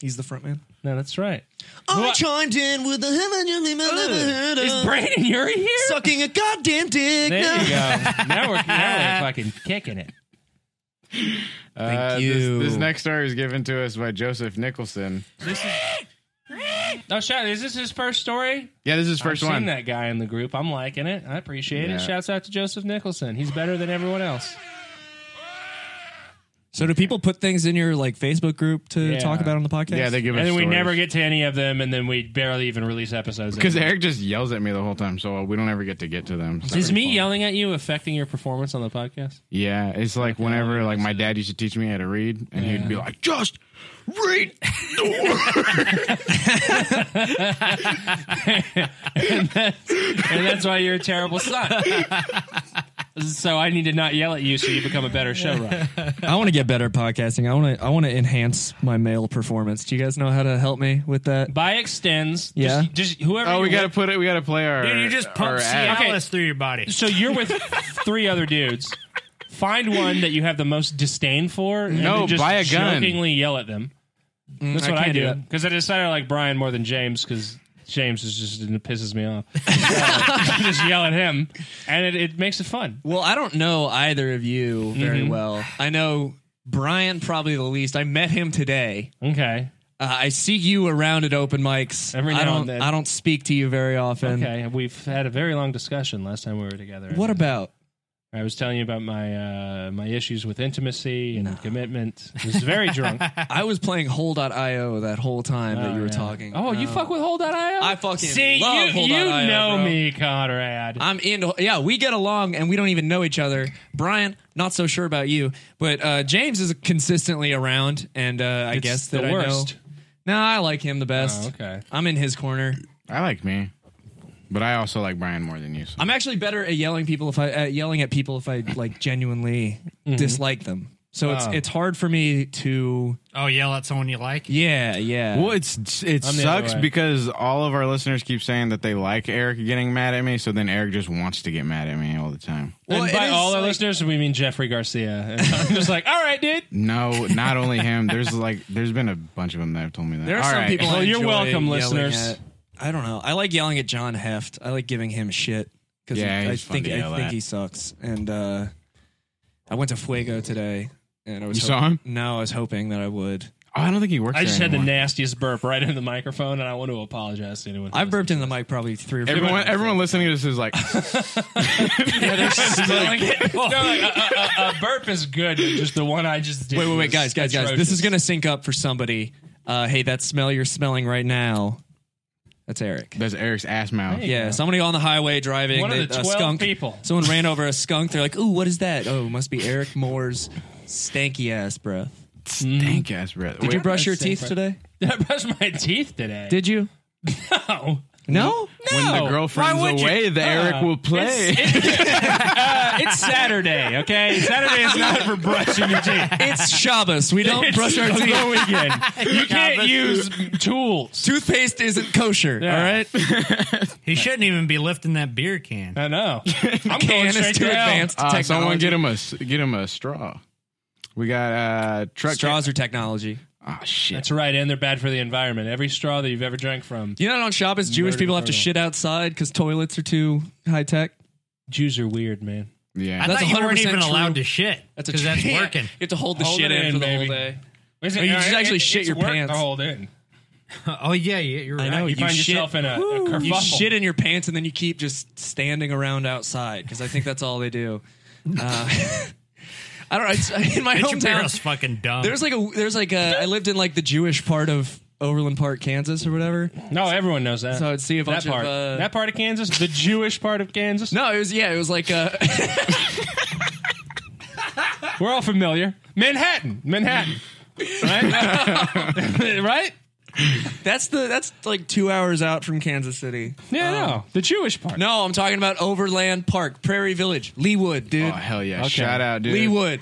[SPEAKER 5] He's the front man.
[SPEAKER 3] No, that's right.
[SPEAKER 5] I chimed in with the heaven you never heard
[SPEAKER 3] Is
[SPEAKER 6] Uh,
[SPEAKER 5] of.
[SPEAKER 3] Brandon Urie here?
[SPEAKER 5] sucking a goddamn dick.
[SPEAKER 3] there you go. Now we're, now we're fucking kicking it.
[SPEAKER 6] Thank
[SPEAKER 5] you.
[SPEAKER 6] Uh, This, next story is given to us by Joseph Nicholson.
[SPEAKER 3] Oh, shout! Is this his first story?
[SPEAKER 6] Yeah, this is his 1st
[SPEAKER 3] I've
[SPEAKER 6] one.
[SPEAKER 3] seen that guy in the group. I'm liking it. I appreciate
[SPEAKER 6] Yeah.
[SPEAKER 3] it. Shouts out to Joseph Nicholson. He's better than everyone else.
[SPEAKER 5] So do people put things in your like Facebook group to
[SPEAKER 3] Yeah.
[SPEAKER 5] talk about on the podcast?
[SPEAKER 6] Yeah, they give us.
[SPEAKER 3] And then we never get to any of them, and then we barely even release episodes.
[SPEAKER 6] because
[SPEAKER 3] anymore.
[SPEAKER 6] Eric just yells at me the whole time, so we don't ever get to get to them. So
[SPEAKER 3] is me yelling at you affecting your performance on the podcast?
[SPEAKER 6] Yeah, it's like whenever like my dad used to teach me how to read, and he'd be like, "Just read the word."
[SPEAKER 3] and that's why you're a terrible son. so I need to not yell at you so you become a better showrunner.
[SPEAKER 5] I want to get better at podcasting. I want to. I want to enhance my male performance. Do you guys know how to help me with that?
[SPEAKER 3] By extends,
[SPEAKER 5] Yeah.
[SPEAKER 3] just, just whoever.
[SPEAKER 6] Oh, we
[SPEAKER 3] you're
[SPEAKER 6] gotta
[SPEAKER 3] with-
[SPEAKER 6] put it. We gotta play our.
[SPEAKER 7] Dude, you just
[SPEAKER 6] our
[SPEAKER 7] pump
[SPEAKER 6] ad.
[SPEAKER 7] Cialis through your body.
[SPEAKER 3] So you're with three other dudes. Find one that you have the most disdain for. and
[SPEAKER 6] No,
[SPEAKER 3] then just
[SPEAKER 6] buy a gun. Mm,
[SPEAKER 3] Jokingly yell at them. That's
[SPEAKER 5] I
[SPEAKER 3] what I,
[SPEAKER 5] can't do
[SPEAKER 3] do.
[SPEAKER 5] that.
[SPEAKER 3] Because I decided I like Brian more than James because James is just it pisses me off. I just yell at him, and it, it makes it fun.
[SPEAKER 5] Well, I don't know either of you very
[SPEAKER 7] Mm-hmm.
[SPEAKER 5] well. I know Brian probably the least. I met him today.
[SPEAKER 3] Okay,
[SPEAKER 5] Uh, I see you around at open mics.
[SPEAKER 3] Every now
[SPEAKER 5] I
[SPEAKER 3] and
[SPEAKER 5] don't,
[SPEAKER 3] then.
[SPEAKER 5] I don't speak to you very often.
[SPEAKER 3] okay. We've had a very long discussion last time we were together.
[SPEAKER 5] What about?
[SPEAKER 3] I was telling you about my uh, my issues with intimacy and commitment. I was very drunk.
[SPEAKER 5] I was playing Hole.io that whole time that you
[SPEAKER 3] Oh,
[SPEAKER 5] were
[SPEAKER 3] yeah.
[SPEAKER 5] talking.
[SPEAKER 3] Oh, you fuck with Hole.io?
[SPEAKER 5] I fucking
[SPEAKER 3] See,
[SPEAKER 5] love
[SPEAKER 3] you,
[SPEAKER 5] Hole.io,
[SPEAKER 3] you know
[SPEAKER 5] bro.
[SPEAKER 3] me, Conrad.
[SPEAKER 5] I'm into yeah. We get along and we don't even know each other. Brian, not so sure about you, but uh, James is consistently around, and uh, I
[SPEAKER 3] It's
[SPEAKER 5] guess
[SPEAKER 3] the
[SPEAKER 5] that I
[SPEAKER 3] worst.
[SPEAKER 5] know. No, I like him the best.
[SPEAKER 3] Oh, okay.
[SPEAKER 5] I'm in his corner.
[SPEAKER 6] I like me, but I also like Brian more than you. So.
[SPEAKER 5] I'm actually better at yelling people if I at yelling at people if I like genuinely dislike them. So it's
[SPEAKER 3] Mm-hmm. Oh.
[SPEAKER 5] it's hard for me to
[SPEAKER 7] Oh, yell at someone you like.
[SPEAKER 5] yeah yeah.
[SPEAKER 6] Well, it's it
[SPEAKER 3] I'm the other
[SPEAKER 6] sucks
[SPEAKER 3] way.
[SPEAKER 6] because all of our listeners keep saying that they like Eric getting mad at me, so then Eric just wants to get mad at me all the time.
[SPEAKER 5] Well,
[SPEAKER 3] and
[SPEAKER 5] it
[SPEAKER 3] by
[SPEAKER 5] is
[SPEAKER 3] all our
[SPEAKER 5] like-
[SPEAKER 3] listeners, we mean Jeffrey Garcia. And I'm just like, all right, dude.
[SPEAKER 6] No, not only him. There's like there's been a bunch of them that have told me that.
[SPEAKER 5] There are
[SPEAKER 6] All
[SPEAKER 5] some
[SPEAKER 6] right.
[SPEAKER 5] people. I
[SPEAKER 3] Well, you're
[SPEAKER 5] enjoy
[SPEAKER 3] welcome,
[SPEAKER 5] yelling
[SPEAKER 3] listeners.
[SPEAKER 5] at. I don't know. I like yelling at John Heft. I like giving him shit because
[SPEAKER 6] Yeah,
[SPEAKER 5] I
[SPEAKER 6] he's fun
[SPEAKER 5] think
[SPEAKER 6] to
[SPEAKER 5] I
[SPEAKER 6] yell
[SPEAKER 5] think
[SPEAKER 6] at.
[SPEAKER 5] he sucks. And uh, I went to Fuego today, and I was
[SPEAKER 6] You
[SPEAKER 5] hop-
[SPEAKER 6] saw him?
[SPEAKER 5] No, I was hoping that I would.
[SPEAKER 6] Oh, I don't think he works.
[SPEAKER 3] I just
[SPEAKER 6] there
[SPEAKER 3] had the
[SPEAKER 6] anymore.
[SPEAKER 3] nastiest burp right in the microphone, and I want to apologize to anyone. who
[SPEAKER 5] I've
[SPEAKER 3] listens.
[SPEAKER 5] burped in the mic probably three or four.
[SPEAKER 6] Oh, Everyone,
[SPEAKER 5] times.
[SPEAKER 6] everyone listening to this is like,
[SPEAKER 3] No, like, a, a, a, a burp is good. but Just the one I just did.
[SPEAKER 5] Wait, wait, wait,
[SPEAKER 3] was
[SPEAKER 5] guys, guys, guys. This is
[SPEAKER 3] atrocious.
[SPEAKER 5] gonna sync up for somebody. Uh, hey, that smell you're smelling right now. That's Eric.
[SPEAKER 6] "That's Eric's ass mouth."
[SPEAKER 5] Yeah, somebody on the highway driving.
[SPEAKER 3] One of
[SPEAKER 5] they-
[SPEAKER 3] the
[SPEAKER 5] a
[SPEAKER 3] 12
[SPEAKER 5] skunk.
[SPEAKER 3] people.
[SPEAKER 5] Someone ran over a skunk. They're like, "Ooh, what is that? Oh, must be Eric Moore's stanky ass breath."
[SPEAKER 6] Stank ass breath.
[SPEAKER 5] Did you
[SPEAKER 6] Wait,
[SPEAKER 5] brush your
[SPEAKER 3] That's stank
[SPEAKER 5] teeth
[SPEAKER 3] breath.
[SPEAKER 5] today?
[SPEAKER 3] I brushed my teeth today.
[SPEAKER 5] Did you?
[SPEAKER 3] no.
[SPEAKER 5] No.
[SPEAKER 6] when
[SPEAKER 3] No.
[SPEAKER 6] the girlfriend's
[SPEAKER 3] Why would you?
[SPEAKER 6] away, the Eric will play.
[SPEAKER 3] It's, uh, it's Saturday, okay? Saturday is not for brushing your teeth.
[SPEAKER 5] It's Shabbos. We don't brush our
[SPEAKER 3] It's
[SPEAKER 5] teeth.
[SPEAKER 3] the weekend. You can't use tools.
[SPEAKER 5] Toothpaste isn't kosher.
[SPEAKER 3] Yeah.
[SPEAKER 5] All right.
[SPEAKER 7] He shouldn't even be lifting that beer can.
[SPEAKER 3] I know. I'm going
[SPEAKER 5] Can
[SPEAKER 3] straight
[SPEAKER 5] is
[SPEAKER 3] to
[SPEAKER 5] too
[SPEAKER 3] hell.
[SPEAKER 5] advanced.
[SPEAKER 6] Uh,
[SPEAKER 5] technology.
[SPEAKER 6] someone get him a s- get him a straw. We got uh truck
[SPEAKER 5] straws or technology.
[SPEAKER 6] Oh shit!
[SPEAKER 3] That's right, and they're bad for the environment. Every straw that you've ever drank from,
[SPEAKER 5] You know, on Shabbos, Jewish people have to shit outside because toilets are too high tech.
[SPEAKER 3] Jews are weird, man.
[SPEAKER 6] Yeah,
[SPEAKER 7] I
[SPEAKER 5] That's
[SPEAKER 7] thought you weren't
[SPEAKER 5] 100%
[SPEAKER 7] even
[SPEAKER 5] true.
[SPEAKER 7] allowed to shit.
[SPEAKER 5] That's a
[SPEAKER 7] because that's
[SPEAKER 5] yeah.
[SPEAKER 7] working.
[SPEAKER 5] You have to hold the
[SPEAKER 3] Hold
[SPEAKER 5] shit
[SPEAKER 3] it
[SPEAKER 5] in,
[SPEAKER 3] in,
[SPEAKER 5] for the
[SPEAKER 3] baby.
[SPEAKER 5] whole day.
[SPEAKER 3] Is
[SPEAKER 5] Or you just actually shit
[SPEAKER 3] it's
[SPEAKER 5] your
[SPEAKER 3] worth
[SPEAKER 5] pants.
[SPEAKER 3] The hold in.
[SPEAKER 7] Oh yeah, yeah, you're
[SPEAKER 5] I
[SPEAKER 7] right.
[SPEAKER 5] know
[SPEAKER 3] You,
[SPEAKER 5] you,
[SPEAKER 3] find
[SPEAKER 5] shit.
[SPEAKER 3] yourself in a, a kerfuffle.
[SPEAKER 5] you shit in your pants and then you keep just standing around outside because I think that's all they do. Uh, I don't know. It's, in my
[SPEAKER 7] Mitch Barrow's
[SPEAKER 5] hometown,
[SPEAKER 7] fucking dumb.
[SPEAKER 5] there's like a there's like a I lived in like the Jewish part of Overland Park, Kansas, or whatever.
[SPEAKER 3] No, everyone knows that.
[SPEAKER 5] So I'd see a
[SPEAKER 3] that
[SPEAKER 5] bunch of,
[SPEAKER 3] part.
[SPEAKER 5] uh,
[SPEAKER 3] that part of Kansas, the Jewish part of Kansas.
[SPEAKER 5] No, it was yeah, it was like uh,
[SPEAKER 3] We're all familiar. Manhattan, Manhattan, right? right?
[SPEAKER 5] that's the that's like two hours out from Kansas City.
[SPEAKER 3] Yeah,
[SPEAKER 5] Um,
[SPEAKER 3] no, the Jewish part.
[SPEAKER 5] No, I'm talking about Overland Park, Prairie Village, Leewood,
[SPEAKER 6] oh
[SPEAKER 5] dude.
[SPEAKER 6] hell yeah!
[SPEAKER 3] Okay.
[SPEAKER 6] Shout out, dude.
[SPEAKER 5] Leewood.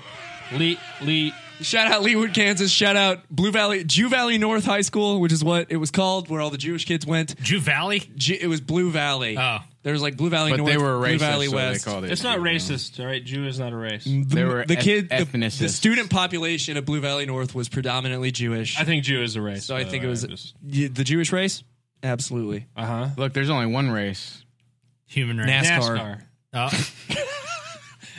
[SPEAKER 3] Lee, Lee.
[SPEAKER 5] Shout out Leewood, Kansas. Shout out Blue Valley, Jew Valley North High School, which is what it was called, where all the Jewish kids went.
[SPEAKER 7] Jew Valley.
[SPEAKER 5] J- it was Blue Valley.
[SPEAKER 7] Oh.
[SPEAKER 5] there was like Blue Valley
[SPEAKER 6] but
[SPEAKER 5] North,
[SPEAKER 6] they were
[SPEAKER 5] Blue
[SPEAKER 6] racist.
[SPEAKER 5] Valley
[SPEAKER 6] so
[SPEAKER 5] West.
[SPEAKER 6] They called it
[SPEAKER 3] It's not
[SPEAKER 6] Jew.
[SPEAKER 3] racist, all right? Jew is not a race.
[SPEAKER 5] the,
[SPEAKER 6] They were
[SPEAKER 5] the
[SPEAKER 6] eth-
[SPEAKER 5] kid, the, the
[SPEAKER 6] ethnicists.
[SPEAKER 5] student population of Blue Valley North was predominantly Jewish.
[SPEAKER 3] I think Jew is a race.
[SPEAKER 5] so I
[SPEAKER 3] by
[SPEAKER 5] think
[SPEAKER 3] the
[SPEAKER 5] it
[SPEAKER 3] way.
[SPEAKER 5] was
[SPEAKER 3] Just-
[SPEAKER 5] y- the Jewish race. Absolutely,
[SPEAKER 6] Look, there's only one race.
[SPEAKER 7] Human race.
[SPEAKER 5] NASCAR.
[SPEAKER 3] NASCAR.
[SPEAKER 7] Oh,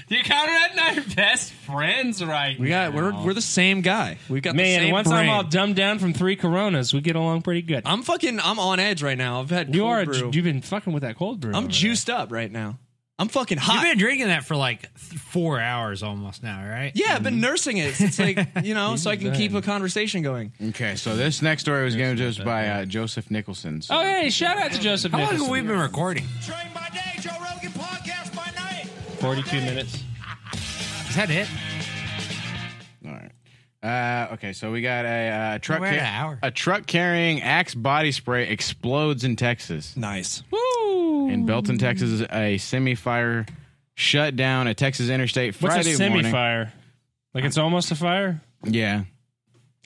[SPEAKER 3] You Conrad and I are best friends right
[SPEAKER 5] We got we're we're the same guy. We've got the
[SPEAKER 3] Man,
[SPEAKER 5] same
[SPEAKER 3] once I'm
[SPEAKER 5] brain.
[SPEAKER 3] all dumbed down from three Coronas, we get along pretty good.
[SPEAKER 5] I'm fucking I'm on edge right now. I've had
[SPEAKER 3] you
[SPEAKER 5] cold
[SPEAKER 3] are.
[SPEAKER 5] brew.
[SPEAKER 3] You've been fucking with that cold brew.
[SPEAKER 5] I'm
[SPEAKER 3] over
[SPEAKER 5] juiced up right now. I'm fucking
[SPEAKER 7] Uh, you've
[SPEAKER 5] hot.
[SPEAKER 7] been drinking that for like th- four hours almost now, right?
[SPEAKER 5] yeah, I've been nursing it. It's like you know, so I can keep a conversation going.
[SPEAKER 6] Okay, so this next story was given to us by uh, Joseph Nicholson.
[SPEAKER 3] there.
[SPEAKER 6] So
[SPEAKER 3] Oh, hey! Shout out to Joseph.
[SPEAKER 7] How long have
[SPEAKER 3] Nicholson.
[SPEAKER 7] we been recording?
[SPEAKER 4] Train by day, Joe Rogan podcast by night.
[SPEAKER 3] Forty-two minutes.
[SPEAKER 7] Is that it?
[SPEAKER 5] Oh.
[SPEAKER 6] All right. Uh, okay, so we got a uh, truck.
[SPEAKER 7] We're at an hour.
[SPEAKER 6] A truck carrying Axe body spray explodes in Texas.
[SPEAKER 5] Nice.
[SPEAKER 6] In Belton, Texas, a semi-fire shut down a Texas interstate
[SPEAKER 3] What's
[SPEAKER 6] Friday
[SPEAKER 3] a
[SPEAKER 6] morning.
[SPEAKER 3] semi-fire? Like it's almost a fire.
[SPEAKER 6] Yeah.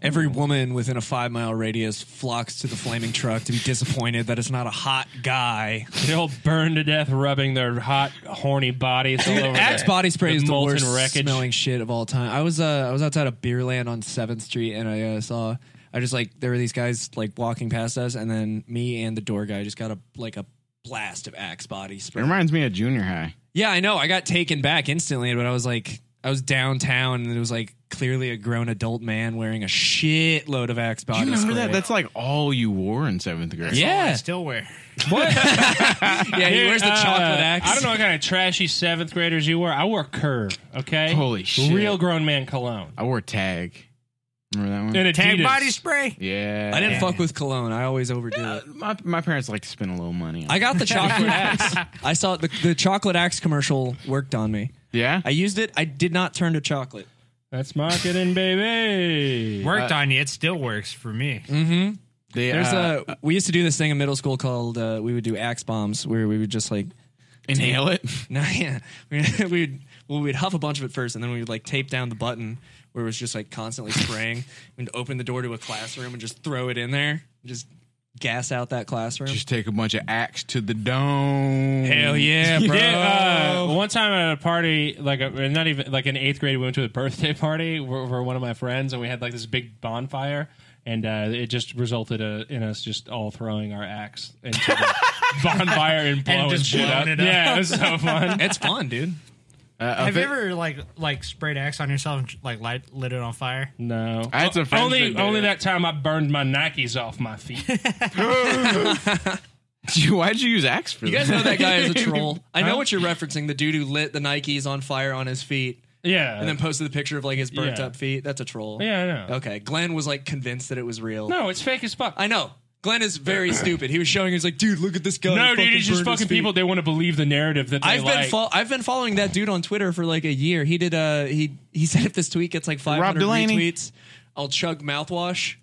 [SPEAKER 5] Every woman within a five mile radius flocks to the flaming truck to be disappointed that it's not a hot guy.
[SPEAKER 3] They'll burn to death, rubbing their hot, horny bodies all over.
[SPEAKER 5] Axe
[SPEAKER 3] the-
[SPEAKER 5] body spray
[SPEAKER 3] the
[SPEAKER 5] is the
[SPEAKER 3] molten
[SPEAKER 5] worst
[SPEAKER 3] wreckage.
[SPEAKER 5] smelling shit of all time. I was uh, I was outside of Beerland on Seventh Street and I uh, saw I just like there were these guys like walking past us and then me and the door guy just got a like a blast of Axe body
[SPEAKER 6] It
[SPEAKER 5] spray.
[SPEAKER 6] reminds me of junior high.
[SPEAKER 5] Yeah, I know. I got taken back instantly, but I was like, I was downtown, and it was like clearly a grown adult man wearing a shitload of Axe
[SPEAKER 3] Oh,
[SPEAKER 5] body
[SPEAKER 6] Do you remember
[SPEAKER 5] spray.
[SPEAKER 6] that? That's like all you wore in seventh grade.
[SPEAKER 5] yeah,
[SPEAKER 7] Oh, Still wear.
[SPEAKER 5] yeah. He wears the
[SPEAKER 3] Uh,
[SPEAKER 5] chocolate axe.
[SPEAKER 3] I don't know what kind of trashy seventh graders you were. I wore Curve. Okay.
[SPEAKER 6] Holy shit.
[SPEAKER 3] Real grown man cologne.
[SPEAKER 6] I wore tag. Remember that one?
[SPEAKER 3] And
[SPEAKER 7] Tag
[SPEAKER 3] Adidas.
[SPEAKER 7] body spray.
[SPEAKER 6] yeah. Uh,
[SPEAKER 5] I didn't fuck with cologne. I always overdo it.
[SPEAKER 6] My, my parents like to spend a little money. On
[SPEAKER 5] I
[SPEAKER 6] it.
[SPEAKER 5] got the chocolate axe. I saw the the chocolate axe commercial worked on me.
[SPEAKER 6] yeah.
[SPEAKER 5] I used it. I did not turn to chocolate.
[SPEAKER 3] That's marketing, baby.
[SPEAKER 5] Uh,
[SPEAKER 7] Worked on you. It still works for me.
[SPEAKER 5] Mm-hmm.
[SPEAKER 6] They,
[SPEAKER 5] There's
[SPEAKER 6] uh,
[SPEAKER 5] a we used to do this thing in middle school called uh, we would do axe bombs where we would just like
[SPEAKER 6] inhale it.
[SPEAKER 5] No, yeah, we would well, we'd huff a bunch of it first, and then we would like tape down the button where it was just like constantly spraying. We'd open the door to a classroom and just throw it in there, just gas out that classroom.
[SPEAKER 6] Just take a bunch of axe to the dome.
[SPEAKER 5] Hell yeah, bro!
[SPEAKER 3] Yeah, uh, one time at a party, like a, not even like in eighth grade, we went to a birthday party for, for one of my friends, and we had like this big bonfire, and uh, it just resulted uh, in us just all throwing our axe into the bonfire and blowing
[SPEAKER 7] just
[SPEAKER 3] shit
[SPEAKER 7] blowing
[SPEAKER 3] up.
[SPEAKER 7] it up.
[SPEAKER 3] Yeah, it was so fun.
[SPEAKER 5] it's fun, dude.
[SPEAKER 6] Uh,
[SPEAKER 7] Have
[SPEAKER 6] if
[SPEAKER 7] you
[SPEAKER 6] it-
[SPEAKER 7] ever like like sprayed axe on yourself and like light, lit it on fire?
[SPEAKER 3] No,
[SPEAKER 6] I had some friends that
[SPEAKER 3] only
[SPEAKER 6] did
[SPEAKER 3] only
[SPEAKER 6] it.
[SPEAKER 3] that time I burned my Nikes off my feet.
[SPEAKER 6] Why'd you use axe for
[SPEAKER 5] You guys know that guy is a troll. I know what you're referencing. The dude who lit the Nikes on fire on his feet
[SPEAKER 3] Yeah,
[SPEAKER 5] and then posted the picture of like his burnt
[SPEAKER 3] Uh, Yeah.
[SPEAKER 5] up feet. That's a troll.
[SPEAKER 3] yeah, I know.
[SPEAKER 5] Okay, Glenn was like convinced that it was real.
[SPEAKER 3] No, it's fake as fuck.
[SPEAKER 5] I know. Glenn is very stupid. He was showing. He's like, dude, look at this guy.
[SPEAKER 3] no,
[SPEAKER 5] He
[SPEAKER 3] dude, it's just
[SPEAKER 5] burned his
[SPEAKER 3] fucking
[SPEAKER 5] feet."
[SPEAKER 3] people. They want to believe the narrative that they
[SPEAKER 5] I've
[SPEAKER 3] like.
[SPEAKER 5] been fol- I've been following that dude on Twitter for like a year. He did uh he he said if this tweet gets like 500
[SPEAKER 6] Delaney.
[SPEAKER 5] retweets, I'll chug mouthwash.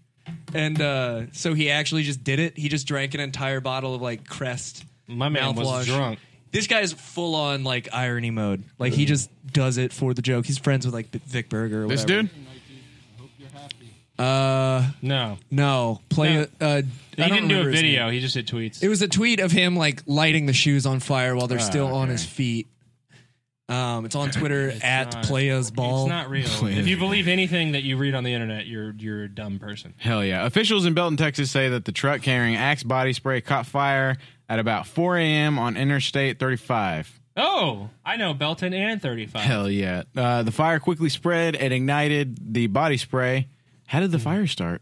[SPEAKER 5] And uh so he actually just did it. He just drank an entire bottle of like Crest.
[SPEAKER 3] My man was
[SPEAKER 5] mouthwash.
[SPEAKER 3] drunk.
[SPEAKER 5] This guy's full on like irony mode. Like he just does it for the joke. He's friends with like B- Vic Berger. Or
[SPEAKER 6] This
[SPEAKER 5] whatever.
[SPEAKER 6] dude?
[SPEAKER 3] no,
[SPEAKER 5] No, play.
[SPEAKER 3] No.
[SPEAKER 5] Uh, I
[SPEAKER 3] he
[SPEAKER 5] don't
[SPEAKER 3] didn't do a
[SPEAKER 5] remember his name.
[SPEAKER 3] video. He just did tweets.
[SPEAKER 5] It was a tweet of him like lighting the shoes on fire while they're
[SPEAKER 3] Ah,
[SPEAKER 5] still on
[SPEAKER 3] okay.
[SPEAKER 5] his feet. Um, it's on Twitter at
[SPEAKER 3] not-
[SPEAKER 5] Playas Ball.
[SPEAKER 3] It's not real. if you believe anything that you read on the internet, you're you're a dumb person.
[SPEAKER 6] Hell yeah. Officials in Belton, Texas say that the truck carrying axe body spray caught fire at about 4 a.m. on Interstate 35.
[SPEAKER 3] Oh, I know Belton and 35.
[SPEAKER 6] Hell yeah. Uh, the fire quickly spread. It ignited the body spray. How did the fire start?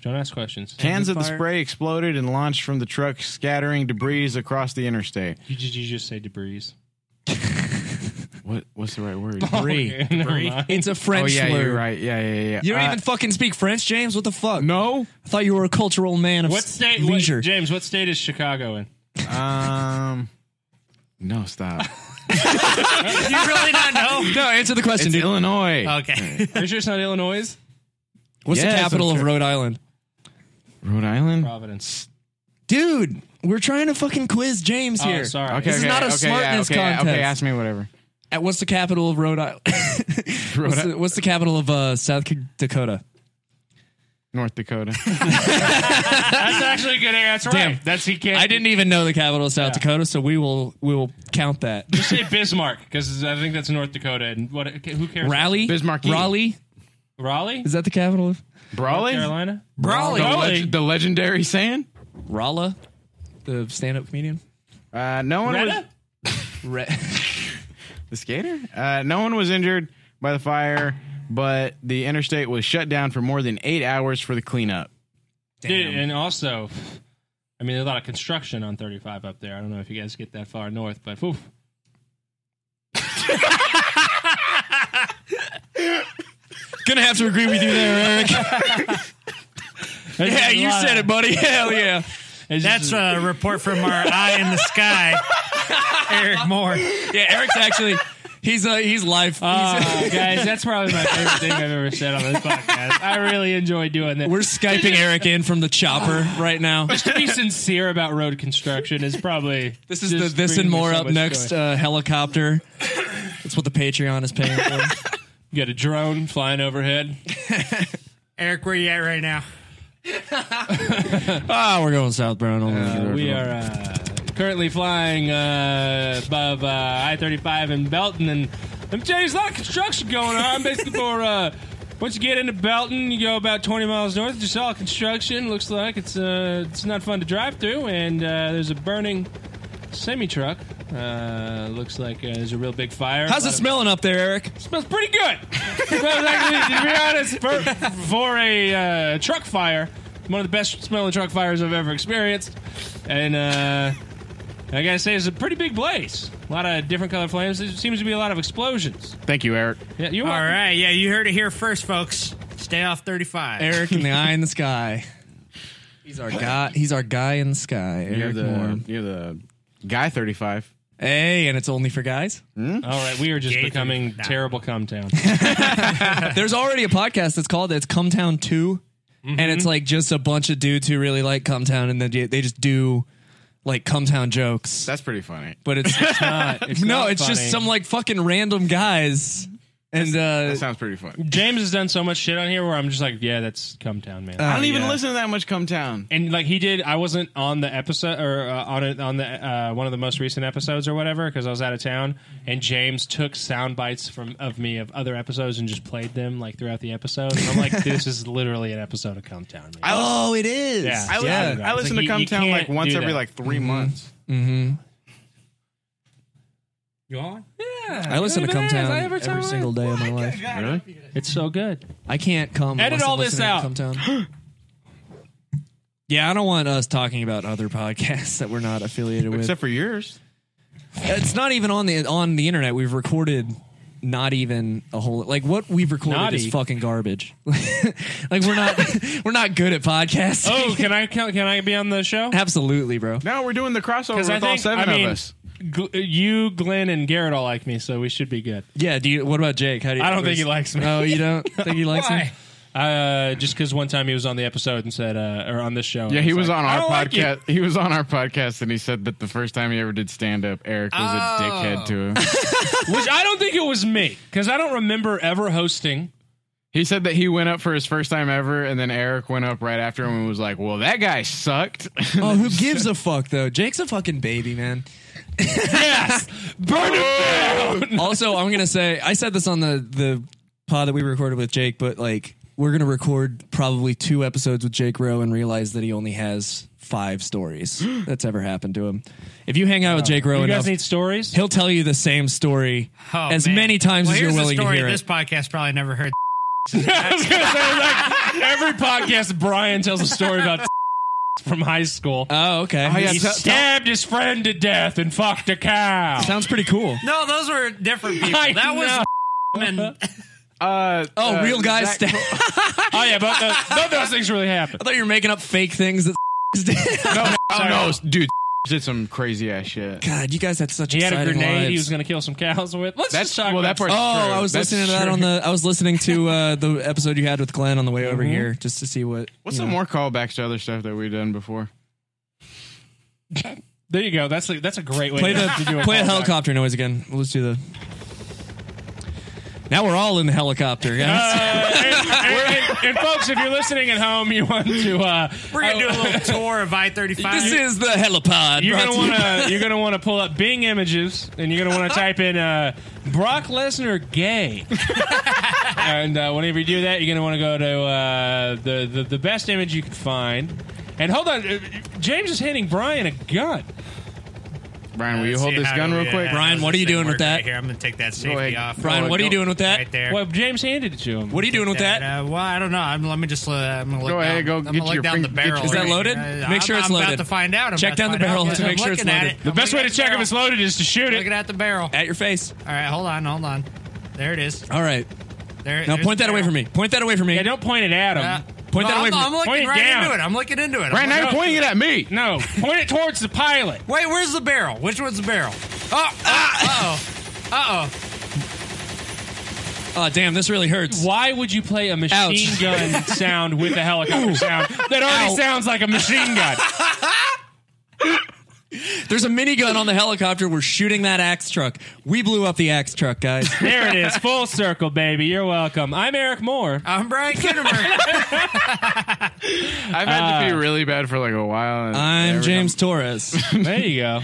[SPEAKER 3] Don't ask questions.
[SPEAKER 6] Cans of the
[SPEAKER 5] fire-
[SPEAKER 6] spray exploded and launched from the truck, scattering debris across the interstate.
[SPEAKER 3] You, ju- you just say debris.
[SPEAKER 6] What? What's the right word?
[SPEAKER 3] Oh,
[SPEAKER 5] Brie.
[SPEAKER 3] Debris.
[SPEAKER 5] It's a
[SPEAKER 6] Oh
[SPEAKER 5] French
[SPEAKER 6] yeah,
[SPEAKER 5] slur.
[SPEAKER 6] you're right. Yeah, yeah, yeah.
[SPEAKER 5] You don't
[SPEAKER 6] Uh,
[SPEAKER 5] even fucking speak French, James. What the fuck?
[SPEAKER 6] no.
[SPEAKER 5] I thought you were a cultural man of
[SPEAKER 3] What state? what-
[SPEAKER 5] leisure.
[SPEAKER 3] James, what state is Chicago in?
[SPEAKER 6] Um. No, stop.
[SPEAKER 7] You really not know?
[SPEAKER 5] no, answer the question,
[SPEAKER 6] It's
[SPEAKER 5] dude.
[SPEAKER 6] Illinois.
[SPEAKER 5] Uh,
[SPEAKER 7] Okay.
[SPEAKER 3] Are you sure it's not Illinois?
[SPEAKER 5] What's
[SPEAKER 6] Yes,
[SPEAKER 5] the capital
[SPEAKER 6] I'm
[SPEAKER 5] of
[SPEAKER 6] sure.
[SPEAKER 5] Rhode Island?
[SPEAKER 6] Rhode Island.
[SPEAKER 3] Providence.
[SPEAKER 5] Dude, we're trying to fucking quiz James
[SPEAKER 3] Oh,
[SPEAKER 5] here.
[SPEAKER 3] sorry.
[SPEAKER 6] Okay.
[SPEAKER 5] This is
[SPEAKER 6] okay,
[SPEAKER 5] not a
[SPEAKER 6] okay, yeah,
[SPEAKER 5] smartness
[SPEAKER 6] okay, Okay,
[SPEAKER 5] contest.
[SPEAKER 6] ask me whatever.
[SPEAKER 5] At what's the capital of Rhode Island? what's, the, what's the capital of uh, South Dakota?
[SPEAKER 6] North Dakota.
[SPEAKER 3] That's actually a good answer. That's
[SPEAKER 5] Damn.
[SPEAKER 3] right. That's he can't.
[SPEAKER 5] I didn't even know the capital of South
[SPEAKER 3] Yeah.
[SPEAKER 5] Dakota, so we will we will count that.
[SPEAKER 3] Just say Bismarck because I think that's North Dakota. And what? Who cares?
[SPEAKER 5] Raleigh,
[SPEAKER 6] Bismarcky.
[SPEAKER 5] Raleigh
[SPEAKER 3] Raleigh,
[SPEAKER 5] is that the capital of
[SPEAKER 6] Brawley?
[SPEAKER 3] Carolina.
[SPEAKER 6] The,
[SPEAKER 5] Raleigh?
[SPEAKER 6] leg- the legendary saying?
[SPEAKER 5] Rala, the stand-up comedian.
[SPEAKER 6] Uh, no one was
[SPEAKER 3] Retta?
[SPEAKER 5] Re-
[SPEAKER 6] the skater. Uh, no one was injured by the fire, but the interstate was shut down for more than eight hours for the cleanup.
[SPEAKER 3] Dude, and also, I mean, there's a lot of construction on 35 up there. I don't know if you guys get that far north, but whew.
[SPEAKER 5] Gonna have to agree with you there, Eric. yeah, you said it, buddy. Hell yeah.
[SPEAKER 7] That's a report from our eye in the sky, Eric Moore.
[SPEAKER 5] Yeah, Eric's actually He's uh, he's life.
[SPEAKER 3] Oh, guys, that's probably my favorite thing I've ever said on this podcast. I really enjoy doing this.
[SPEAKER 5] We're skyping Eric in from the chopper right now.
[SPEAKER 3] to be sincere about road construction is probably
[SPEAKER 5] This is
[SPEAKER 3] just
[SPEAKER 5] the this
[SPEAKER 3] bringing
[SPEAKER 5] and
[SPEAKER 3] me
[SPEAKER 5] more
[SPEAKER 3] so
[SPEAKER 5] up
[SPEAKER 3] much
[SPEAKER 5] next
[SPEAKER 3] joy.
[SPEAKER 5] uh, helicopter. That's what the Patreon is paying for.
[SPEAKER 3] you got a drone flying overhead.
[SPEAKER 7] Eric, where you at right now?
[SPEAKER 5] Ah, we're going south, Brown.
[SPEAKER 3] We are uh, currently flying uh, above uh, I-35 in Belton, and let me tell you, there's a lot of construction going on. Basically, for uh, once you get into Belton, you go about 20 miles north. Just all construction. Looks like it's uh, it's not fun to drive through, and uh, there's a burning semi truck. Uh, looks like uh, there's a real big fire.
[SPEAKER 5] How's
[SPEAKER 3] A
[SPEAKER 5] it
[SPEAKER 3] lot of-
[SPEAKER 5] smelling up there, Eric?
[SPEAKER 3] Smells pretty good. smells actually, to be honest, for, for a uh, truck fire, one of the best smelling truck fires I've ever experienced. And uh, I gotta say, it's a pretty big blaze. A lot of different color flames. There seems to be a lot of explosions.
[SPEAKER 6] Thank you, Eric.
[SPEAKER 3] Yeah, you're
[SPEAKER 7] All
[SPEAKER 3] welcome.
[SPEAKER 7] right, yeah, you heard it here first, folks. Stay off 35.
[SPEAKER 5] Eric in the eye in the sky. He's our guy. He's our guy in the sky.
[SPEAKER 6] You're
[SPEAKER 5] Eric Moore.
[SPEAKER 6] the, you're the guy 35.
[SPEAKER 5] Hey, and it's only for guys.
[SPEAKER 3] All right, we are just
[SPEAKER 7] Gator.
[SPEAKER 3] becoming
[SPEAKER 7] Nah.
[SPEAKER 3] terrible cum town.
[SPEAKER 5] There's already a podcast that's called "It's Come Town 2 and it's like just a bunch of dudes who really like Come Town, and they they just do like Come Town jokes.
[SPEAKER 6] That's pretty funny.
[SPEAKER 5] but it's no, it's just some like fucking random guys, and uh,
[SPEAKER 6] That sounds pretty fun.
[SPEAKER 3] James has done so much shit on here where I'm just like, yeah, that's cum town, man.
[SPEAKER 6] I don't even listen to that much Come Town.
[SPEAKER 3] and like he did i wasn't on the episode or uh, on it on the uh, one of the most recent episodes or whatever because i was out of town and james took sound bites from of me of other episodes and just played them like throughout the episode and i'm like this is literally an episode of come town man.
[SPEAKER 5] oh, it is.
[SPEAKER 3] Yeah.
[SPEAKER 6] I, li-
[SPEAKER 5] Yeah.
[SPEAKER 6] I listen
[SPEAKER 3] Like,
[SPEAKER 6] to
[SPEAKER 3] you-
[SPEAKER 6] Come
[SPEAKER 3] you
[SPEAKER 6] Town like
[SPEAKER 3] can't
[SPEAKER 6] once
[SPEAKER 3] do
[SPEAKER 6] every
[SPEAKER 3] that.
[SPEAKER 6] like 3 months.
[SPEAKER 7] You on?
[SPEAKER 5] I listen to Come Town every, single day of my life.
[SPEAKER 6] Really?
[SPEAKER 3] it's so good
[SPEAKER 5] I can't come.
[SPEAKER 3] Edit
[SPEAKER 5] unless I'm
[SPEAKER 3] all this
[SPEAKER 5] listening to
[SPEAKER 3] out.
[SPEAKER 5] Come Town. yeah, I don't want us talking about other podcasts that we're not affiliated with.
[SPEAKER 6] Except for yours.
[SPEAKER 5] it's not even on the on the internet. We've recorded not even a whole like what we've recorded
[SPEAKER 3] Naughty.
[SPEAKER 5] is fucking garbage. like we're not we're not good at podcasts.
[SPEAKER 3] oh can i can i be on the show
[SPEAKER 5] Absolutely, bro.
[SPEAKER 6] No, we're doing the crossover with
[SPEAKER 3] i
[SPEAKER 6] all seven
[SPEAKER 3] I mean,
[SPEAKER 6] of us.
[SPEAKER 3] Gl- you glenn and garrett all like me so we should be good
[SPEAKER 5] Yeah. Do you? What about Jake? How do you?
[SPEAKER 3] I don't think he likes me.
[SPEAKER 5] Oh, you don't think he likes me?
[SPEAKER 3] uh, just because one time he was on the episode and said, uh, or on this show.
[SPEAKER 6] Yeah, he was on our
[SPEAKER 3] podcast.
[SPEAKER 6] podcast. he was on our podcast, and he said that the first time he ever did stand up, Eric was
[SPEAKER 5] Oh.
[SPEAKER 6] a dickhead to him.
[SPEAKER 3] Which I don't think it was me because I don't remember ever hosting.
[SPEAKER 6] he said that he went up for his first time ever, and then Eric went up right after him and was like, "Well, that guy sucked."
[SPEAKER 5] Oh, who gives a fuck though? Jake's a fucking baby, man.
[SPEAKER 3] Yes, burn it down.
[SPEAKER 5] also, I'm gonna say I said this on the the pod that we recorded with Jake, but like we're gonna record probably two episodes with Jake Rowe and realize that he only has five stories that's ever happened to him. If you hang out with Jake Rowe
[SPEAKER 3] Oh. You guys
[SPEAKER 5] enough,
[SPEAKER 3] need Oh, stories.
[SPEAKER 5] he'll tell you the same story
[SPEAKER 7] Oh,
[SPEAKER 5] as many times as you're willing to hear
[SPEAKER 7] This
[SPEAKER 5] it.
[SPEAKER 7] podcast probably never heard.
[SPEAKER 3] I was gonna say like every podcast, Brian tells a story about from high school.
[SPEAKER 5] Oh, okay.
[SPEAKER 6] yeah,
[SPEAKER 3] he
[SPEAKER 6] tell-
[SPEAKER 3] stabbed his friend to death and fucked a cow.
[SPEAKER 5] Sounds pretty cool.
[SPEAKER 7] No, those were different people.
[SPEAKER 3] I
[SPEAKER 7] that was
[SPEAKER 3] know.
[SPEAKER 7] and
[SPEAKER 6] Uh,
[SPEAKER 5] Oh,
[SPEAKER 6] uh,
[SPEAKER 5] real guys.
[SPEAKER 6] Zach-
[SPEAKER 5] sta- I
[SPEAKER 3] Oh yeah, but those, none of those things really happened.
[SPEAKER 5] thought you were making up fake things that.
[SPEAKER 6] no, oh, no, dude, did some crazy ass shit.
[SPEAKER 5] God, you guys had such
[SPEAKER 3] He had a
[SPEAKER 5] exciting
[SPEAKER 3] grenade. He
[SPEAKER 5] lives.
[SPEAKER 3] was gonna kill some cows with. Let's
[SPEAKER 6] That's
[SPEAKER 3] just talk
[SPEAKER 6] well,
[SPEAKER 3] about
[SPEAKER 6] that part.
[SPEAKER 5] Oh, I was listening to that on the. I was listening to uh, the episode you had with Glenn on the way over
[SPEAKER 3] Mm-hmm.
[SPEAKER 5] here, just to see what.
[SPEAKER 6] What's
[SPEAKER 5] you
[SPEAKER 6] some
[SPEAKER 5] know.
[SPEAKER 6] more callbacks to other stuff that we've done before?
[SPEAKER 3] There you go. That's a, that's a great way
[SPEAKER 5] Play
[SPEAKER 3] to, to do
[SPEAKER 5] the
[SPEAKER 3] a
[SPEAKER 5] play a
[SPEAKER 3] callback.
[SPEAKER 5] helicopter noise again. Let's do the. Now we're all in the helicopter, guys.
[SPEAKER 3] and, Uh, and- and folks, if you're listening at home, you want to uh,
[SPEAKER 7] we're gonna do a little tour of I thirty five.
[SPEAKER 5] this is the helipod.
[SPEAKER 3] You're
[SPEAKER 5] brought
[SPEAKER 3] gonna
[SPEAKER 5] to you
[SPEAKER 3] want to you're gonna want to pull up Bing Images and you're gonna want to type in uh, Brock Lesnar gay. and uh, whenever you do that, you're gonna want to go to uh, the, the the best image you can find. And hold on, uh, James is handing Brian a gun.
[SPEAKER 6] Brian,
[SPEAKER 7] Uh,
[SPEAKER 6] will you hold this gun real quick?
[SPEAKER 5] Brian, what are you doing with that?
[SPEAKER 7] Right here, I'm gonna take that safety
[SPEAKER 6] ahead.
[SPEAKER 7] off.
[SPEAKER 5] Brian,
[SPEAKER 6] Oh,
[SPEAKER 5] what are you
[SPEAKER 6] don't-
[SPEAKER 5] doing with that?
[SPEAKER 7] right there?
[SPEAKER 3] Well, James handed it to him.
[SPEAKER 5] What are you doing with that?
[SPEAKER 7] Uh, well, I don't know. I'm, let me just. Uh, I'm gonna look
[SPEAKER 6] Go
[SPEAKER 7] down,
[SPEAKER 6] ahead, go
[SPEAKER 7] I'm
[SPEAKER 6] get
[SPEAKER 7] gonna look
[SPEAKER 6] your
[SPEAKER 7] down
[SPEAKER 6] fing-
[SPEAKER 7] the
[SPEAKER 6] get
[SPEAKER 7] barrel.
[SPEAKER 6] your- Is
[SPEAKER 5] that
[SPEAKER 7] right here.
[SPEAKER 5] loaded?
[SPEAKER 7] Uh,
[SPEAKER 5] Make sure
[SPEAKER 7] I'm,
[SPEAKER 5] it's
[SPEAKER 7] I'm
[SPEAKER 5] loaded.
[SPEAKER 7] About to find out. I'm
[SPEAKER 5] Check
[SPEAKER 7] about
[SPEAKER 5] down
[SPEAKER 7] to
[SPEAKER 5] the
[SPEAKER 7] find out.
[SPEAKER 5] barrel to
[SPEAKER 7] I'm
[SPEAKER 5] make sure it's
[SPEAKER 7] looking at
[SPEAKER 5] loaded.
[SPEAKER 7] it.
[SPEAKER 3] the
[SPEAKER 7] I'm
[SPEAKER 3] best way to
[SPEAKER 7] looking at
[SPEAKER 3] check
[SPEAKER 7] the
[SPEAKER 3] if it's loaded is to shoot
[SPEAKER 7] barrel. Looking
[SPEAKER 3] it.
[SPEAKER 7] at the barrel.
[SPEAKER 5] at your face.
[SPEAKER 7] All right, hold on, hold on. There it is.
[SPEAKER 5] All right.
[SPEAKER 7] There.
[SPEAKER 5] Now
[SPEAKER 7] there's
[SPEAKER 5] point
[SPEAKER 7] the
[SPEAKER 5] that away
[SPEAKER 7] barrel.
[SPEAKER 5] from me. Point that away from me.
[SPEAKER 3] Yeah, don't point it at him.
[SPEAKER 7] Uh,
[SPEAKER 5] Point that
[SPEAKER 7] well,
[SPEAKER 5] away
[SPEAKER 7] I'm,
[SPEAKER 5] from
[SPEAKER 7] I'm
[SPEAKER 5] me.
[SPEAKER 7] looking
[SPEAKER 3] Point it
[SPEAKER 7] right
[SPEAKER 3] down.
[SPEAKER 7] into it. I'm looking into it. I'm
[SPEAKER 6] Brian, now
[SPEAKER 7] looking-
[SPEAKER 6] you're pointing it at me.
[SPEAKER 3] No, point it towards the pilot.
[SPEAKER 7] Wait, where's the barrel? Which one's the barrel? Oh, uh oh. Uh oh.
[SPEAKER 5] Oh, damn, this really hurts.
[SPEAKER 3] Why would you play a machine
[SPEAKER 5] Ouch.
[SPEAKER 3] gun sound with a helicopter sound that already
[SPEAKER 5] Ow.
[SPEAKER 3] sounds like a machine gun?
[SPEAKER 5] There's a minigun on the helicopter. We're shooting that axe truck. We blew up the axe truck, guys.
[SPEAKER 3] There it is, full circle, baby. You're welcome. I'm Eric Moore.
[SPEAKER 7] I'm Brian Kittimer.
[SPEAKER 6] I've had
[SPEAKER 5] Uh,
[SPEAKER 6] to be really bad for like a while. and
[SPEAKER 5] I'm
[SPEAKER 6] every
[SPEAKER 5] James Torres.
[SPEAKER 3] There you go.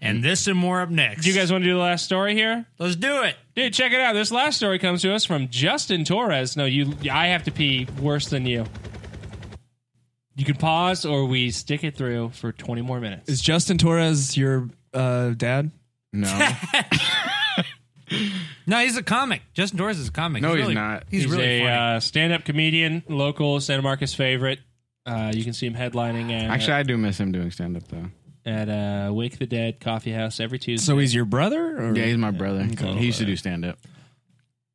[SPEAKER 7] and this and more up next.
[SPEAKER 3] Do you guys want to do the last story here?
[SPEAKER 7] let's do it.
[SPEAKER 3] Dude, check it out. This last story comes to us from Justin Torres. No, you. I have to pee worse than you. You can pause, or we stick it through for 20 more minutes.
[SPEAKER 5] Is Justin Torres your uh, dad?
[SPEAKER 6] No.
[SPEAKER 7] No, he's a comic. Justin Torres is a comic.
[SPEAKER 6] No, he's
[SPEAKER 7] really-
[SPEAKER 6] not.
[SPEAKER 7] He's,
[SPEAKER 3] He's
[SPEAKER 7] really
[SPEAKER 3] a
[SPEAKER 7] funny.
[SPEAKER 3] uh, stand-up comedian, local Santa Marcus favorite. Uh, you can see him headlining at
[SPEAKER 6] Actually, I do miss him doing stand up though.
[SPEAKER 3] at uh, Wake the Dead Coffee House every Tuesday.
[SPEAKER 5] So he's your brother? Or?
[SPEAKER 6] Yeah, he's my brother. He used to do stand up.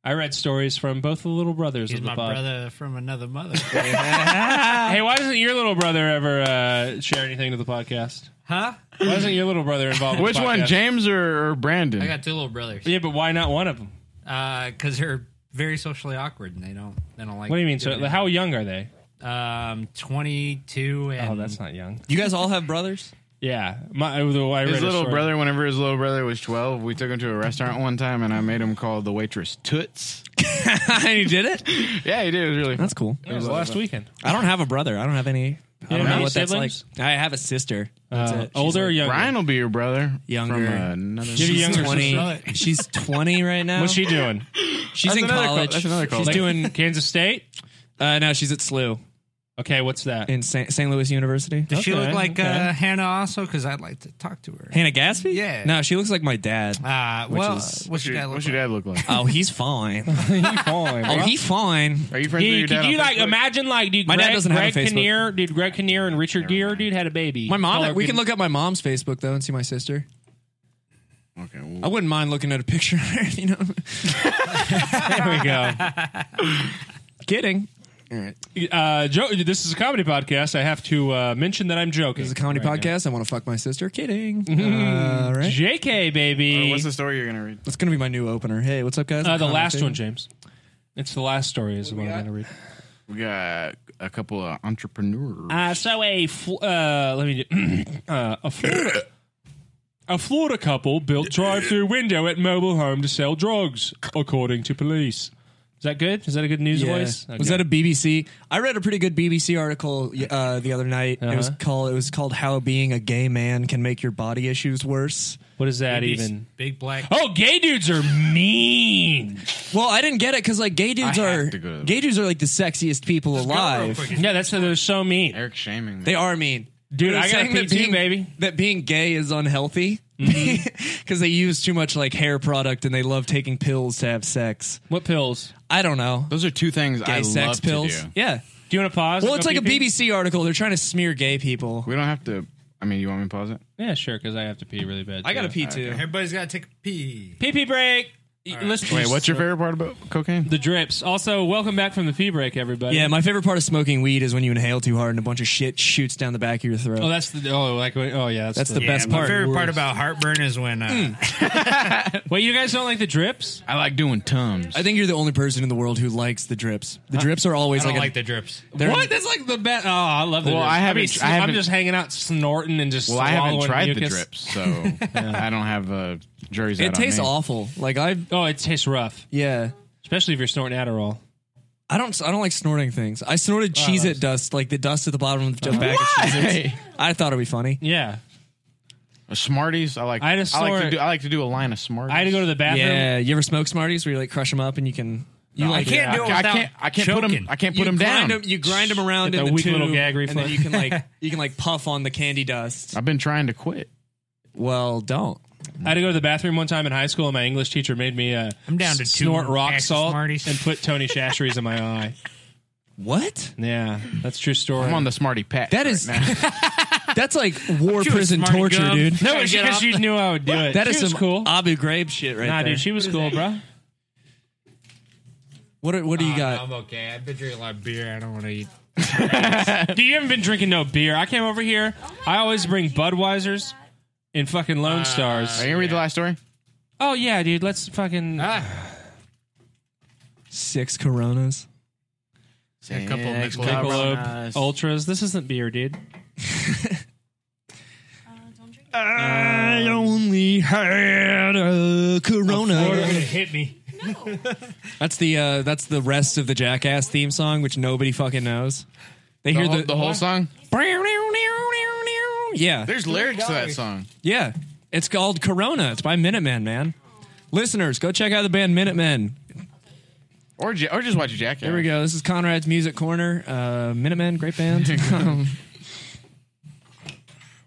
[SPEAKER 3] I read stories from both the little brothers
[SPEAKER 7] he's
[SPEAKER 3] of the
[SPEAKER 7] my
[SPEAKER 3] pod.
[SPEAKER 7] brother from another mother.
[SPEAKER 3] Hey, why doesn't your little brother ever uh, share anything to the podcast?
[SPEAKER 7] huh?
[SPEAKER 3] Why isn't your little brother involved? in the
[SPEAKER 6] Which one,
[SPEAKER 3] podcast?
[SPEAKER 6] James or, or Brandon?
[SPEAKER 7] I got two little brothers.
[SPEAKER 3] Yeah, but why not one of them?
[SPEAKER 7] because Uh, they're very socially awkward and they don't they don't like.
[SPEAKER 3] What do you mean?
[SPEAKER 7] doing
[SPEAKER 3] So, how young are they?
[SPEAKER 7] it. Um, twenty two and
[SPEAKER 3] Oh, that's not young.
[SPEAKER 5] You guys all have brothers?
[SPEAKER 3] Yeah, my the, I read
[SPEAKER 6] his
[SPEAKER 3] a
[SPEAKER 6] little
[SPEAKER 3] story-
[SPEAKER 6] brother, whenever his little brother was 12, we took him to a restaurant one time and I made him call the waitress Toots.
[SPEAKER 5] and you did it?
[SPEAKER 6] Yeah, he did. It was really
[SPEAKER 5] That's cool.
[SPEAKER 3] It was last weekend.
[SPEAKER 5] I don't have a brother. I don't have any. I
[SPEAKER 3] have
[SPEAKER 5] don't know
[SPEAKER 3] any
[SPEAKER 5] what
[SPEAKER 3] siblings?
[SPEAKER 5] that's like. I have a sister. That's
[SPEAKER 3] Uh,
[SPEAKER 5] it. She's
[SPEAKER 3] older or
[SPEAKER 5] like-
[SPEAKER 3] younger?
[SPEAKER 6] Brian will be your brother.
[SPEAKER 5] Younger.
[SPEAKER 6] From uh, another.
[SPEAKER 3] Give you
[SPEAKER 5] She's
[SPEAKER 3] younger
[SPEAKER 5] twenty.
[SPEAKER 7] sister.
[SPEAKER 5] She's twenty right now.
[SPEAKER 3] What's she doing?
[SPEAKER 5] she's in
[SPEAKER 6] another call-
[SPEAKER 5] college.
[SPEAKER 6] that's another call.
[SPEAKER 5] She's
[SPEAKER 6] Like-
[SPEAKER 5] doing.
[SPEAKER 3] Kansas State.
[SPEAKER 5] Uh, no, she's at SLU
[SPEAKER 3] Okay, what's that?
[SPEAKER 5] in St. St. Louis University.
[SPEAKER 7] Does she
[SPEAKER 3] Okay,
[SPEAKER 7] look like
[SPEAKER 3] okay.
[SPEAKER 7] uh, Hannah also? Because I'd like to talk to her.
[SPEAKER 5] Hannah Gatsby?
[SPEAKER 7] Yeah.
[SPEAKER 5] No, she looks like my dad.
[SPEAKER 7] Uh, well,
[SPEAKER 5] is-
[SPEAKER 7] what's your dad look
[SPEAKER 6] What's your
[SPEAKER 7] like?
[SPEAKER 6] dad look like?
[SPEAKER 5] Oh, he's fine.
[SPEAKER 3] oh,
[SPEAKER 5] Oh, he's fine.
[SPEAKER 6] Are you friends with
[SPEAKER 3] Dude,
[SPEAKER 6] your
[SPEAKER 3] could
[SPEAKER 6] dad?
[SPEAKER 3] you
[SPEAKER 6] on
[SPEAKER 3] like
[SPEAKER 6] Facebook?
[SPEAKER 3] imagine like dude?
[SPEAKER 5] My dad
[SPEAKER 3] Greg,
[SPEAKER 5] doesn't have a
[SPEAKER 3] Greg
[SPEAKER 5] Facebook.
[SPEAKER 3] Kinnear, dude. Greg Kinnear and Richard Gere, dude, had a baby.
[SPEAKER 5] My mom.
[SPEAKER 3] Color
[SPEAKER 5] We
[SPEAKER 3] could-
[SPEAKER 5] can look up my mom's Facebook though and see my sister.
[SPEAKER 6] Okay, well,
[SPEAKER 5] I wouldn't mind looking at a picture. of her, You know,
[SPEAKER 3] There we go.
[SPEAKER 5] kidding.
[SPEAKER 3] Uh, jo- this is a comedy podcast. I have to uh, mention that I'm joking. Uh,
[SPEAKER 5] It's a comedy
[SPEAKER 3] right
[SPEAKER 5] podcast. I want to fuck my sister. Kidding. Uh,
[SPEAKER 3] now.
[SPEAKER 5] right.
[SPEAKER 3] JK, baby.
[SPEAKER 6] what's the story you're gonna read?
[SPEAKER 5] That's gonna be my new opener. Hey, what's up, guys?
[SPEAKER 3] uh,
[SPEAKER 5] I'm
[SPEAKER 3] the
[SPEAKER 5] Connor
[SPEAKER 3] last
[SPEAKER 5] McDavid.
[SPEAKER 3] one, James. It's the last story is the one I'm going to read.
[SPEAKER 6] We got a couple of entrepreneurs.
[SPEAKER 3] Uh, so a fl- uh, let me do, uh, a, Fl- a Florida couple built drive-through window at mobile home to sell drugs, according to police. Is that good? Is that a good news
[SPEAKER 5] Yeah.
[SPEAKER 3] voice?
[SPEAKER 5] Was that a BBC? I read a pretty good BBC article y- uh, the other night. It was
[SPEAKER 3] Uh-huh.
[SPEAKER 5] called. It was called "How Being a Gay Man Can Make Your Body Issues Worse."
[SPEAKER 3] what is that
[SPEAKER 7] He's
[SPEAKER 3] even?
[SPEAKER 7] big black.
[SPEAKER 3] Oh, gay dudes are mean.
[SPEAKER 5] Well, I didn't get it because like gay dudes
[SPEAKER 6] I have
[SPEAKER 5] are
[SPEAKER 6] to go to the-
[SPEAKER 5] gay dudes are like the sexiest people alive.
[SPEAKER 3] Yeah, that's they're so mean.
[SPEAKER 6] Eric shaming. me.
[SPEAKER 5] They are mean.
[SPEAKER 3] Dude,
[SPEAKER 5] They're
[SPEAKER 3] I gotta
[SPEAKER 5] saying
[SPEAKER 3] pee
[SPEAKER 5] that
[SPEAKER 3] too,
[SPEAKER 5] being,
[SPEAKER 3] baby.
[SPEAKER 5] That being gay is unhealthy because
[SPEAKER 7] Mm-hmm.
[SPEAKER 5] they use too much like hair product and they love taking pills to have sex.
[SPEAKER 3] What pills?
[SPEAKER 5] I don't know.
[SPEAKER 6] Those are two things
[SPEAKER 5] Gay
[SPEAKER 6] I
[SPEAKER 5] sex
[SPEAKER 6] love
[SPEAKER 5] pills.
[SPEAKER 6] to do.
[SPEAKER 5] Yeah.
[SPEAKER 3] Do you want to pause?
[SPEAKER 5] Well,
[SPEAKER 3] and
[SPEAKER 5] it's
[SPEAKER 3] go
[SPEAKER 5] like a
[SPEAKER 3] pee-pee?
[SPEAKER 5] BBC article. They're trying to smear gay people.
[SPEAKER 6] We don't have to. I mean, you want me to pause it?
[SPEAKER 3] Yeah, sure, because I have to pee really bad.
[SPEAKER 5] I gotta
[SPEAKER 3] too.
[SPEAKER 5] pee too.
[SPEAKER 7] Everybody's got to take a pee.
[SPEAKER 3] Pee pee break. Listen,
[SPEAKER 6] Wait, what's your favorite part about cocaine?
[SPEAKER 3] the drips? Also, welcome back from the pee break, everybody.
[SPEAKER 5] Yeah, my favorite part of smoking weed is when you inhale too hard and a bunch of shit shoots down the back of your throat.
[SPEAKER 3] Oh, that's the oh, like oh yeah, that's,
[SPEAKER 5] That's the
[SPEAKER 7] Yeah,
[SPEAKER 5] best
[SPEAKER 7] my
[SPEAKER 5] part.
[SPEAKER 7] favorite part about heartburn is when uh,
[SPEAKER 3] Hmm. Wait, you guys don't like the drips?
[SPEAKER 6] I like doing tums.
[SPEAKER 5] I think you're the only person in the world who likes the drips. The drips are always
[SPEAKER 7] I don't
[SPEAKER 5] like,
[SPEAKER 7] like,
[SPEAKER 5] a-
[SPEAKER 7] the drips.
[SPEAKER 5] they're-
[SPEAKER 3] What? That's like the best. Oh, I love the
[SPEAKER 6] Well,
[SPEAKER 3] drips.
[SPEAKER 6] I haven't-
[SPEAKER 3] mean,
[SPEAKER 6] I haven't-
[SPEAKER 3] am just hanging out, snorting, and just.
[SPEAKER 6] Well, I haven't
[SPEAKER 3] swallowing
[SPEAKER 6] tried
[SPEAKER 3] mucus.
[SPEAKER 6] the drips, so I don't have uh, juries
[SPEAKER 5] It
[SPEAKER 6] out
[SPEAKER 5] tastes
[SPEAKER 6] on me.
[SPEAKER 5] awful. Like I've
[SPEAKER 3] Oh, it tastes rough,
[SPEAKER 5] yeah.
[SPEAKER 3] especially if you're snorting Adderall.
[SPEAKER 5] I don't. I don't like snorting things. I snorted cheese it dust, like the dust at the bottom of the bag. Of Cheez-Its. I thought it'd be funny.
[SPEAKER 3] Yeah,
[SPEAKER 6] A Smarties, I like.
[SPEAKER 3] I
[SPEAKER 6] I,
[SPEAKER 3] just
[SPEAKER 6] like to
[SPEAKER 3] snort-
[SPEAKER 6] do. I like to do a line of Smarties.
[SPEAKER 3] I had to go to the bathroom.
[SPEAKER 5] Yeah, you ever smoke Smarties where you like crush them up and you can you
[SPEAKER 6] I
[SPEAKER 5] like
[SPEAKER 7] can't do it
[SPEAKER 6] I
[SPEAKER 7] without
[SPEAKER 6] can't. I can't put them.
[SPEAKER 7] choking.
[SPEAKER 6] I can't
[SPEAKER 5] you
[SPEAKER 6] put them down.
[SPEAKER 5] grind 'em- you grind them around
[SPEAKER 3] Get
[SPEAKER 5] in
[SPEAKER 3] that
[SPEAKER 5] the
[SPEAKER 3] weak
[SPEAKER 5] tube,
[SPEAKER 3] little gag
[SPEAKER 5] and then
[SPEAKER 3] reflex.
[SPEAKER 5] you can like you can like puff on the candy dust.
[SPEAKER 6] I've been trying to quit.
[SPEAKER 5] Well, don't.
[SPEAKER 3] I had to go to the bathroom one time in high school, and my English teacher made me. Uh,
[SPEAKER 7] I'm down to two
[SPEAKER 3] snort rock
[SPEAKER 7] packs of
[SPEAKER 3] salt
[SPEAKER 7] Smarties.
[SPEAKER 3] and put Tony Shasheries in my eye.
[SPEAKER 5] What?
[SPEAKER 3] Yeah, that's a true story.
[SPEAKER 6] I'm on the Smartie pack.
[SPEAKER 5] That
[SPEAKER 6] right
[SPEAKER 5] is-
[SPEAKER 6] now.
[SPEAKER 5] That's like war
[SPEAKER 7] you a
[SPEAKER 5] prison
[SPEAKER 7] smarty
[SPEAKER 5] torture,
[SPEAKER 7] gum.
[SPEAKER 5] dude.
[SPEAKER 3] no, it's because she knew I would do it.
[SPEAKER 5] That
[SPEAKER 3] She
[SPEAKER 5] is
[SPEAKER 3] was
[SPEAKER 5] some
[SPEAKER 3] cool.
[SPEAKER 5] Abu Ghraib shit right
[SPEAKER 3] nah,
[SPEAKER 5] there.
[SPEAKER 3] dude, she was cool, bro.
[SPEAKER 5] what do- what do you got?
[SPEAKER 7] I'm okay. I've been drinking a lot of beer. I don't want to eat.
[SPEAKER 3] Dude, you haven't been drinking no beer. I came over here. I always bring Budweisers and fucking Lone Stars.
[SPEAKER 6] Are you gonna read the last story?
[SPEAKER 3] Ah, Oh yeah, dude. Let's fucking.
[SPEAKER 5] Six Coronas.
[SPEAKER 7] A couple of
[SPEAKER 6] Six
[SPEAKER 7] Michelob.
[SPEAKER 6] Coronas.
[SPEAKER 3] Ultras. This isn't beer, dude.
[SPEAKER 10] don't drink
[SPEAKER 5] I only had a Corona.
[SPEAKER 7] hit me.
[SPEAKER 5] That's the uh, that's the rest of the Jackass theme song, which nobody fucking knows. They hear
[SPEAKER 6] The
[SPEAKER 5] the,
[SPEAKER 6] whole- the whole song?
[SPEAKER 5] Yeah,
[SPEAKER 6] There's lyrics to that song.
[SPEAKER 5] yeah. It's called Corona. It's by Minutemen, man. Listeners, go check out the band Minutemen.
[SPEAKER 6] Or, ja- or just watch Jackass.
[SPEAKER 5] Here we go. This is Conrad's Music Corner. Uh, Minutemen, great band. Um,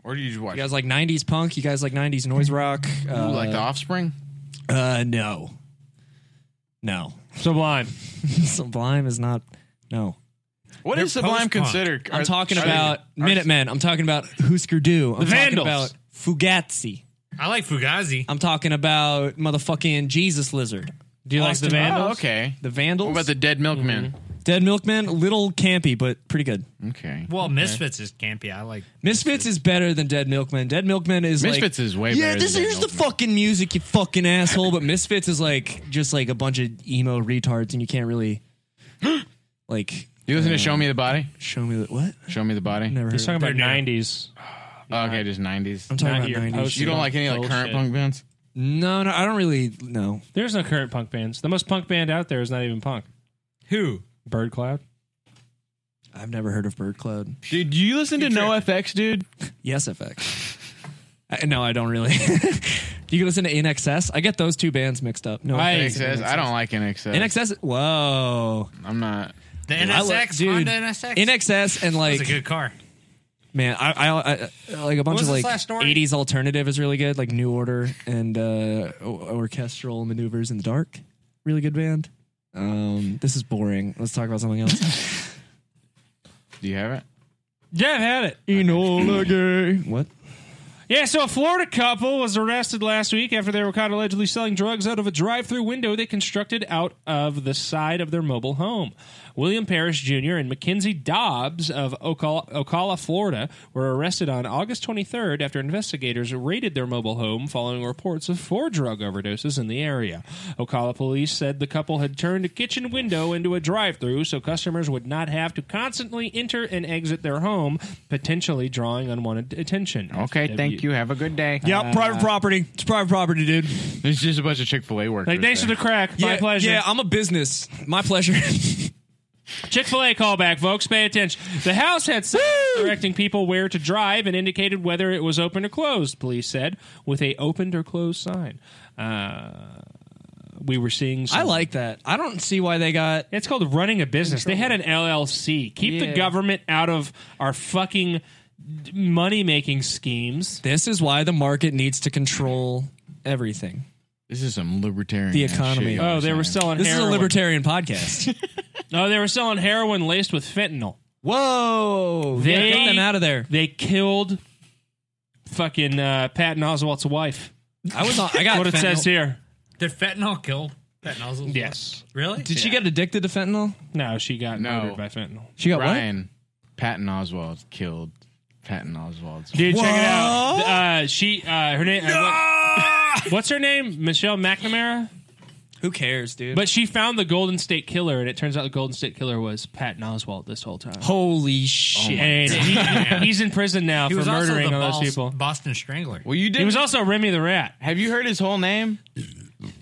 [SPEAKER 6] Or do you just watch
[SPEAKER 5] you guys like '90s punk? You guys like '90s noise rock?
[SPEAKER 6] Ooh,
[SPEAKER 5] Uh,
[SPEAKER 6] like The Offspring?
[SPEAKER 5] uh, no, no.
[SPEAKER 3] Sublime.
[SPEAKER 5] Sublime is not. No,
[SPEAKER 6] What is Sublime
[SPEAKER 7] post-punk.
[SPEAKER 6] considered?
[SPEAKER 5] I'm
[SPEAKER 6] Are-
[SPEAKER 5] talking
[SPEAKER 6] are they-
[SPEAKER 5] about
[SPEAKER 6] are-
[SPEAKER 5] Minutemen. I'm talking about Husker Du. I'm talking
[SPEAKER 3] Vandals.
[SPEAKER 5] about Fugazi.
[SPEAKER 7] I like Fugazi.
[SPEAKER 5] I'm talking about motherfucking Jesus Lizard.
[SPEAKER 3] Do you
[SPEAKER 5] Austin-
[SPEAKER 3] like the Vandals?
[SPEAKER 6] Oh, okay.
[SPEAKER 5] The Vandals.
[SPEAKER 6] What about the Dead Milkmen?
[SPEAKER 5] Dead Milkmen? Little campy, but pretty good.
[SPEAKER 6] Okay.
[SPEAKER 7] Well, Misfits is campy. I like.
[SPEAKER 5] Misfits is better than Dead Milkmen. Dead Milkmen is
[SPEAKER 6] Misfits
[SPEAKER 5] like,
[SPEAKER 6] is way
[SPEAKER 5] yeah,
[SPEAKER 6] better
[SPEAKER 5] this
[SPEAKER 6] than Dead
[SPEAKER 5] here's the
[SPEAKER 6] Milkmen.
[SPEAKER 5] fucking music, you fucking asshole. But Misfits is like just like a bunch of emo retards, and you can't really like
[SPEAKER 6] You listen to Show Me the Body?
[SPEAKER 5] show me that what.
[SPEAKER 6] Show Me the Body?
[SPEAKER 5] Never heard.
[SPEAKER 3] He's talking
[SPEAKER 5] of it.
[SPEAKER 3] about '90s.
[SPEAKER 6] Oh, okay, just 90s.
[SPEAKER 5] I'm talking
[SPEAKER 3] not
[SPEAKER 5] about
[SPEAKER 3] your
[SPEAKER 5] 90s.
[SPEAKER 3] post-
[SPEAKER 6] You don't like any like
[SPEAKER 3] Bullshit.
[SPEAKER 6] current punk bands?
[SPEAKER 5] No, no, I don't really know.
[SPEAKER 3] There's no current punk bands. The most punk band out there is not even punk.
[SPEAKER 7] Who?
[SPEAKER 3] Bird Cloud.
[SPEAKER 5] I've never heard of Bird Cloud.
[SPEAKER 6] Dude, do you listen to NoFX, dude?
[SPEAKER 5] Yes, FX. I, no, I don't really. you can listen to INXS. I get those two bands mixed up. No,
[SPEAKER 3] I-
[SPEAKER 5] offense,
[SPEAKER 6] NXS? I don't like NXS.
[SPEAKER 5] NXS. Whoa,
[SPEAKER 6] I'm not.
[SPEAKER 7] The
[SPEAKER 5] I lo-
[SPEAKER 7] NSX,
[SPEAKER 5] dude.
[SPEAKER 7] Honda NSX.
[SPEAKER 5] NXS and
[SPEAKER 7] That's
[SPEAKER 5] like
[SPEAKER 7] a good car.
[SPEAKER 5] man, I, I, I- I- like a bunch
[SPEAKER 7] was
[SPEAKER 5] of
[SPEAKER 7] this
[SPEAKER 5] like
[SPEAKER 7] last story?
[SPEAKER 5] '80s alternative is really good, like New Order and uh, o- Orchestral Maneuvers in the Dark. Really good band. Um, this is boring. Let's talk about something else.
[SPEAKER 6] Do you have it?
[SPEAKER 3] Yeah, I've had it.
[SPEAKER 5] Enola Gay. What?
[SPEAKER 3] Yeah, so a Florida couple was arrested last week after they were caught allegedly selling drugs out of a drive through window they constructed out of the side of their mobile home. William Parrish Jr. and Mackenzie Dobbs of Ocala, Ocala, Florida, were arrested on August 23rd after investigators raided their mobile home following reports of four drug overdoses in the area. Ocala police said the couple had turned a kitchen window into a drive through so customers would not have to constantly enter and exit their home, potentially drawing unwanted attention.
[SPEAKER 6] Okay, thank you. Have a good day.
[SPEAKER 5] Yeah, private property. It's private property, dude.
[SPEAKER 6] It's just a bunch of Chick Fil A workers.
[SPEAKER 3] Like, thanks for
[SPEAKER 6] there.
[SPEAKER 3] the crack. My
[SPEAKER 5] yeah,
[SPEAKER 3] pleasure.
[SPEAKER 5] Yeah, I'm a business. My pleasure.
[SPEAKER 3] Chick fil A callback, folks. Pay attention. The house had signs directing people where to drive and indicated whether it was open or closed, police said, with a opened or closed sign. Uh, we were seeing. Some,
[SPEAKER 5] I like that. I don't see why they got
[SPEAKER 3] It's called running a business. They had an LLC. Keep
[SPEAKER 5] Yeah.
[SPEAKER 3] the government out of our fucking money making schemes.
[SPEAKER 5] This is why the market needs to control everything.
[SPEAKER 6] This is some libertarian.
[SPEAKER 5] The
[SPEAKER 6] ass
[SPEAKER 5] economy.
[SPEAKER 6] shit y'all
[SPEAKER 3] Oh,
[SPEAKER 6] are
[SPEAKER 3] they were
[SPEAKER 6] saying.
[SPEAKER 3] selling.
[SPEAKER 5] This
[SPEAKER 3] heroin.
[SPEAKER 5] is a libertarian podcast.
[SPEAKER 3] No, they were selling heroin laced with fentanyl.
[SPEAKER 5] Whoa! They
[SPEAKER 3] They-
[SPEAKER 5] get them out of there.
[SPEAKER 3] They killed fucking uh, Patton Oswalt's wife.
[SPEAKER 5] I was on. I got
[SPEAKER 3] What it
[SPEAKER 5] fentanyl.
[SPEAKER 3] says here.
[SPEAKER 7] Did fentanyl kill fentanyl?
[SPEAKER 3] Yes.
[SPEAKER 7] Really?
[SPEAKER 5] Did she get addicted to fentanyl?
[SPEAKER 3] No, she got
[SPEAKER 6] No.
[SPEAKER 3] murdered by fentanyl.
[SPEAKER 5] She got
[SPEAKER 6] Ryan Patton Oswald killed Patton Oswald.
[SPEAKER 3] Dude, check it out. Uh, she, uh, her name. uh, what- what's her name? Michelle McNamara.
[SPEAKER 5] what? Who cares, dude?
[SPEAKER 3] But she found the Golden State Killer, and it turns out the Golden State Killer was Patton Oswalt this whole
[SPEAKER 5] Oh,
[SPEAKER 3] time.
[SPEAKER 5] holy shit!
[SPEAKER 3] And he, he's in prison now
[SPEAKER 7] He
[SPEAKER 3] for
[SPEAKER 7] was also the
[SPEAKER 3] murdering all
[SPEAKER 7] Bos-
[SPEAKER 3] those people.
[SPEAKER 7] Boston Strangler.
[SPEAKER 6] Well, you did.
[SPEAKER 3] He was also Remy the Rat.
[SPEAKER 6] have you heard his whole name?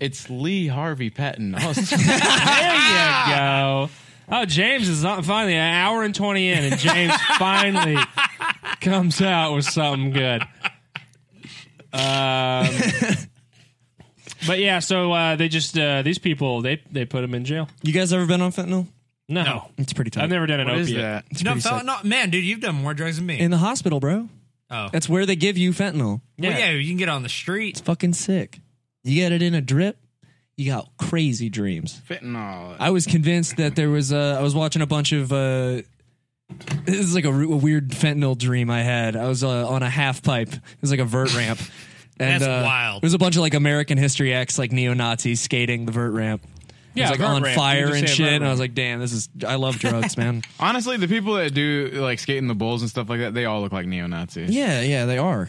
[SPEAKER 6] It's Lee Harvey Patton Oswald.
[SPEAKER 3] There you go. Oh, James is on, finally an hour and 20 in, and James finally comes out with something good. Um, but yeah, so uh, they just, uh, these people, they, they put him in jail.
[SPEAKER 5] You guys ever been on fentanyl?
[SPEAKER 3] No.
[SPEAKER 5] It's pretty tough.
[SPEAKER 3] I've never done an
[SPEAKER 6] what is
[SPEAKER 3] opiate.
[SPEAKER 6] that?
[SPEAKER 5] It's
[SPEAKER 7] No,
[SPEAKER 5] pretty sick.
[SPEAKER 7] fentanyl. Man, dude, you've done more drugs than me.
[SPEAKER 5] in the hospital, bro.
[SPEAKER 7] oh,
[SPEAKER 5] That's where they give you fentanyl.
[SPEAKER 7] well, yeah. You can get on the street.
[SPEAKER 5] Fucking sick. You get it in a drip. You got crazy dreams.
[SPEAKER 6] Fentanyl.
[SPEAKER 5] I was convinced that there was. Uh, I was watching a bunch of. Uh, this is like a, re- a weird fentanyl dream I had. I was uh, on a half pipe. It was like a vert ramp. And,
[SPEAKER 7] That's
[SPEAKER 5] uh,
[SPEAKER 7] wild.
[SPEAKER 5] There's a bunch of like American History X, like neo Nazis skating the vert ramp. It
[SPEAKER 3] Yeah,
[SPEAKER 5] was like
[SPEAKER 3] vert
[SPEAKER 5] on
[SPEAKER 3] ramp. You
[SPEAKER 5] fire
[SPEAKER 3] just
[SPEAKER 5] and
[SPEAKER 3] say
[SPEAKER 5] shit.
[SPEAKER 3] vert
[SPEAKER 5] And I was
[SPEAKER 3] ramp.
[SPEAKER 5] like, damn, this is. I love drugs, man.
[SPEAKER 6] Honestly, the people that do like skating the bulls and stuff like that, they all look like neo Nazis.
[SPEAKER 5] yeah, yeah, they are.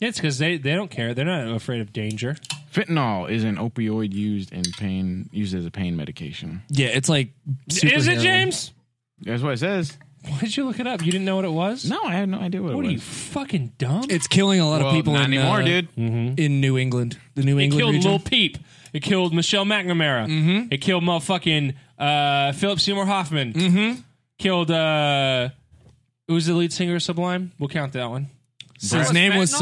[SPEAKER 3] It's because they, they don't care. They're not afraid of danger.
[SPEAKER 6] Fentanyl is an opioid used in pain, used as a pain medication.
[SPEAKER 5] Yeah, it's like super
[SPEAKER 3] Is it,
[SPEAKER 5] heroin.
[SPEAKER 3] James?
[SPEAKER 6] That's what it says.
[SPEAKER 3] Why did you look it up? You didn't know what it was?
[SPEAKER 6] No, I had no idea what,
[SPEAKER 3] What
[SPEAKER 6] it
[SPEAKER 3] are you
[SPEAKER 6] was.
[SPEAKER 3] fucking dumb?
[SPEAKER 5] It's killing a lot
[SPEAKER 6] Well,
[SPEAKER 5] of people
[SPEAKER 6] not
[SPEAKER 5] in,
[SPEAKER 6] anymore,
[SPEAKER 5] uh,
[SPEAKER 6] dude.
[SPEAKER 5] in New England, the New
[SPEAKER 3] It
[SPEAKER 5] England
[SPEAKER 3] killed
[SPEAKER 5] region.
[SPEAKER 3] Lil Peep. It killed Michelle McNamara. It killed motherfucking uh, Philip Seymour Hoffman. Mm-hmm. Killed uh, who was the lead singer of Sublime? We'll count that one.
[SPEAKER 5] His name was
[SPEAKER 7] fentanyl?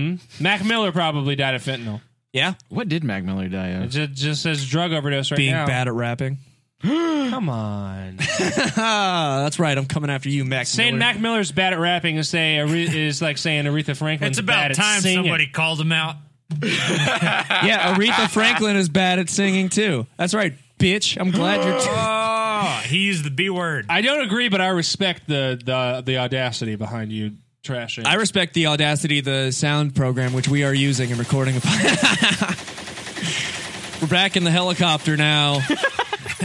[SPEAKER 5] Sublime.
[SPEAKER 3] Mac Miller probably died of fentanyl.
[SPEAKER 5] Yeah,
[SPEAKER 6] What did Mac Miller die
[SPEAKER 3] It
[SPEAKER 6] of?
[SPEAKER 3] just, just says drug overdose right
[SPEAKER 5] being
[SPEAKER 3] now.
[SPEAKER 5] bad at rapping.
[SPEAKER 3] Come on,
[SPEAKER 5] Ah, that's right. I'm coming after you, Max.
[SPEAKER 3] saying
[SPEAKER 5] Miller.
[SPEAKER 3] Mac Miller's bad at rapping is say Are- is like saying Aretha Franklin's
[SPEAKER 7] It's about
[SPEAKER 3] bad at
[SPEAKER 7] time
[SPEAKER 3] singing.
[SPEAKER 7] somebody called him out.
[SPEAKER 5] Yeah, Aretha Franklin is bad at singing too. That's right, bitch. I'm glad you're.
[SPEAKER 7] Oh, he used the B word.
[SPEAKER 3] I don't agree, but I respect the the, the audacity behind you trashing.
[SPEAKER 5] I respect the audacity, the sound program which we are using and recording. upon. We're back in the helicopter now.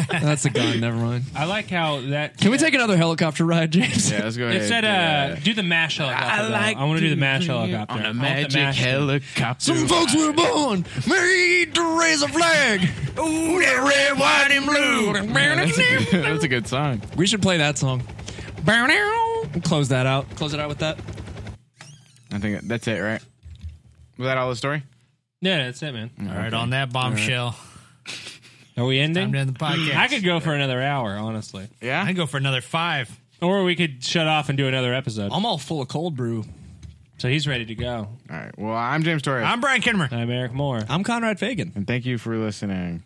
[SPEAKER 5] That's a gun. Never mind.
[SPEAKER 3] I like how that
[SPEAKER 5] Can we take another helicopter ride, James?
[SPEAKER 6] Yeah, let's go ahead.
[SPEAKER 3] It said,
[SPEAKER 6] and
[SPEAKER 3] uh,
[SPEAKER 6] do
[SPEAKER 3] do the mash helicopter.
[SPEAKER 6] I
[SPEAKER 3] I,
[SPEAKER 6] like
[SPEAKER 3] I want to do
[SPEAKER 6] to
[SPEAKER 3] the mash
[SPEAKER 6] be
[SPEAKER 3] helicopter.
[SPEAKER 6] that.
[SPEAKER 3] I
[SPEAKER 6] on
[SPEAKER 3] want uh, the
[SPEAKER 6] a magic
[SPEAKER 3] mash-
[SPEAKER 6] helicopter.
[SPEAKER 5] Some folks were born made to raise a flag. Ooh, that red, white,
[SPEAKER 6] That's a
[SPEAKER 5] and
[SPEAKER 6] good, that's a good song.
[SPEAKER 5] blue. we should play that song. Bow now. Close that out. Close it out with that.
[SPEAKER 6] I think that's it, right? Was that all the story?
[SPEAKER 3] Yeah, that's it, man.
[SPEAKER 7] All right, on that bombshell,
[SPEAKER 3] Are we
[SPEAKER 7] time
[SPEAKER 3] ending?
[SPEAKER 7] to end the podcast.
[SPEAKER 3] I could go for another hour, honestly.
[SPEAKER 7] I
[SPEAKER 6] Yeah.
[SPEAKER 7] can go for another five.
[SPEAKER 3] Or we could shut off and do another episode.
[SPEAKER 5] I'm all full of cold brew.
[SPEAKER 3] So he's ready to go.
[SPEAKER 6] All right. Well, I'm James Torres,
[SPEAKER 7] I'm Brian Kinmer.
[SPEAKER 3] I'm Eric Moore.
[SPEAKER 5] I'm Conrad Fagan.
[SPEAKER 6] and thank you for listening.